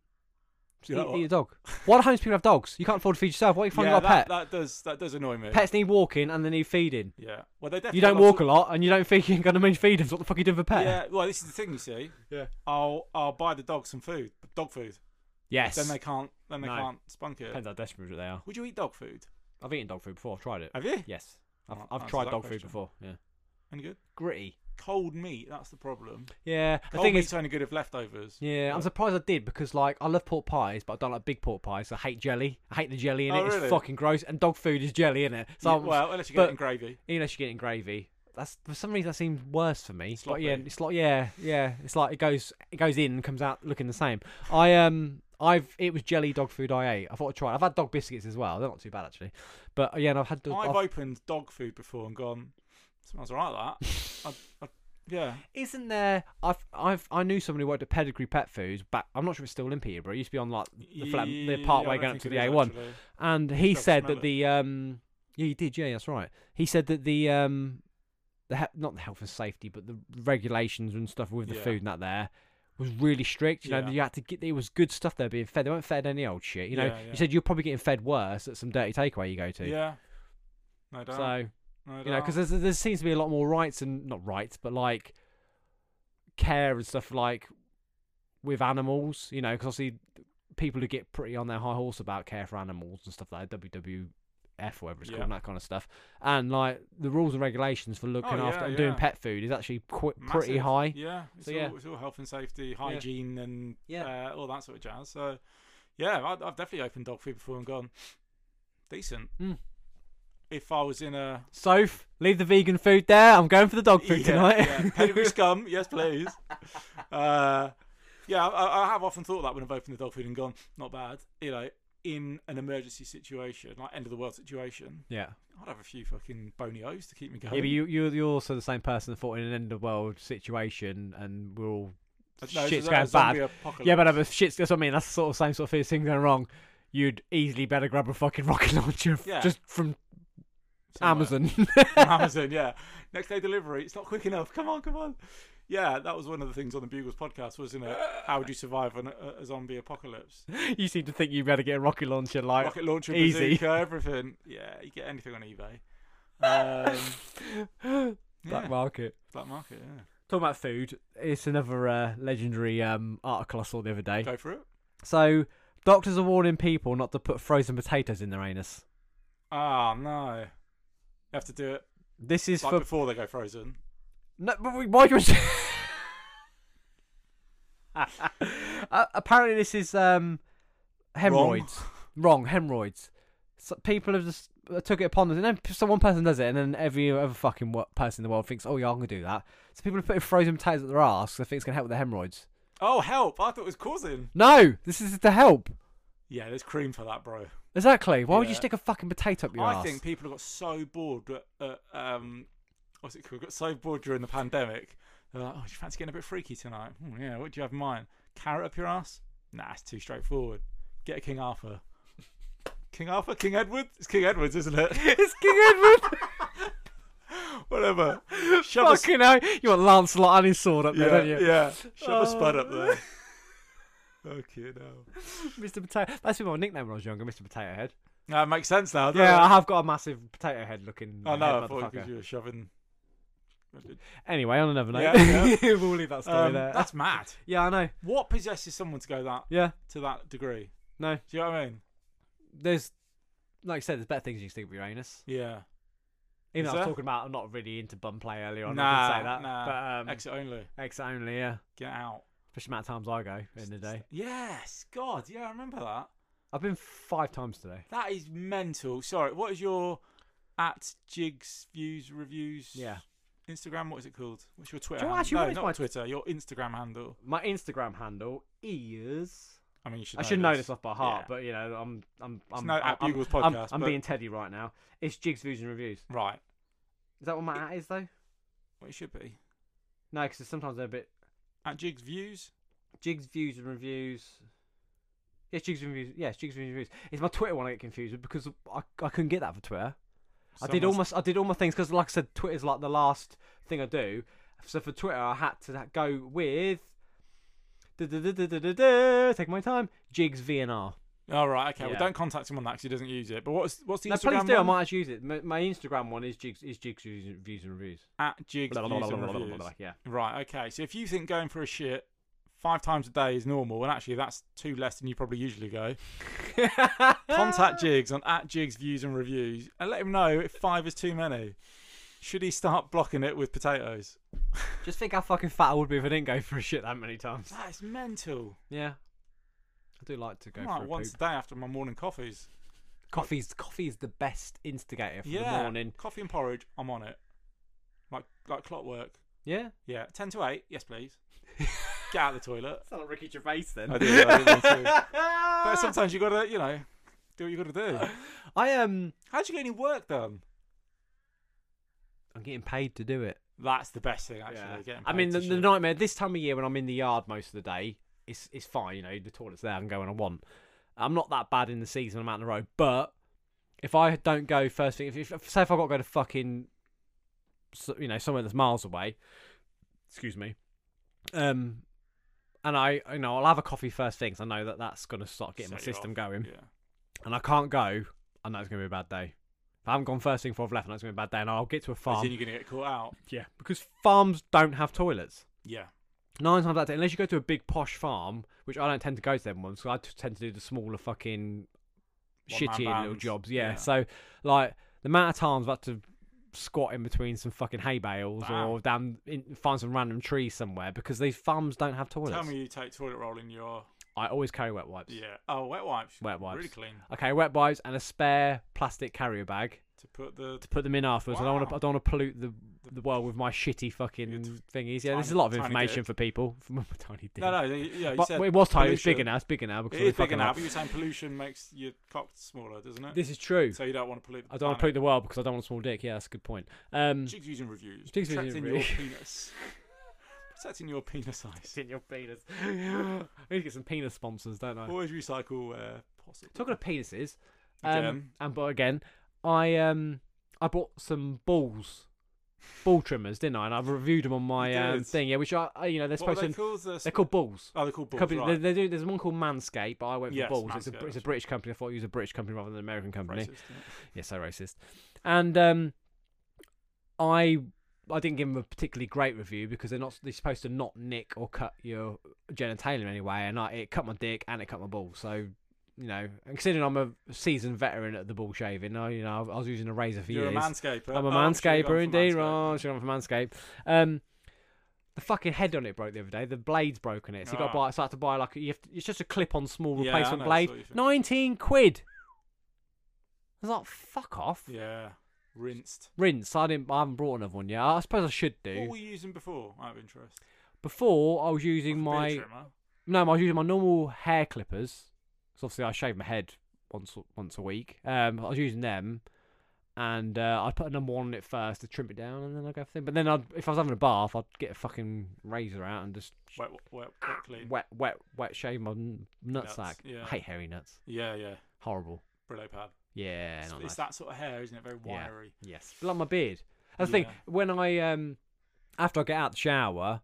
Speaker 1: Just
Speaker 3: You
Speaker 1: eat,
Speaker 3: know what?
Speaker 1: eat a dog. Why do homeless people have dogs? You can't afford to feed yourself. Why are you finding
Speaker 3: yeah,
Speaker 1: a pet?
Speaker 3: that, that does that does annoy me.
Speaker 1: Pets need walking and they need feeding.
Speaker 3: Yeah, well, they definitely
Speaker 1: You don't
Speaker 3: got lots
Speaker 1: walk eh? a lot and you don't feed. You ain't gonna mean feed them. So what the fuck you doing for pet?
Speaker 3: Yeah, well, this is the thing you see.
Speaker 1: Yeah.
Speaker 3: I'll I'll buy the dog some food, dog food.
Speaker 1: Yes.
Speaker 3: Then they can't then they
Speaker 1: No.
Speaker 3: can't spunk it.
Speaker 1: Depends how desperate they are.
Speaker 3: Would you eat dog food?
Speaker 1: I've eaten dog food before. I've tried it.
Speaker 3: Have you?
Speaker 1: Yes, I've,
Speaker 3: Well,
Speaker 1: I've
Speaker 3: answer
Speaker 1: tried
Speaker 3: that
Speaker 1: dog food
Speaker 3: question.
Speaker 1: before. Yeah,
Speaker 3: Any good?
Speaker 1: gritty.
Speaker 3: Cold meat. That's the problem.
Speaker 1: Yeah, the
Speaker 3: Cold
Speaker 1: thing
Speaker 3: meat's
Speaker 1: is,
Speaker 3: only good if leftovers.
Speaker 1: yeah, I'm surprised I did because like I love pork pies, but I don't like big pork pies. I hate jelly. I hate the jelly in
Speaker 3: Oh,
Speaker 1: it.
Speaker 3: really?
Speaker 1: It's fucking gross. And dog food is jelly in it. So
Speaker 3: Yeah,
Speaker 1: I'm-
Speaker 3: well, unless you
Speaker 1: but-
Speaker 3: get it in gravy.
Speaker 1: unless you're getting gravy, that's for some reason that seems worse for me. But yeah,
Speaker 3: Sloppy.
Speaker 1: it's like yeah, yeah, it's like it goes it goes in and comes out looking the same. I um. I've it was jelly dog food I ate. I thought I'd try. it. I've had dog biscuits as well. They're not too bad actually, but uh, yeah, and I've had.
Speaker 3: I've
Speaker 1: I've-
Speaker 3: opened dog food before and gone. Smells alright that. I, I, yeah.
Speaker 1: Isn't there? I've I've I knew somebody who worked at Pedigree Pet Foods back. I'm not sure if it's still in Peterborough. It used to be on like the, flat, the
Speaker 3: Yeah,
Speaker 1: part
Speaker 3: I
Speaker 1: way
Speaker 3: don't
Speaker 1: going up
Speaker 3: think
Speaker 1: to
Speaker 3: it
Speaker 1: the
Speaker 3: is,
Speaker 1: A1,
Speaker 3: actually.
Speaker 1: and he
Speaker 3: Just
Speaker 1: said
Speaker 3: smell
Speaker 1: that
Speaker 3: it.
Speaker 1: the um yeah he did yeah that's right. He said that the um the he- not the health and safety but the regulations and stuff with the
Speaker 3: Yeah.
Speaker 1: food and that there was really strict. You know
Speaker 3: Yeah.
Speaker 1: you had to get it was good stuff they're being fed. They weren't fed any old shit. You know
Speaker 3: Yeah, yeah.
Speaker 1: he said you're probably getting fed worse at some dirty takeaway you go to.
Speaker 3: Yeah. No doubt.
Speaker 1: So
Speaker 3: no
Speaker 1: you know,
Speaker 3: doubt.
Speaker 1: because there seems to be a lot more rights and not rights, but like care and stuff like with animals. You know, because obviously people who get pretty on their high horse about care for animals and stuff like that, WWF, whatever it's
Speaker 3: Yeah.
Speaker 1: called, and that kind of stuff, and like the rules and regulations for looking
Speaker 3: Oh, yeah,
Speaker 1: after and doing
Speaker 3: yeah.
Speaker 1: pet food is actually qu- pretty
Speaker 3: Massive.
Speaker 1: high.
Speaker 3: Yeah, it's,
Speaker 1: So,
Speaker 3: all,
Speaker 1: yeah.
Speaker 3: it's all health and safety, hygiene, and
Speaker 1: Yeah.
Speaker 3: uh, all that sort of jazz. So, yeah, I, I've definitely opened dog food before and gone decent.
Speaker 1: Mm.
Speaker 3: If I was in a
Speaker 1: Soph, leave the vegan food there. I'm going for the dog food
Speaker 3: yeah,
Speaker 1: tonight.
Speaker 3: yeah, pedigree scum, yes please. Uh, yeah, I, I have often thought that when I've opened the dog food and gone, not bad. You know, in an emergency situation, like end of the world situation,
Speaker 1: yeah.
Speaker 3: I'd have a few fucking bony O's to keep me going.
Speaker 1: Yeah, but you, you're, you're also the same person that thought in an end of world situation and we're all
Speaker 3: No, it's
Speaker 1: shit's
Speaker 3: a- a
Speaker 1: going bad.
Speaker 3: zombie
Speaker 1: Yeah, but
Speaker 3: apocalypse.
Speaker 1: if shit's that's what I mean. That's the sort of same sort of thing- thing going wrong. You'd easily better grab a fucking rocket launcher f-
Speaker 3: Yeah.
Speaker 1: just from
Speaker 3: Somewhere.
Speaker 1: Amazon.
Speaker 3: from Amazon. Yeah, next day delivery. It's not quick enough. Come on, come on. Yeah, that was one of the things on the Bugles podcast, wasn't it? How would you survive an, a, a zombie apocalypse?
Speaker 1: you seem to think you better get a rocket launcher, like
Speaker 3: Rocket launcher,
Speaker 1: easy.
Speaker 3: bazooka, everything. Yeah, you get anything on eBay. Um, yeah,
Speaker 1: black market.
Speaker 3: black market. Yeah,
Speaker 1: Talking about food, it's another uh, legendary um, article I saw the other day.
Speaker 3: go for it.
Speaker 1: So doctors are warning people not to put frozen potatoes in their anus.
Speaker 3: Ah no, you have to do it
Speaker 1: This is
Speaker 3: like
Speaker 1: for
Speaker 3: before they go frozen.
Speaker 1: No, but we- why do you? uh, apparently, this is um, hemorrhoids. Wrong, hemorrhoids. So people have just uh, took it upon them, and then so one person does it, and then every other fucking wo- person in the world thinks, "Oh yeah, I'm gonna do that." So people are putting frozen potatoes at their arse. 'cause They think it's gonna help with their hemorrhoids.
Speaker 3: Oh help! I thought it was causing.
Speaker 1: No, this is to help.
Speaker 3: Yeah, there's cream for that, bro.
Speaker 1: Exactly. Why would you
Speaker 3: Yeah.
Speaker 1: stick a fucking potato up your
Speaker 3: I
Speaker 1: arse?
Speaker 3: think people have got so bored that uh, um, what's it called? Got so bored during the pandemic. They're like, oh, do you fancy getting a bit freaky tonight? Hmm, yeah, what do you have in mind? Carrot up your ass? Nah, it's too straightforward. Get a King Arthur. King Arthur? King Edward? It's King Edward's, isn't it?
Speaker 1: it's King Edward.
Speaker 3: Whatever. Shove a, sp-
Speaker 1: fucking hell, you want Lancelot and his sword up there,
Speaker 3: yeah,
Speaker 1: don't you?
Speaker 3: yeah. Shove
Speaker 1: Oh.
Speaker 3: a spud up there. Okay, no.
Speaker 1: Mr. Potato. That's been my nickname when I was younger, Mr. Potato Head.
Speaker 3: That makes sense now. doesn't
Speaker 1: Yeah, I
Speaker 3: it?
Speaker 1: have got a massive potato head looking.
Speaker 3: I
Speaker 1: head,
Speaker 3: know. I thought
Speaker 1: motherfucker.
Speaker 3: because you were shoving.
Speaker 1: Anyway, on another note,
Speaker 3: Yeah,
Speaker 1: we'll leave that story
Speaker 3: Um,
Speaker 1: there.
Speaker 3: that's mad.
Speaker 1: yeah, I know.
Speaker 3: What possesses someone to go that
Speaker 1: Yeah,
Speaker 3: to that degree?
Speaker 1: no,
Speaker 3: Do you know what I mean?
Speaker 1: there's like I said, there's better things you can stick with your anus.
Speaker 3: Yeah.
Speaker 1: Even
Speaker 3: Is
Speaker 1: though I was
Speaker 3: there?
Speaker 1: talking about I'm not really into bum play earlier on. I
Speaker 3: Nah,
Speaker 1: did say that,
Speaker 3: nah.
Speaker 1: but um,
Speaker 3: Exit only.
Speaker 1: X only, yeah.
Speaker 3: Get out.
Speaker 1: Especially amount of times I go in the day.
Speaker 3: Yes. God. Yeah, I remember that.
Speaker 1: I've been five times today.
Speaker 3: That is mental. Sorry. What is your at jigs views reviews?
Speaker 1: Yeah.
Speaker 3: Instagram. What is it called? What's your Twitter?
Speaker 1: you know
Speaker 3: handle?
Speaker 1: actually
Speaker 3: no,
Speaker 1: what is
Speaker 3: not
Speaker 1: my-
Speaker 3: Twitter. Your Instagram handle.
Speaker 1: My Instagram handle is.
Speaker 3: I mean, you should.
Speaker 1: I should know this
Speaker 3: Know
Speaker 1: off by heart,
Speaker 3: Yeah.
Speaker 1: but you know, I'm I'm I'm
Speaker 3: no
Speaker 1: I'm,
Speaker 3: at
Speaker 1: I'm,
Speaker 3: Bugles
Speaker 1: I'm-
Speaker 3: podcast,
Speaker 1: I'm
Speaker 3: but-
Speaker 1: being Teddy right now. It's Jigs Views and Reviews.
Speaker 3: Right.
Speaker 1: Is that what my at is though?
Speaker 3: Well, it should be
Speaker 1: No, because sometimes they're a bit
Speaker 3: at jigs views.
Speaker 1: Jigs Views and Reviews. Yes, Jigs and Reviews. Yes, Jigs Views and Reviews. It's my Twitter one I get confused with because I, I couldn't get that for Twitter. I did
Speaker 3: Someone's-
Speaker 1: almost I did all my things because like I said, Twitter's like the last thing I do. So for Twitter, I had to ha- go with. da-da-da-da-da-da, Take my time. Jigs VNR.
Speaker 3: All right. Okay.
Speaker 1: Yeah.
Speaker 3: Well, don't contact him on that because he doesn't use it. But what's what's the
Speaker 1: No,
Speaker 3: Instagram
Speaker 1: please do. I
Speaker 3: one?
Speaker 1: might actually use it. My, my Instagram one is Jigs is Jigs Views and- Views and Reviews.
Speaker 3: at jigs
Speaker 1: Blah, blah, blah,
Speaker 3: views and
Speaker 1: blah, blah, blah,
Speaker 3: reviews.
Speaker 1: blah, Yeah.
Speaker 3: Right. Okay. So if you think going for a shit five times a day is normal, and actually that's two less than you probably usually go,
Speaker 1: Ah.
Speaker 3: contact Jigs on at Jigs Views and Reviews and let him know if five is too many. Should he start blocking it with potatoes?
Speaker 1: Just think how fucking fat I would be if I didn't go for a shit that many times.
Speaker 3: That is mental.
Speaker 1: Yeah. I do like to go
Speaker 3: Right,
Speaker 1: for a
Speaker 3: once
Speaker 1: poop.
Speaker 3: a day after my morning coffees.
Speaker 1: Coffee's coffee's the best instigator for
Speaker 3: Yeah,
Speaker 1: the morning.
Speaker 3: coffee and porridge. I'm on it, like like clockwork.
Speaker 1: Yeah.
Speaker 3: Yeah, ten to eight. Yes, please. Get out of the toilet.
Speaker 1: It's not like Ricky Gervais then.
Speaker 3: I do. I do want to. But sometimes you gotta, you know, do what you gotta do.
Speaker 1: I um
Speaker 3: How'd you get any work done?
Speaker 1: I'm getting paid to do it.
Speaker 3: That's the best thing, actually. Getting
Speaker 1: I
Speaker 3: paid
Speaker 1: mean
Speaker 3: to
Speaker 1: the, the
Speaker 3: shit.
Speaker 1: nightmare this time of year when I'm in the yard most of the day, it's it's fine, you know, the toilet's there, I can go when I want. I'm not that bad in the season I'm out on the road, but if I don't go first thing if, if say if I've got to go to fucking so- you know, somewhere that's miles away, excuse me. Um and I, you know, I'll have a coffee first thing 'cause I know that that's going to start getting my
Speaker 3: Set you
Speaker 1: system
Speaker 3: off.
Speaker 1: going.
Speaker 3: Yeah.
Speaker 1: and I can't go, I know it's going to be a bad day. If I haven't gone first thing before I've left, I know it's going to be a bad day, and I'll get to a
Speaker 3: Is
Speaker 1: farm.
Speaker 3: then you're gonna get caught out.
Speaker 1: Yeah, because farms don't have toilets.
Speaker 3: Yeah.
Speaker 1: Nine times out of ten, unless you go to a big posh farm, which I don't tend to go to them ones, 'cause I t- tend to do the smaller fucking
Speaker 3: One-man
Speaker 1: shitty little
Speaker 3: bands.
Speaker 1: jobs. Yeah.
Speaker 3: Yeah.
Speaker 1: so like the amount of times I've had to squat in between some fucking hay bales
Speaker 3: Wow.
Speaker 1: or down in, find some random tree somewhere because these farms don't have toilets.
Speaker 3: Tell me you take toilet roll in your
Speaker 1: I always carry wet wipes.
Speaker 3: yeah. Oh, wet wipes.
Speaker 1: Wet wipes.
Speaker 3: Really clean
Speaker 1: Okay, wet wipes and a spare plastic carrier bag.
Speaker 3: to put the.
Speaker 1: to put them in afterwards. I don't want to.
Speaker 3: Wow.
Speaker 1: I don't want to pollute the the world with my shitty fucking
Speaker 3: Your t-
Speaker 1: thingies. Yeah,
Speaker 3: tiny-
Speaker 1: this is a lot of
Speaker 3: tiny
Speaker 1: information
Speaker 3: dick.
Speaker 1: for people. From my tiny dick.
Speaker 3: No, no. you- Yeah, you
Speaker 1: but
Speaker 3: said
Speaker 1: well, it was tiny. It's
Speaker 3: pollution.
Speaker 1: bigger now. It's bigger now because
Speaker 3: It
Speaker 1: we
Speaker 3: is
Speaker 1: fucking
Speaker 3: bigger now,
Speaker 1: up.
Speaker 3: but you're saying pollution makes your cock smaller, doesn't it?
Speaker 1: This is true.
Speaker 3: so you don't want to pollute. The
Speaker 1: I don't want to pollute
Speaker 3: planet.
Speaker 1: the world because I don't want a small dick. Yeah, that's a good point. Um,
Speaker 3: Jigs using reviews.
Speaker 1: Jigs using
Speaker 3: protecting
Speaker 1: reviews.
Speaker 3: your penis. protecting your penis size.
Speaker 1: in your penis. I need to get some penis sponsors, don't I?
Speaker 3: Always recycle where possible.
Speaker 1: Talking of penises, um,
Speaker 3: Again.
Speaker 1: and but again, I um I bought some balls, ball trimmers, didn't I? And I've reviewed them on my
Speaker 3: You
Speaker 1: um,
Speaker 3: did.
Speaker 1: thing. Yeah, which I, I you know they're
Speaker 3: what
Speaker 1: supposed
Speaker 3: are they
Speaker 1: to.
Speaker 3: called? The
Speaker 1: They're called balls.
Speaker 3: Oh, they're called balls.
Speaker 1: company,
Speaker 3: right.
Speaker 1: they, they do, there's one called Manscaped, but I went for
Speaker 3: Yes,
Speaker 1: balls. It's a,
Speaker 3: Manscaped,
Speaker 1: it's a
Speaker 3: that's
Speaker 1: British company. I thought it was a British company rather than an American company.
Speaker 3: Racist, yeah.
Speaker 1: Yes, so racist. And um, I I didn't give them a particularly great review because they're not they're supposed to not nick or cut your genitalia in any way, and I, it cut my dick and it cut my ball. So you know, and considering I'm a seasoned veteran at the ball shaving, I you know I was using a razor for
Speaker 3: You're
Speaker 1: years.
Speaker 3: a manscaper.
Speaker 1: I'm a
Speaker 3: Oh, I should've gone
Speaker 1: manscaper
Speaker 3: for
Speaker 1: indeed.
Speaker 3: manscaper.
Speaker 1: Oh, should have gone for manscape. Um, the fucking head on it broke the other day. The blade's broken it, so you got to
Speaker 3: Ah.
Speaker 1: buy. So I had to buy like you have to, it's just a clip-on small
Speaker 3: Yeah, I
Speaker 1: replacement
Speaker 3: know,
Speaker 1: blade.
Speaker 3: so you think-
Speaker 1: Nineteen quid. I was like, fuck off.
Speaker 3: Yeah, rinsed.
Speaker 1: Rinse. I didn't. I haven't brought another one yet. I suppose I should
Speaker 3: What
Speaker 1: do.
Speaker 3: were you using before? Out of interest.
Speaker 1: Before I was using
Speaker 3: Like a
Speaker 1: my
Speaker 3: beard trimmer?
Speaker 1: no, I was using my normal hair clippers. 'cause obviously I shave my head once once a week. Um, I was using them, and uh, I'd put a number one on it first to trim it down, and then I'd go for them. But then I'd, if I was having a bath, I'd get a fucking razor out and just
Speaker 3: Wet, wet, wet, clean.
Speaker 1: wet, wet, wet shave my n- nutsack.
Speaker 3: Nuts, yeah.
Speaker 1: I hate hairy nuts.
Speaker 3: Yeah, yeah.
Speaker 1: Horrible.
Speaker 3: Brillo pad.
Speaker 1: Yeah,
Speaker 3: it's
Speaker 1: not
Speaker 3: it's
Speaker 1: nice.
Speaker 3: that sort of hair, isn't it? Very
Speaker 1: Yeah.
Speaker 3: wiry.
Speaker 1: Yes, but like my beard. That's the thing.
Speaker 3: Yeah.
Speaker 1: When I um, after I get out the shower,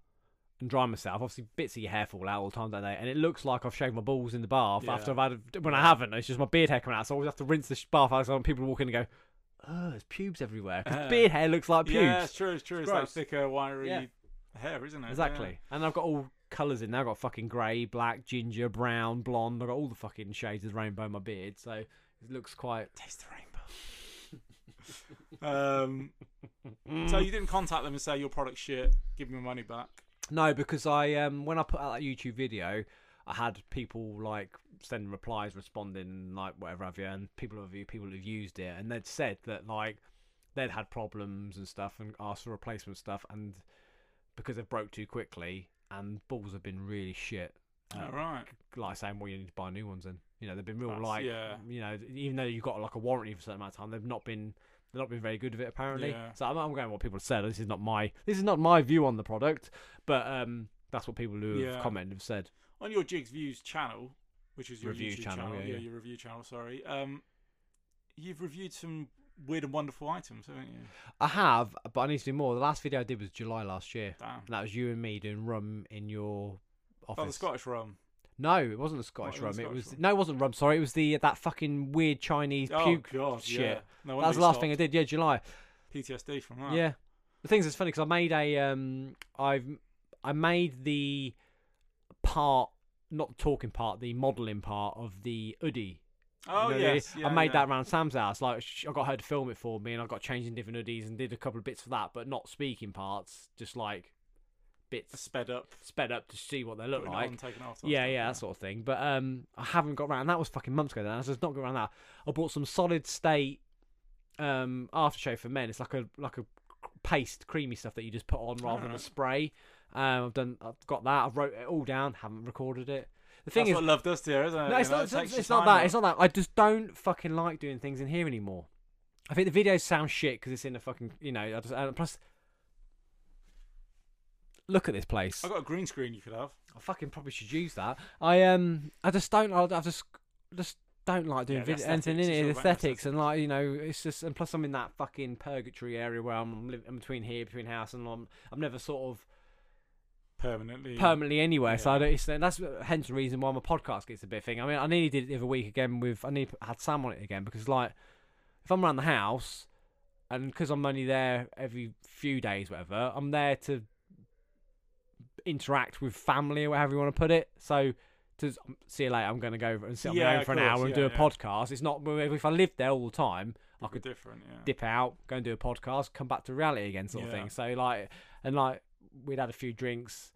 Speaker 1: and dry myself. Obviously, bits of your hair fall out all the time, don't they? And it looks like I've shaved my balls in the bath
Speaker 3: Yeah.
Speaker 1: after I've had when I haven't. It's just my beard hair coming out, so I always have to rinse the sh- bath out. So people walk in and go, "Oh, there's pubes everywhere." 'Cause
Speaker 3: Uh,
Speaker 1: beard hair looks like pubes.
Speaker 3: Yeah, it's true. It's true. It's, that
Speaker 1: gross.
Speaker 3: thicker, wiry
Speaker 1: Yeah.
Speaker 3: hair, isn't it? Yeah.
Speaker 1: Exactly. And I've got all colours in there. I've got fucking grey, black, ginger, brown, blonde. I've got all the fucking shades of the rainbow in my beard. So it looks quite.
Speaker 3: Taste the rainbow. um, so you didn't contact them and say your product's shit. Give me my money back.
Speaker 1: No, because I um when I put out that YouTube video, I had people like sending replies, responding, like whatever have you, and people have people who've used it, and they'd said that like they'd had problems and stuff, and asked for replacement stuff, and because they broke too quickly, and balls have been really shit.
Speaker 3: All
Speaker 1: Um,
Speaker 3: right.
Speaker 1: like saying, well, you need to buy new ones. Then you know they've been real
Speaker 3: That's-
Speaker 1: like,
Speaker 3: yeah.
Speaker 1: you know, even though you've got like a warranty for a certain amount of time, they've not been they've not been very good with it apparently.
Speaker 3: Yeah.
Speaker 1: So I'm, I'm going what people have said. This is not my this is not my view on the product, but um, that's what people who
Speaker 3: Yeah.
Speaker 1: have commented have said.
Speaker 3: On your Jigs Views channel, which is your
Speaker 1: Review
Speaker 3: YouTube
Speaker 1: channel, yeah, yeah.
Speaker 3: your review channel. Sorry. Um, you've reviewed some weird and wonderful items, haven't you?
Speaker 1: I have, but I need to do more. The last video I did was July last year,
Speaker 3: Damn.
Speaker 1: and that was you and me doing rum in your office.
Speaker 3: Oh, the Scottish rum.
Speaker 1: No, it wasn't the Scottish
Speaker 3: it
Speaker 1: rum.
Speaker 3: was
Speaker 1: it was
Speaker 3: Scottish rum.
Speaker 1: no, it wasn't rum. Sorry, it was the that fucking weird Chinese
Speaker 3: Oh
Speaker 1: puke.
Speaker 3: god, yeah.
Speaker 1: shit.
Speaker 3: No
Speaker 1: That
Speaker 3: wonder
Speaker 1: was
Speaker 3: you
Speaker 1: the last thing I
Speaker 3: stopped.
Speaker 1: did. Yeah, July.
Speaker 3: PTSD from that.
Speaker 1: Yeah. The thing is, it's funny because I made a um, I've I made the part, not the talking part, the modelling part of the hoodie. You
Speaker 3: Oh
Speaker 1: know, the-
Speaker 3: yes.
Speaker 1: I
Speaker 3: yeah,
Speaker 1: made
Speaker 3: yeah.
Speaker 1: that round Sam's house. Like sh- I got her to film it for me, and I got changed in different hoodies and did a couple of bits for that, but not speaking parts, just like
Speaker 3: I
Speaker 1: bits
Speaker 3: sped up.
Speaker 1: sped up to see what they look
Speaker 3: putting it
Speaker 1: like.
Speaker 3: on, taking it off, that
Speaker 1: Yeah,
Speaker 3: stuff,
Speaker 1: yeah, that sort of thing. But um, I haven't got around. That was fucking months ago. Then I just not got around that. I bought some solid state um aftershave for men. It's like a like a paste, creamy stuff that you just put on rather than a
Speaker 3: Alright.
Speaker 1: spray. Um, I've done. I've got that. I've wrote it all down. Haven't recorded it. The thing
Speaker 3: That's
Speaker 1: is,
Speaker 3: what love does to you, isn't it?
Speaker 1: no, it's
Speaker 3: You know,
Speaker 1: not.
Speaker 3: it
Speaker 1: It's,
Speaker 3: takes your
Speaker 1: it's not
Speaker 3: time
Speaker 1: that.
Speaker 3: out.
Speaker 1: It's not that. I just don't fucking like doing things in here anymore. I think the videos sound shit because it's in a fucking. You know. I just, and plus, look at this place.
Speaker 3: I've got a green screen you could have.
Speaker 1: I fucking probably should use that. I um, I just don't. I, I just just don't like doing
Speaker 3: Yeah, the
Speaker 1: vid- anything
Speaker 3: aesthetics,
Speaker 1: in
Speaker 3: it's all
Speaker 1: it,
Speaker 3: about
Speaker 1: aesthetics, and like you know, it's just. And plus, I'm in that fucking purgatory area where I'm living in between here, between house, and I'm I'm never sort of
Speaker 3: Permanently.
Speaker 1: permanently anywhere. So I
Speaker 3: Yeah.
Speaker 1: don't. It's, that's hence the reason why my podcast gets a bit thing. I mean, I nearly did it the other week again with I nearly had Sam on it again because like if I'm around the house and because I'm only there every few days, whatever, I'm there to interact with family or whatever you want to put it. So. To s- see you later. I'm going to go over and sit on
Speaker 3: Yeah,
Speaker 1: my own
Speaker 3: of
Speaker 1: for an
Speaker 3: course,
Speaker 1: hour and
Speaker 3: yeah,
Speaker 1: do a
Speaker 3: yeah.
Speaker 1: podcast. It's not if I lived there all the time, I
Speaker 3: It'd be
Speaker 1: could
Speaker 3: different, yeah.
Speaker 1: dip out, go and do a podcast, come back to reality again, sort of
Speaker 3: Yeah.
Speaker 1: thing. So like, and like, we'd had a few drinks.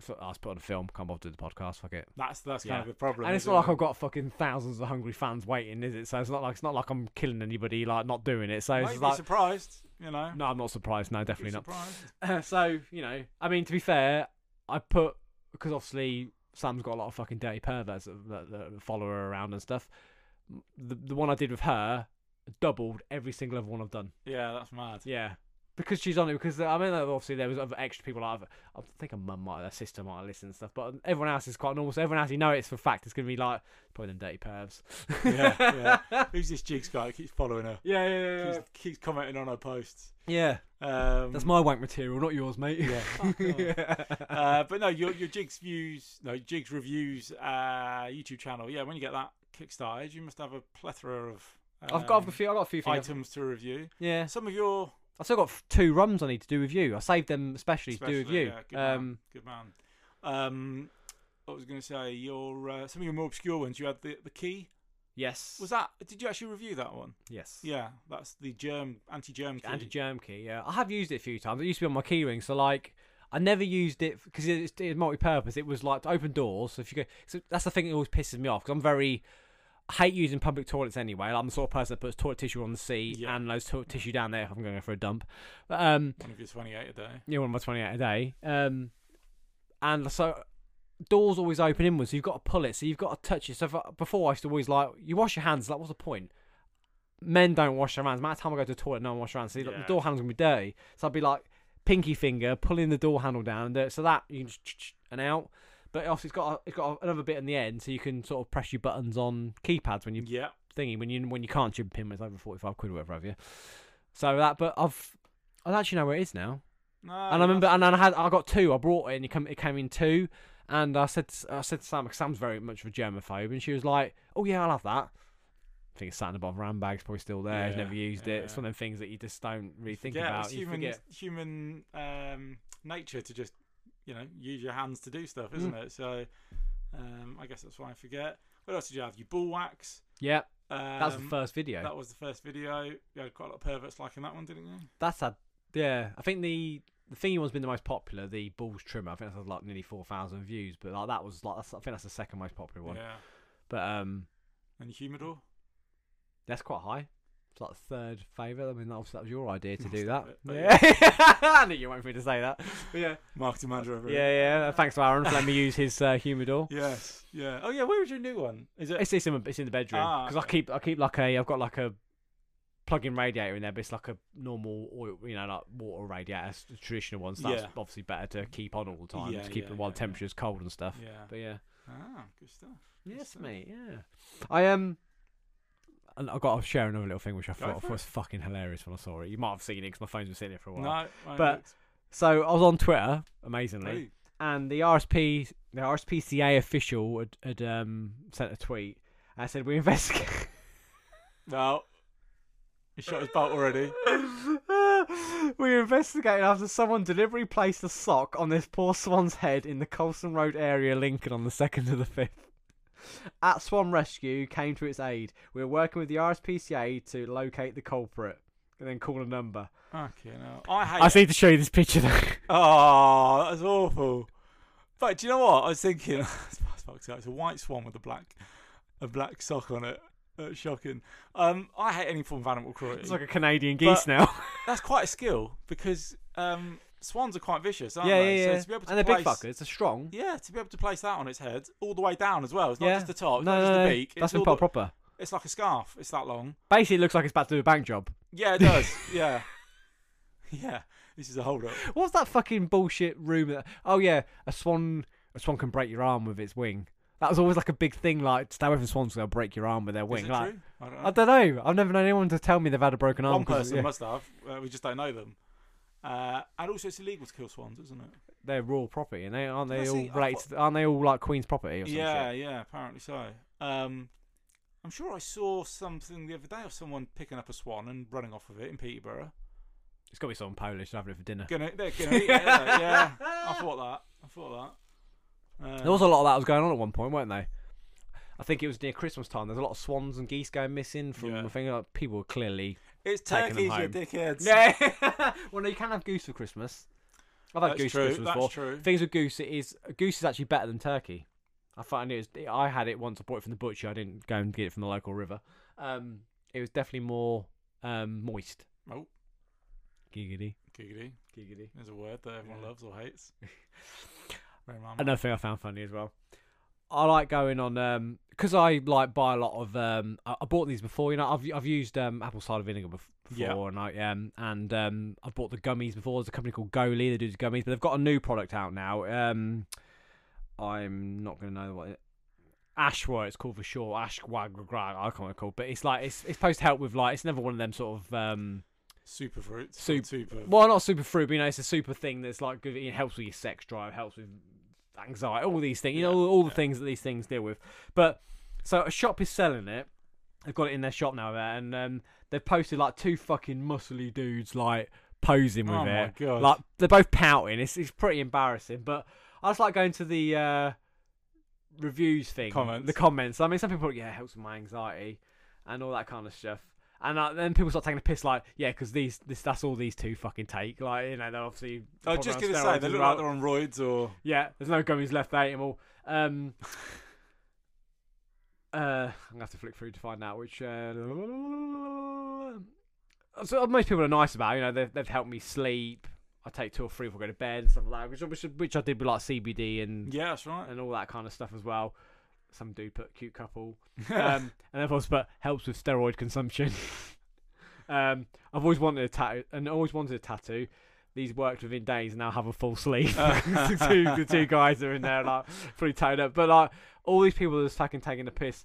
Speaker 1: So I was put on a film. Can't bother to do the podcast. Fuck it.
Speaker 3: That's that's kind
Speaker 1: Yeah.
Speaker 3: of the problem.
Speaker 1: And it's
Speaker 3: isn't
Speaker 1: not like
Speaker 3: it?
Speaker 1: I've got fucking thousands of hungry fans waiting, is it? So it's not like it's not like I'm killing anybody, like not doing it. So
Speaker 3: Might
Speaker 1: it's
Speaker 3: be
Speaker 1: just like,
Speaker 3: surprised, you know.
Speaker 1: no, I'm not surprised. No,
Speaker 3: Be
Speaker 1: definitely not.
Speaker 3: surprised.
Speaker 1: so you know, I mean, to be fair, I put because obviously Sam's got a lot of fucking dirty perverts that, that, that follow her around and stuff. The the one I did with her doubled every single other one I've done.
Speaker 3: Yeah, that's mad.
Speaker 1: Yeah, because she's on it. Because uh, I mean, uh, obviously there was other extra people. I've, I think her mum might, her sister might have listened and stuff. But everyone else is quite normal. So everyone else, you know, it's for a fact. It's gonna be like probably them dirty pervs.
Speaker 3: Yeah, yeah. Who's this jigs guy? who keeps following her.
Speaker 1: yeah, yeah,
Speaker 3: Keeps, keeps commenting on her posts.
Speaker 1: yeah.
Speaker 3: Um,
Speaker 1: That's my wank material, not yours, mate.
Speaker 3: Yeah. uh, but no, your your jigs views, no jigs reviews, uh, YouTube channel. Yeah, when you get that kickstarted, you must have a plethora of.
Speaker 1: I've got
Speaker 3: um,
Speaker 1: a few. I've got a few things.
Speaker 3: items to review.
Speaker 1: Yeah,
Speaker 3: Some of your
Speaker 1: I've still got f- two rums I need to do with you. I saved them especially, to do with
Speaker 3: Especially,
Speaker 1: you.
Speaker 3: yeah, good man.
Speaker 1: um,
Speaker 3: Good man. Um, I was going to say your uh, some of your more obscure ones. You had the the key.
Speaker 1: yes.
Speaker 3: Was that? Did you actually review that one?
Speaker 1: yes.
Speaker 3: Yeah, that's the germ anti-germ key.
Speaker 1: anti germ key. Yeah, I have used it a few times. It used to be on my keyring, so like I never used it because it's, it's multi-purpose. It was like to open doors. So if you go, so that's the thing that always pisses me off because I'm very I hate using public toilets anyway. I'm the sort of person that puts toilet tissue on the seat
Speaker 3: Yeah.
Speaker 1: and loads of tissue down there if I'm going to go for a dump. But, um,
Speaker 3: one of your 28 a day.
Speaker 1: yeah, one by twenty eight a day. Um, and so doors always open inwards. So you've got to pull it. So you've got to touch it. So if I- before I used to always like you wash your hands. Like what's the point? Men don't wash their hands. The amount of time I go to the toilet, no one wash their hands. So like,
Speaker 3: Yeah.
Speaker 1: the door handle's gonna be dirty. So I'd be like pinky finger pulling the door handle down, and do it. so that you can just and out. But also it's got a, it's got another bit in the end, so you can sort of press your buttons on keypads when you
Speaker 3: Yeah,
Speaker 1: thingy when you when you can't chip pin when it's over forty five quid or whatever have you. So that, but I've I actually know where it is now.
Speaker 3: No,
Speaker 1: and I remember, and I had, I got two. I brought it, and it came, it came in two. And I said, I said to Sam, 'cause Sam's very much of a germaphobe, and she was like, "Oh yeah, I'll have that." I think it's sat in the bottom of Randbag's probably still there. He's
Speaker 3: Yeah,
Speaker 1: never used it. It's
Speaker 3: yeah.
Speaker 1: one of them things that you just don't really think
Speaker 3: yeah,
Speaker 1: about.
Speaker 3: It's
Speaker 1: you
Speaker 3: human
Speaker 1: forget.
Speaker 3: human um, nature to just you know use your hands to do stuff, isn't
Speaker 1: Mm.
Speaker 3: it? So um, I guess that's why I forget. What else did you have? You bull wax.
Speaker 1: Yeah,
Speaker 3: Um,
Speaker 1: that was the first video.
Speaker 3: That was the first video. You had quite a lot of perverts liking that one, didn't you?
Speaker 1: That's had yeah. I think the the thingy one's been the most popular. The balls trimmer. I think that's had like nearly four thousand views. But like that was like that's, I think that's the second most popular one.
Speaker 3: Yeah.
Speaker 1: But um,
Speaker 3: And humidor.
Speaker 1: that's quite high. It's like the third favourite. I mean, obviously that was your idea to
Speaker 3: Oh,
Speaker 1: do that.
Speaker 3: stop it. But
Speaker 1: yeah,
Speaker 3: Oh,
Speaker 1: I knew you wanted me to say that. But yeah,
Speaker 3: Marketing manager over
Speaker 1: yeah, yeah. Uh, Thanks, Aaron, for letting me use his uh, humidor.
Speaker 3: Yes. Yeah. Oh yeah. Where is your new one? Is it?
Speaker 1: It's, it's in it's in the bedroom
Speaker 3: Ah,
Speaker 1: because I
Speaker 3: okay.
Speaker 1: keep I keep like a I've got like a plug-in radiator in there, but it's like a normal oil, you know, like water radiator, s- the traditional ones. That's
Speaker 3: Yeah.
Speaker 1: obviously better to keep on all the time,
Speaker 3: Yeah,
Speaker 1: to keep
Speaker 3: yeah,
Speaker 1: it while
Speaker 3: yeah,
Speaker 1: the
Speaker 3: yeah.
Speaker 1: temperature's cold and stuff.
Speaker 3: Yeah.
Speaker 1: But yeah,
Speaker 3: Ah, good stuff. Good
Speaker 1: yes,
Speaker 3: stuff.
Speaker 1: mate, yeah. I um, and I got to share another little thing which I
Speaker 3: Go
Speaker 1: thought
Speaker 3: for
Speaker 1: was fucking hilarious when I saw it. You might have seen it because my phone's been sitting there for a while.
Speaker 3: No, mine
Speaker 1: But-
Speaker 3: looks-
Speaker 1: So I was on Twitter, amazingly,
Speaker 3: Hey.
Speaker 1: and the RSP, the RSPCA official had, had um sent a tweet. I said we investigate.
Speaker 3: No. He shot his bolt already.
Speaker 1: we were investigating after someone deliberately placed a sock on this poor swan's head in the Colson Road area, Lincoln, on the 2nd of the 5th. At Swan Rescue came to its aid. We were working with the RSPCA to locate the culprit and then call a number.
Speaker 3: Okay, no. I hate.
Speaker 1: I just need to show you this picture though.
Speaker 3: Oh, that's awful. But do you know what? I was thinking, that's fucked up. It's a white swan with a black, a black sock on it. That's shocking. Um, I hate any form of animal cruelty.
Speaker 1: It's like a Canadian geese
Speaker 3: But-
Speaker 1: now.
Speaker 3: that's quite a skill because um, swans are quite vicious, aren't
Speaker 1: yeah,
Speaker 3: they?
Speaker 1: yeah,
Speaker 3: So
Speaker 1: yeah.
Speaker 3: to be able to
Speaker 1: and they're big
Speaker 3: place-
Speaker 1: fuckers. They're strong.
Speaker 3: Yeah, to be able to place that on its head all the way down as well. It's not
Speaker 1: Yeah.
Speaker 3: just the top, it's
Speaker 1: no,
Speaker 3: not
Speaker 1: no,
Speaker 3: just
Speaker 1: no.
Speaker 3: Oh, the beak.
Speaker 1: That's
Speaker 3: it's, all
Speaker 1: been
Speaker 3: the,
Speaker 1: quite proper.
Speaker 3: it's like a scarf. It's that long.
Speaker 1: Basically, it looks like it's about to do a bank job.
Speaker 3: Yeah, it does. yeah, yeah. This is a hold up.
Speaker 1: What's that fucking bullshit rumor? Oh yeah, a swan, a swan can break your arm with its wing. That was always like a big thing. Like stay away from swans, 'cause they'll break your arm with their wing.
Speaker 3: Is it
Speaker 1: like,
Speaker 3: true? I don't know.
Speaker 1: I don't know. I've never known anyone to tell me they've had a broken arm.
Speaker 3: One
Speaker 1: 'cause-
Speaker 3: person
Speaker 1: yeah,
Speaker 3: must have. Uh, we just don't know them. Uh, and also, it's illegal to kill swans, isn't it?
Speaker 1: they're royal property, and they aren't
Speaker 3: I
Speaker 1: they all
Speaker 3: see- I
Speaker 1: related? to- aren't they all like Queen's property? Or some
Speaker 3: Yeah,
Speaker 1: shit?
Speaker 3: yeah. Apparently so. Um, I'm sure I saw something the other day of someone picking up a swan and running off with it in Peterborough.
Speaker 1: it's got to be something Polish having it for dinner.
Speaker 3: Gonna, they're gonna eat it. aren't they? Yeah, I thought that. I thought that. Um,
Speaker 1: There was a lot of that was going on at one point, weren't they? I think it was near Christmas time. There's a lot of swans and geese going missing from
Speaker 3: Yeah.
Speaker 1: the thing. Like, people were clearly.
Speaker 3: it's
Speaker 1: taking
Speaker 3: turkeys,
Speaker 1: them
Speaker 3: you
Speaker 1: home.
Speaker 3: dickheads.
Speaker 1: Yeah. well, no, you can have goose for Christmas. I've had
Speaker 3: that's
Speaker 1: goose for
Speaker 3: true.
Speaker 1: Christmas
Speaker 3: That's
Speaker 1: before.
Speaker 3: true.
Speaker 1: Things with goose it is goose is actually better than turkey. I find it was, I had it once. I bought it from the butcher. I didn't go and get it from the local river. Um, it was definitely more um, moist.
Speaker 3: Oh.
Speaker 1: giggity,
Speaker 3: Giggity.
Speaker 1: giggity.
Speaker 3: There's a word that everyone
Speaker 1: Yeah.
Speaker 3: loves or hates. Very marmite.
Speaker 1: Another thing I found funny as well. I like going on because I like buy a lot of. Um, I, I bought these before. You know, I've I've used um, apple cider vinegar bef- before,
Speaker 3: Yeah.
Speaker 1: and I um and um I've bought the gummies before. There's a company called Goli that do these gummies, but they've got a new product out now. Um, I'm not gonna know what. It, Ashwa, it's called for sure. Ashwag, I can't recall, but it's like it's it's supposed to help with like it's never one of them sort of um
Speaker 3: Super fruits.
Speaker 1: Sup-
Speaker 3: Super.
Speaker 1: well, not super fruit, but you know, it's a super thing that's like good. It helps with your sex drive, helps with anxiety, all these things. You know,
Speaker 3: Yeah,
Speaker 1: all, all the
Speaker 3: yeah.
Speaker 1: things that these things deal with. But so a shop is selling it. They've got it in their shop now, there, and um, they've posted like two fucking muscly dudes like posing with
Speaker 3: Oh
Speaker 1: it.
Speaker 3: my God.
Speaker 1: eh? Like they're both pouting. It's it's pretty embarrassing. But I just like going to the uh, reviews thing,
Speaker 3: Comments.
Speaker 1: the comments. I mean, some people are, yeah it helps with my anxiety and all that kind of stuff. And uh, then people start taking a piss, like, yeah, because these, this, that's all these two fucking take. Like, you know, they're obviously.
Speaker 3: I was just
Speaker 1: probably
Speaker 3: gonna
Speaker 1: on steroids
Speaker 3: say they
Speaker 1: as
Speaker 3: look
Speaker 1: well.
Speaker 3: like they're on roids or
Speaker 1: Yeah, there's no gummies left. They ate 'em all. Um, uh, I'm gonna have to flick through to find out which. Uh, so most people are nice about. it, You know, they've they've helped me sleep. I take two or three before I go to bed and stuff like that, which which, which I did with like CBD and
Speaker 3: yeah, that's right.
Speaker 1: and all that kind of stuff as well. Some do put cute couple, um, and of course, but helps with steroid consumption. um, I've always wanted a tattoo, and always wanted a tattoo. These worked within days, and now have a full sleeve. the, two, the two guys are in there, like pretty tied up. But like all these people are just fucking taking the piss.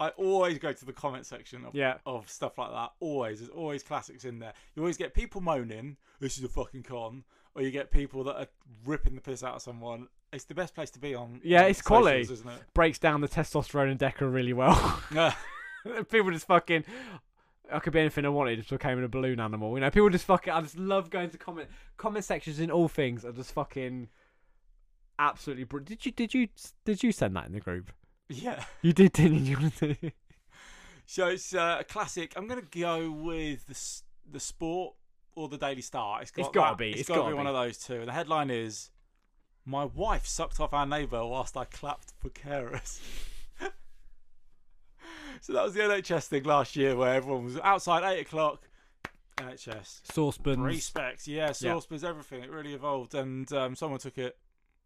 Speaker 3: I always go to the comment section of,
Speaker 1: Yeah,
Speaker 3: of stuff like that. Always, there's always classics in there. You always get people moaning, "This is a fucking con." or you get people that are ripping the piss out of someone. It's the best place to be on.
Speaker 1: Yeah,
Speaker 3: on
Speaker 1: it's quality.
Speaker 3: socials, isn't it?
Speaker 1: breaks down the testosterone in Decker really well.
Speaker 3: Yeah.
Speaker 1: people just fucking. I could be anything I wanted. Just became a balloon animal. You know, people just fucking. I just love going to comment comment sections in all things. are just fucking absolutely. Br- did you did you did you send that in the group?
Speaker 3: yeah.
Speaker 1: You did, didn't you?
Speaker 3: So it's uh, a classic. I'm gonna go with the s- the sport or the Daily Star. It's, got
Speaker 1: It's gotta
Speaker 3: that-
Speaker 1: be,
Speaker 3: It's,
Speaker 1: it's
Speaker 3: gotta,
Speaker 1: gotta
Speaker 3: be one
Speaker 1: be.
Speaker 3: of those two. The headline is, "My wife sucked off our neighbour whilst I clapped for carers." so that was the NHS thing last year, where everyone was outside eight o'clock. NHS
Speaker 1: Saucepans.
Speaker 3: respect, yeah, saucepans, everything. It really evolved, and um, someone took it,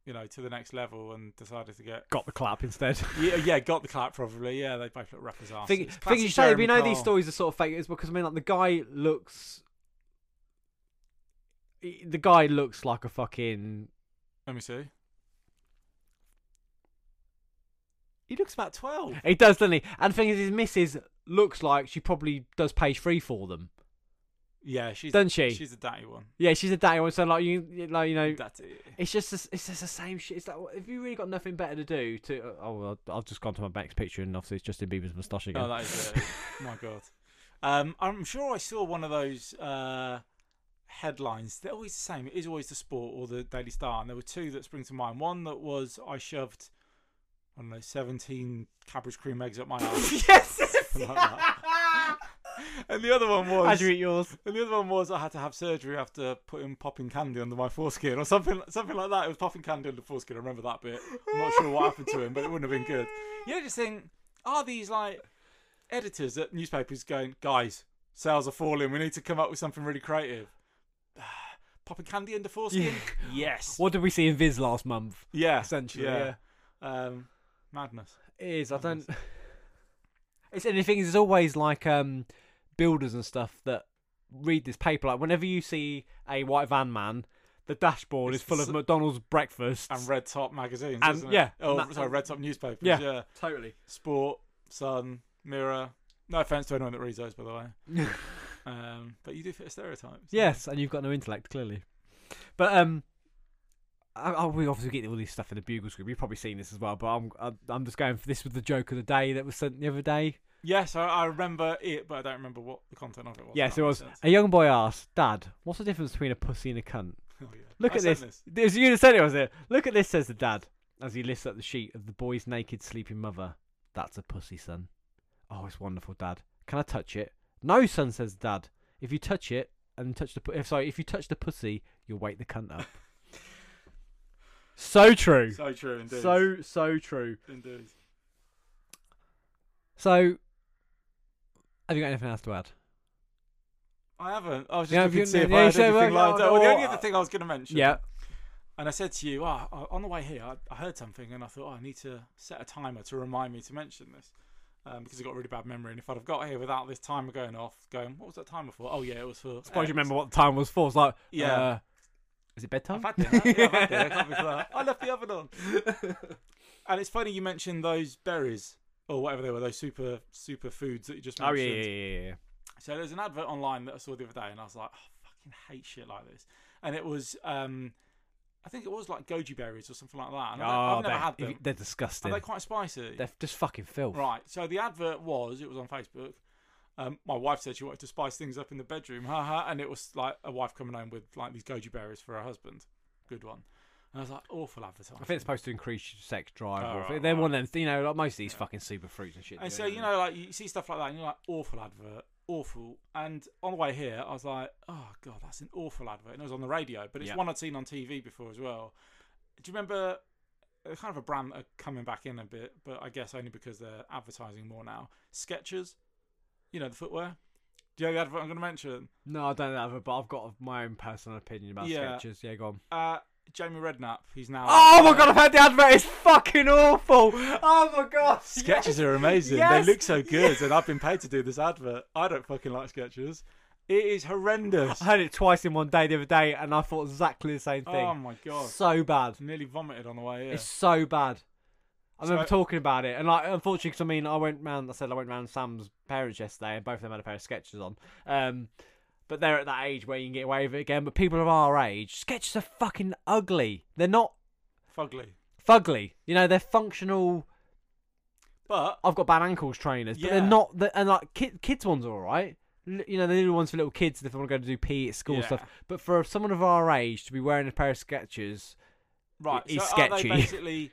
Speaker 3: you know, to the next level and decided to get.
Speaker 1: Got the clap instead.
Speaker 3: Yeah, yeah, got the clap probably. Yeah, they both look rappers' asses.
Speaker 1: thing, thing
Speaker 3: Classic
Speaker 1: you say, we
Speaker 3: Jeremy
Speaker 1: know these
Speaker 3: Kyle.
Speaker 1: stories are sort of fake. It's because I mean, like the guy looks, the guy looks like a fucking.
Speaker 3: Let me see. He looks about 12.
Speaker 1: He does, doesn't he? And the thing is, his missus looks like she probably does page three for them,
Speaker 3: Yeah, she's
Speaker 1: doesn't she?
Speaker 3: she's the daddy one.
Speaker 1: yeah, she's a daddy one, so like you, like you know,
Speaker 3: Daddy.
Speaker 1: it's just the s- it's just the same shit. It's like if you really got nothing better to do, to oh, well, I've just gone to my next picture and obviously it's Justin Bieber's moustache again.
Speaker 3: Oh, that is it. My God. Um, I'm sure I saw one of those uh, headlines. They're always the same. It is always the Sport or the Daily Star, and there were two that spring to mind. One that was I shoved, I don't know, 17 cabbage cream eggs up my ass.
Speaker 1: yes.
Speaker 3: like that. and the other one was
Speaker 1: How'd you eat yours?
Speaker 3: And the other one was I had to have surgery after putting popping candy under my foreskin or something something like that. It was popping candy under foreskin. I remember that bit. I'm not sure what happened to him, but it wouldn't have been good. You know, just think, are these like editors at newspapers going, guys, sales are falling. We need to come up with something really creative. popping candy under foreskin. Yes.
Speaker 1: What did we see in Viz last month?
Speaker 3: Yeah.
Speaker 1: Essentially,
Speaker 3: Um, madness.
Speaker 1: It is. I don't. It's and the thing is, there's always like um, builders and stuff that read this paper. Like whenever you see a white van man, the dashboard
Speaker 3: It's
Speaker 1: is full of
Speaker 3: so-
Speaker 1: McDonald's breakfast.
Speaker 3: And Red Top magazines.
Speaker 1: And-
Speaker 3: isn't it?
Speaker 1: yeah,
Speaker 3: Oh,
Speaker 1: and that-
Speaker 3: sorry, Red Top newspapers.
Speaker 1: Yeah.
Speaker 3: yeah.
Speaker 1: totally.
Speaker 3: Sport, Sun, Mirror. No offense to anyone that reads those, by the way. Um, but you do fit a stereotype. so-
Speaker 1: yes, and you've got no intellect clearly. But um, I, I, we obviously get all this stuff in the Bugle group. You've probably seen this as well. But I'm I, I'm just going for this was the joke of the day that was sent the other day.
Speaker 3: Yes, I, I remember it, but I don't remember what the content of it was.
Speaker 1: yes,
Speaker 3: That
Speaker 1: it
Speaker 3: makes
Speaker 1: was
Speaker 3: sense.
Speaker 1: a young boy asked, "Dad, what's the difference between a pussy and a cunt?"
Speaker 3: Oh, yeah.
Speaker 1: Look
Speaker 3: I
Speaker 1: at
Speaker 3: sent
Speaker 1: this. It was you that said it, was it? Look at this, says the dad, as he lifts up the sheet of the boy's naked sleeping mother. That's a pussy, son. Oh, it's wonderful, dad. Can I touch it? No, son, says dad. If you touch it and touch the pu- if sorry, if you touch the pussy, you'll wake the cunt up. so true.
Speaker 3: So true, indeed.
Speaker 1: So so true.
Speaker 3: indeed.
Speaker 1: So, have you got anything else to add?
Speaker 3: I haven't. I was just
Speaker 1: Yeah,
Speaker 3: looking
Speaker 1: you-
Speaker 3: to see if
Speaker 1: yeah,
Speaker 3: I
Speaker 1: you
Speaker 3: had
Speaker 1: said,
Speaker 3: anything
Speaker 1: well,
Speaker 3: lined
Speaker 1: no,
Speaker 3: up. Well, the
Speaker 1: no,
Speaker 3: only
Speaker 1: uh,
Speaker 3: other thing I was going to mention.
Speaker 1: Yeah.
Speaker 3: And I said to you, oh, I- on the way here, I, I heard something and I thought, oh, I need to set a timer to remind me to mention this um, because I've got a really bad memory. And if I'd have got here without this timer going off, going, what was that timer for? Oh, yeah, it was for.
Speaker 1: I suppose you remember what the time was for. It's like,
Speaker 3: Yeah.
Speaker 1: uh, is it bedtime?
Speaker 3: I've had dinner. Yeah, I've had dinner. I can't be flat. I left the oven on.
Speaker 1: Oh,
Speaker 3: and it's funny you mentioned those berries or whatever they were, those super super foods that you just
Speaker 1: oh
Speaker 3: mentioned.
Speaker 1: yeah, yeah, yeah, yeah.
Speaker 3: So there's an advert online that I saw the other day, and I was like, oh, I fucking hate shit like this. And it was, um, I think it was like goji berries or something like that. And I-
Speaker 1: Oh,
Speaker 3: I've never
Speaker 1: they're,
Speaker 3: had them.
Speaker 1: they're disgusting.
Speaker 3: Are they quite spicy?
Speaker 1: They're just fucking filth.
Speaker 3: Right. So the advert was it was on Facebook. Um, my wife said she wanted to spice things up in the bedroom, haha, and it was like a wife coming home with like these goji berries for her husband. Good one. And I was like, awful advertising.
Speaker 1: I think it's supposed to increase your sex drive.
Speaker 3: Oh,
Speaker 1: or
Speaker 3: right,
Speaker 1: they're
Speaker 3: right.
Speaker 1: one of them, you know, like most of these fucking super fruits and shit.
Speaker 3: and
Speaker 1: do,
Speaker 3: so
Speaker 1: don't
Speaker 3: you
Speaker 1: they?
Speaker 3: know, like you see stuff like that, and you're like, awful advert, awful. And on the way here, I was like, oh god, that's an awful advert. And it was on the radio, but it's
Speaker 1: Yeah.
Speaker 3: one I'd seen on TV before as well. Do you remember? uh, Kind of a brand that are coming back in a bit, but I guess only because they're advertising more now. Skechers, you know the footwear. Do you know the advert I'm going to mention?
Speaker 1: No, I don't have it, but I've got my own personal opinion about
Speaker 3: Yeah.
Speaker 1: sketches. Yeah, go on.
Speaker 3: Uh, Jamie Redknapp, who's now.
Speaker 1: Oh my god, I've had the advert. It's fucking awful. Oh my god.
Speaker 3: Sketches are amazing.
Speaker 1: Yes.
Speaker 3: They look so good, and I've been paid to do this advert. I don't fucking like Skechers. It is horrendous.
Speaker 1: I heard it twice in one day the other day, and I thought exactly the same
Speaker 3: Oh
Speaker 1: thing.
Speaker 3: my god.
Speaker 1: so bad.
Speaker 3: Nearly vomited on the way here.
Speaker 1: It's so bad. I remember
Speaker 3: So-
Speaker 1: talking about it, and like, unfortunately, 'cause I mean, I went round. I said I went round Sam's parents yesterday, and both of them had a pair of sketches on. Um, But they're at that age where you can get away with it again. But people of our age, sketches are fucking ugly. They're not
Speaker 3: Fugly.
Speaker 1: fugly. You know, they're functional.
Speaker 3: But
Speaker 1: I've got bad ankles trainers, but
Speaker 3: Yeah.
Speaker 1: they're not. The, and like kid, kids ones are all right. L- You know, the little ones for little kids if they want to go to do PE at school and stuff.
Speaker 3: Yeah.
Speaker 1: But for someone of our age to be wearing a pair of Skechers,
Speaker 3: right,
Speaker 1: he's
Speaker 3: so are
Speaker 1: sketchy.
Speaker 3: they basically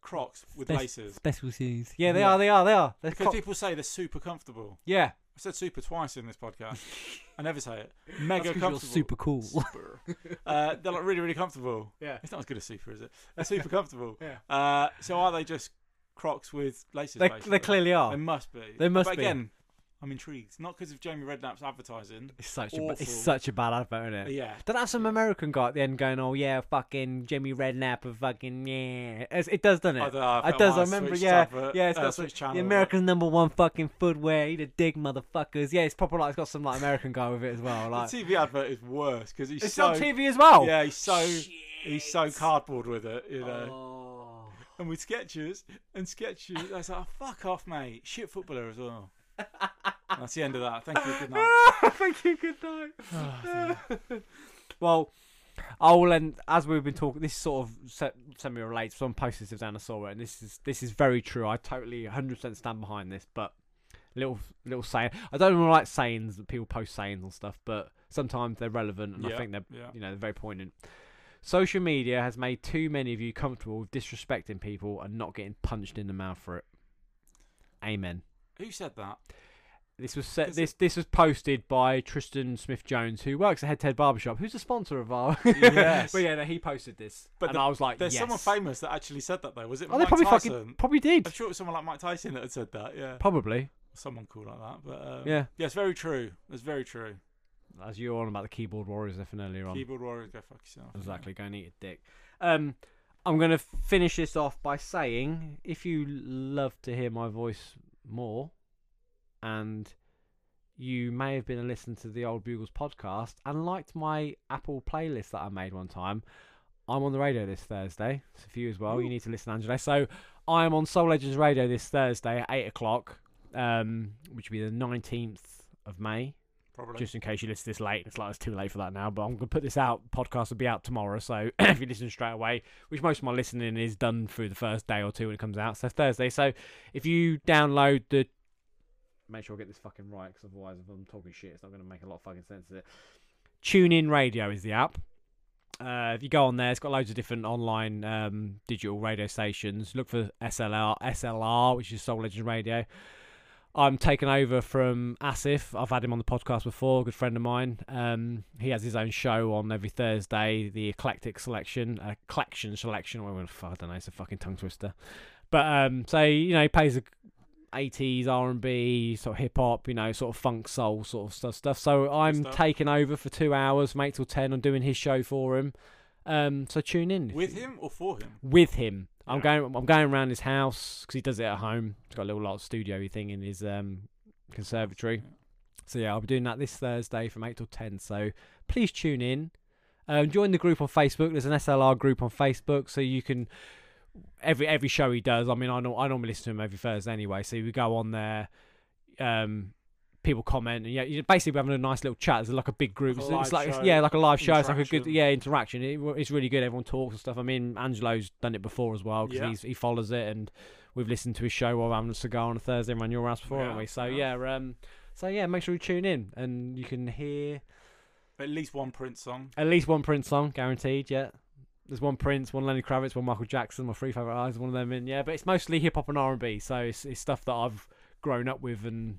Speaker 3: Crocs with
Speaker 1: They're
Speaker 3: laces?
Speaker 1: special shoes. Yeah, they
Speaker 3: Yeah.
Speaker 1: are. They are. They are. They're
Speaker 3: Because
Speaker 1: cop-
Speaker 3: people say they're super comfortable.
Speaker 1: yeah,
Speaker 3: I said super twice in this podcast. I never say it. Mega
Speaker 1: That's 'cause
Speaker 3: comfortable.
Speaker 1: you're super cool.
Speaker 3: Super. uh, they're like really, really comfortable.
Speaker 1: Yeah.
Speaker 3: It's not as good as super, is it? They're super comfortable.
Speaker 1: Yeah.
Speaker 3: Uh, so are they just Crocs with laces?
Speaker 1: they,
Speaker 3: basically?
Speaker 1: they clearly
Speaker 3: They
Speaker 1: are.
Speaker 3: must be.
Speaker 1: They must
Speaker 3: but
Speaker 1: be.
Speaker 3: again, I'm intrigued. Not because of Jamie Redknapp's advertising.
Speaker 1: It's such a ba-
Speaker 3: awful.
Speaker 1: it's such a bad advert,
Speaker 3: but
Speaker 1: isn't it?
Speaker 3: yeah.
Speaker 1: Then that's some American guy at the end going, "Oh yeah, fucking Jimmy Redknapp of fucking yeah." It's- It does, doesn't it?
Speaker 3: I don't know, I
Speaker 1: It
Speaker 3: felt
Speaker 1: does. I
Speaker 3: like I
Speaker 1: remember.
Speaker 3: switched
Speaker 1: Yeah,
Speaker 3: advert-
Speaker 1: yeah. It's
Speaker 3: uh,
Speaker 1: got some,
Speaker 3: switched channel,
Speaker 1: the
Speaker 3: like-
Speaker 1: American number one fucking footwear. Eat a dick, motherfuckers. Yeah, it's proper like it's got some like American guy with it as well. Like
Speaker 3: the TV advert is worse because he's
Speaker 1: it's
Speaker 3: so.
Speaker 1: on TV as well.
Speaker 3: Yeah, he's so
Speaker 1: Oh, Shit.
Speaker 3: he's so cardboard with it, you know.
Speaker 1: Oh.
Speaker 3: And with sketches and sketches, I was like, oh, "Fuck off, mate! Shit footballer as well." And that's the end of that. Thank you. Good night.
Speaker 1: Thank you. Good night. Ah, well, I will end as we've been talking. This sort of se- semi-relates. Someone posted this down. I saw it, and this is this is very true. I totally 100 percent stand behind this. But little little saying. I don't really like sayings. that People post sayings and stuff, but sometimes they're relevant, and
Speaker 3: Yeah,
Speaker 1: I think they're
Speaker 3: yeah.
Speaker 1: you know they're very poignant. Social media has made too many of you comfortable with disrespecting people and not getting punched in the mouth for it. Amen.
Speaker 3: Who said that?
Speaker 1: This was set,
Speaker 3: Does
Speaker 1: this this was posted by Tristan Smith Jones, who works at Head to Head Barbershop, who's a sponsor of our.
Speaker 3: Yes.
Speaker 1: but yeah, no, he posted this,
Speaker 3: But
Speaker 1: and
Speaker 3: the-
Speaker 1: I was like,
Speaker 3: There's
Speaker 1: yes.
Speaker 3: someone famous that actually said that though. Was it
Speaker 1: Oh, they
Speaker 3: Mike
Speaker 1: probably
Speaker 3: Tyson?
Speaker 1: fucking probably did.
Speaker 3: I'm sure it was someone like Mike Tyson that had said that. Yeah,
Speaker 1: Probably,
Speaker 3: someone cool like that. But um,
Speaker 1: yeah.
Speaker 3: yeah, it's very true. It's very true. Um,
Speaker 1: As you were on about the keyboard warriors there from earlier on.
Speaker 3: Keyboard warriors, go fuck yourself.
Speaker 1: Exactly. Go and eat a dick. Um, I'm gonna finish this off by saying, if you love to hear my voice more, and you may have been a listener to the old Bugles podcast and liked my Apple playlist that I made one time, I'm on the radio this Thursday. So for you as well, you need to listen, Angela. So I am on Soul Legends Radio this Thursday at eight o'clock, um, which will be the 19th of May
Speaker 3: Probably.
Speaker 1: just in case you listen to this late. It's like it's too late for that now, but I'm gonna put this out. Podcast will be out tomorrow, so if you listen straight away, which most of my listening is done through the first day or two when it comes out, so Thursday. So if you download the, make sure I get this fucking right, because otherwise, if I'm talking shit, it's not gonna make a lot of fucking sense. Is it? Tune in Radio is the app. Uh, if you go on there, it's got loads of different online um, digital radio stations. Look for SLR, SLR, which is Soul Legends Radio. I'm taking over from Asif. I've had him on the podcast before, a good friend of mine. Um, he has his own show on every Thursday, the Eclectic Selection, uh, Collection Selection. Well, I don't know, it's a fucking tongue twister. But um, so you know, he plays a 80s R&B, sort of hip hop, you know, sort of funk soul sort of stuff. stuff. So I'm
Speaker 3: stuff.
Speaker 1: taking over for two hours from eight till ten. I'm doing his show for him. Um, so tune in if
Speaker 3: With
Speaker 1: you-
Speaker 3: him or for him?
Speaker 1: with him. I'm
Speaker 3: Yeah.
Speaker 1: going. I'm going around his house because he does it at home. He's got a little like studio thing in his um, conservatory. So yeah, I'll be doing that this Thursday from eight till ten. So please tune in. Um, join the group on Facebook. There's an SLR group on Facebook, so you can every every show he does. I mean, I nor- I normally listen to him every Thursday anyway. So we go on there. Um, people comment and yeah, you basically we're having a nice little chat. It's like a big group.
Speaker 3: Like a
Speaker 1: it's, it's
Speaker 3: live
Speaker 1: like
Speaker 3: show.
Speaker 1: yeah, like a live show. It's like a good
Speaker 3: Interaction.
Speaker 1: yeah interaction. It, it's really good. Everyone talks and stuff. I mean, Angelo's done it before as well because
Speaker 3: Yeah.
Speaker 1: he's he follows it and we've listened to his show while we're having a cigar on a Thursday around your house before,
Speaker 3: Yeah,
Speaker 1: haven't we? So
Speaker 3: yeah.
Speaker 1: yeah. um, so yeah, make sure you tune in and you can hear
Speaker 3: At least one Prince song.
Speaker 1: at least one Prince song, guaranteed. Yeah. There's one Prince, one Lenny Kravitz, one Michael Jackson, my three favorite eyes, one of them in. Yeah, but it's mostly hip hop and R and B, so it's, it's stuff that I've grown up with and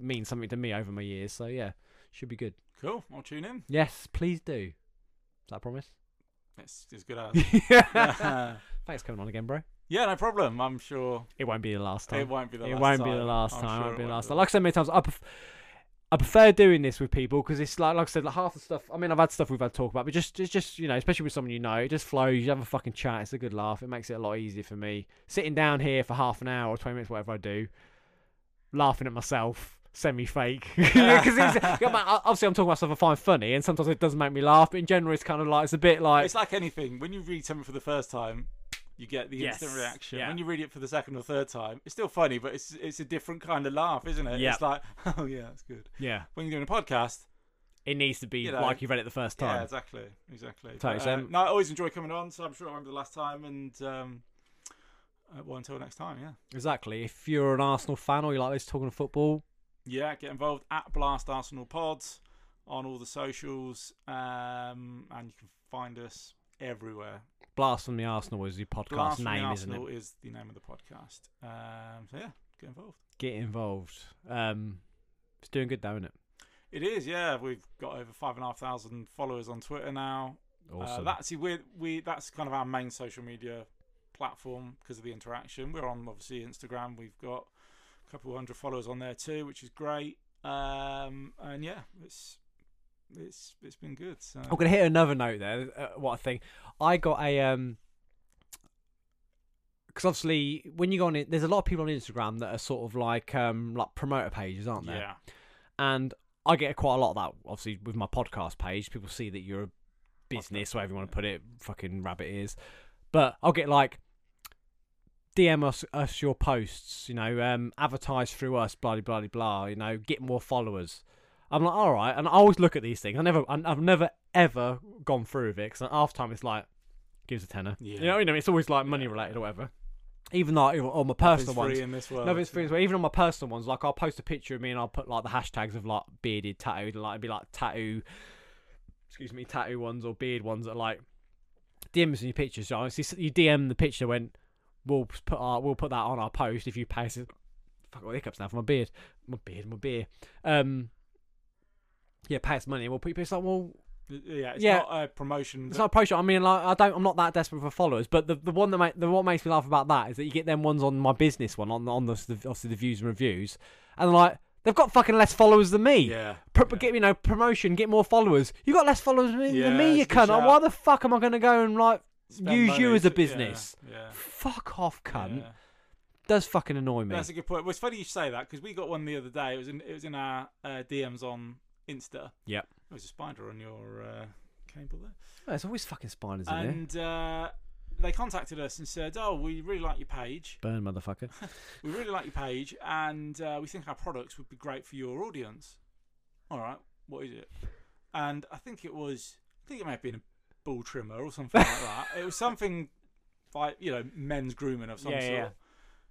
Speaker 1: means something to me over my years. So yeah, should be good.
Speaker 3: Cool. I'll tune in.
Speaker 1: Yes, please do. Is that a promise?
Speaker 3: It's as good as.
Speaker 1: Thanks
Speaker 3: yeah,
Speaker 1: for coming on again, bro.
Speaker 3: no problem. I'm sure
Speaker 1: It won't be the last time.
Speaker 3: it won't be the
Speaker 1: Oh, it
Speaker 3: last
Speaker 1: won't
Speaker 3: time.
Speaker 1: be the last
Speaker 3: I'm
Speaker 1: time. it
Speaker 3: sure
Speaker 1: won't be the last
Speaker 3: be
Speaker 1: time. Like I said many times, I, pref- I prefer doing this with people because it's like, like I said, like half the stuff. I mean, I've had stuff we've had to talk about, but just, it's just you know, especially with someone you know, it just flows. You have a fucking chat. It's a good laugh. It makes it a lot easier for me. Sitting down here for half an hour or twenty minutes, whatever I do, laughing at myself, semi-fake. Because obviously, I'm talking about stuff I find funny, and sometimes it does make me laugh. But in general, it's kind of like it's a bit like
Speaker 3: It's like anything. When you read something for the first time, you get the
Speaker 4: Yes,
Speaker 3: instant reaction.
Speaker 4: yeah.
Speaker 3: When you read it for the second or third time, it's still funny, but it's it's a different kind of laugh, isn't it?
Speaker 4: Yeah.
Speaker 3: It's like, oh yeah, that's good.
Speaker 4: Yeah.
Speaker 3: When you're doing a podcast,
Speaker 4: It needs to be
Speaker 3: You know,
Speaker 4: like you read it the first
Speaker 3: yeah,
Speaker 4: time.
Speaker 3: exactly, exactly.
Speaker 1: Thanks,
Speaker 3: uh,
Speaker 1: um,
Speaker 3: no, I always enjoy coming on, so I'm sure I remember the last time, and um, uh, well, until next time, yeah,
Speaker 1: Exactly. If you're an Arsenal fan or you like this talking football,
Speaker 3: yeah. Get involved at Blast Arsenal Pods on all the socials, um, and you can find us everywhere.
Speaker 1: Blast from the Arsenal is your podcast
Speaker 3: Blast
Speaker 1: name, isn't
Speaker 3: Arsenal
Speaker 1: it?
Speaker 3: is the name of the podcast. Um, so yeah, get involved.
Speaker 1: Get involved. Um, it's doing good, though, isn't it?
Speaker 3: It is, yeah. We've got over five and a half thousand followers on Twitter now. Uh,
Speaker 1: Awesome.
Speaker 3: that's we we that's kind of our main social media platform because of the interaction. We're on obviously Instagram. We've got a couple hundred followers on there too, which is great. Um, and yeah, it's it's it's been good. So
Speaker 1: I'm gonna hit another note there. Uh, what I think, I got a um, because obviously when you go on it, there's a lot of people on Instagram that are sort of like um like promoter pages, aren't there?
Speaker 3: yeah,
Speaker 1: And I get quite a lot of that. Obviously with my podcast page, people see that you're a business, whatever you want to put it, fucking rabbit ears. But I'll get like. DM us, us your posts, you know, um, advertise through us, blah, blah, blah, blah, you know, get more followers. I'm like, all right, and I always look at these things. I never, I, I've never ever gone through with it because half time it's like, gives a tenner.
Speaker 3: Yeah.
Speaker 1: You know, you know, it's always like money related or whatever. Even like even on my personal
Speaker 3: Nothing's
Speaker 1: ones,
Speaker 3: free in this world.
Speaker 1: no, but it's things where even on my personal ones, like I'll post a picture of me and I'll put like the hashtags of like bearded tattooed, and like it'd be like tattoo, excuse me, tattoo ones or beard ones that are like DM us in your pictures. So honestly, you DM the picture when we'll put our we'll put that on our post if you pay us. Fuck all the hiccups now for my beard, my beard, my beard. Um, yeah, pay us money. and We'll put it's like well,
Speaker 3: yeah, it's
Speaker 1: yeah.
Speaker 3: not a promotion.
Speaker 1: it's
Speaker 3: but-
Speaker 1: not a pro shot. I mean, like, I don't. I'm not that desperate for followers. But the, the one that make, the what makes me laugh about that is that you get them ones on my business one on on the obviously the views and reviews, and like they've got fucking less followers than me.
Speaker 3: yeah,
Speaker 1: Pro- Get you know promotion, get more followers. You got less followers than,
Speaker 3: Yeah,
Speaker 1: than me. You
Speaker 3: it's a good
Speaker 1: cunt. Like,
Speaker 3: shout.
Speaker 1: why the fuck am I going to go and like
Speaker 3: Spend
Speaker 1: use
Speaker 3: money
Speaker 1: you as a
Speaker 3: to- yeah,
Speaker 1: business?
Speaker 3: yeah.
Speaker 1: fuck off, cunt?
Speaker 3: yeah.
Speaker 1: Does fucking annoy me.
Speaker 3: That's a good point. Well, it's funny you say that because we got one the other day. It was in it was in our uh, DMs on Insta.
Speaker 1: Yep.
Speaker 3: There was a spider on your uh, cable there,
Speaker 1: There's always fucking spiders in there.
Speaker 3: and uh, they contacted us and said, "Oh, we really like your page.
Speaker 1: Burn, motherfucker.
Speaker 3: We really like your page, and uh, we think our products would be great for your audience." All right, what is it? And I think it was. I think it may have been a bull trimmer or something like that. It was something like you know men's grooming of some
Speaker 4: Yeah,
Speaker 3: sort.
Speaker 4: yeah.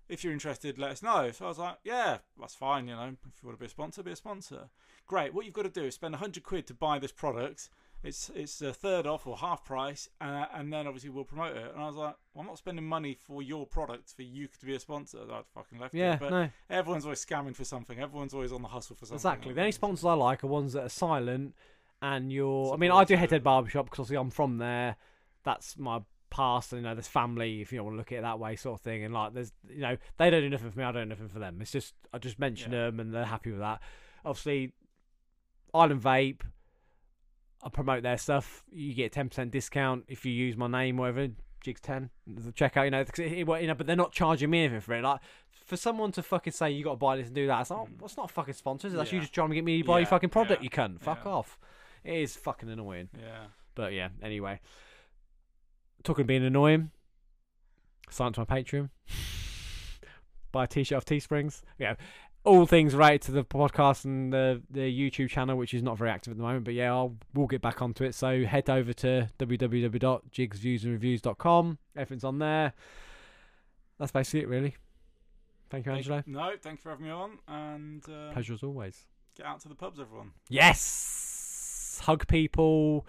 Speaker 3: If you're interested, let us know. So I was like, yeah, that's fine. You know, if you want to be a sponsor, be a sponsor. Great. What you've got to do is spend hundred quid to buy this product. It's it's a third off or half price, uh, and then obviously we'll promote it. And I was like, well, I'm not spending money for your product for you to be a sponsor. I'd fucking left
Speaker 1: Yeah,
Speaker 3: it. But
Speaker 1: no.
Speaker 3: everyone's always scamming for something. Everyone's always on the hustle for something.
Speaker 1: Exactly. The only sponsors I like are ones that are silent, and you're. I
Speaker 3: Support
Speaker 1: mean, I do
Speaker 3: us,
Speaker 1: Head to
Speaker 3: yeah.
Speaker 1: Head Barbershop because obviously I'm from there. That's my past, and you know, there's family if you want to look at it that way, sort of thing. And like, there's you know, they don't do nothing for me, I don't do nothing for them. It's just I just mention
Speaker 3: Yeah.
Speaker 1: them, and they're happy with that. Obviously, Island Vape. I promote their stuff. You get a ten percent discount if you use my name, whatever. Jigs ten. The checkout, you know, 'cause it, it, you know, but they're not charging me anything for it. Like for someone to fucking say you got to buy this and do that, it's like, oh,
Speaker 3: Mm.
Speaker 1: that's not a fucking sponsor. is it? That's you
Speaker 3: Yeah.
Speaker 1: just trying to get me to buy your
Speaker 3: Yeah,
Speaker 1: fucking product.
Speaker 3: yeah,
Speaker 1: You cunt. Fuck
Speaker 3: yeah.
Speaker 1: off. It is fucking annoying.
Speaker 3: Yeah.
Speaker 1: But yeah. Anyway, talking of being annoying. Sign up to my Patreon. buy a t-shirt off Teesprings. Yeah. All things related to the podcast and the, the YouTube channel, which is not very active at the moment, but yeah, I'll, we'll get back onto it. So head over to www.jigsviewsandreviews.com. Everything's on there. That's basically it, really. Thank you, Angelo.
Speaker 3: No, thank you for having me on, and uh,
Speaker 1: Pleasure as always.
Speaker 3: get out to the pubs, everyone.
Speaker 1: Yes. Hug people.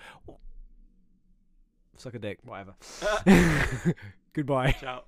Speaker 1: Suck a dick. Whatever. Goodbye.
Speaker 3: Ciao.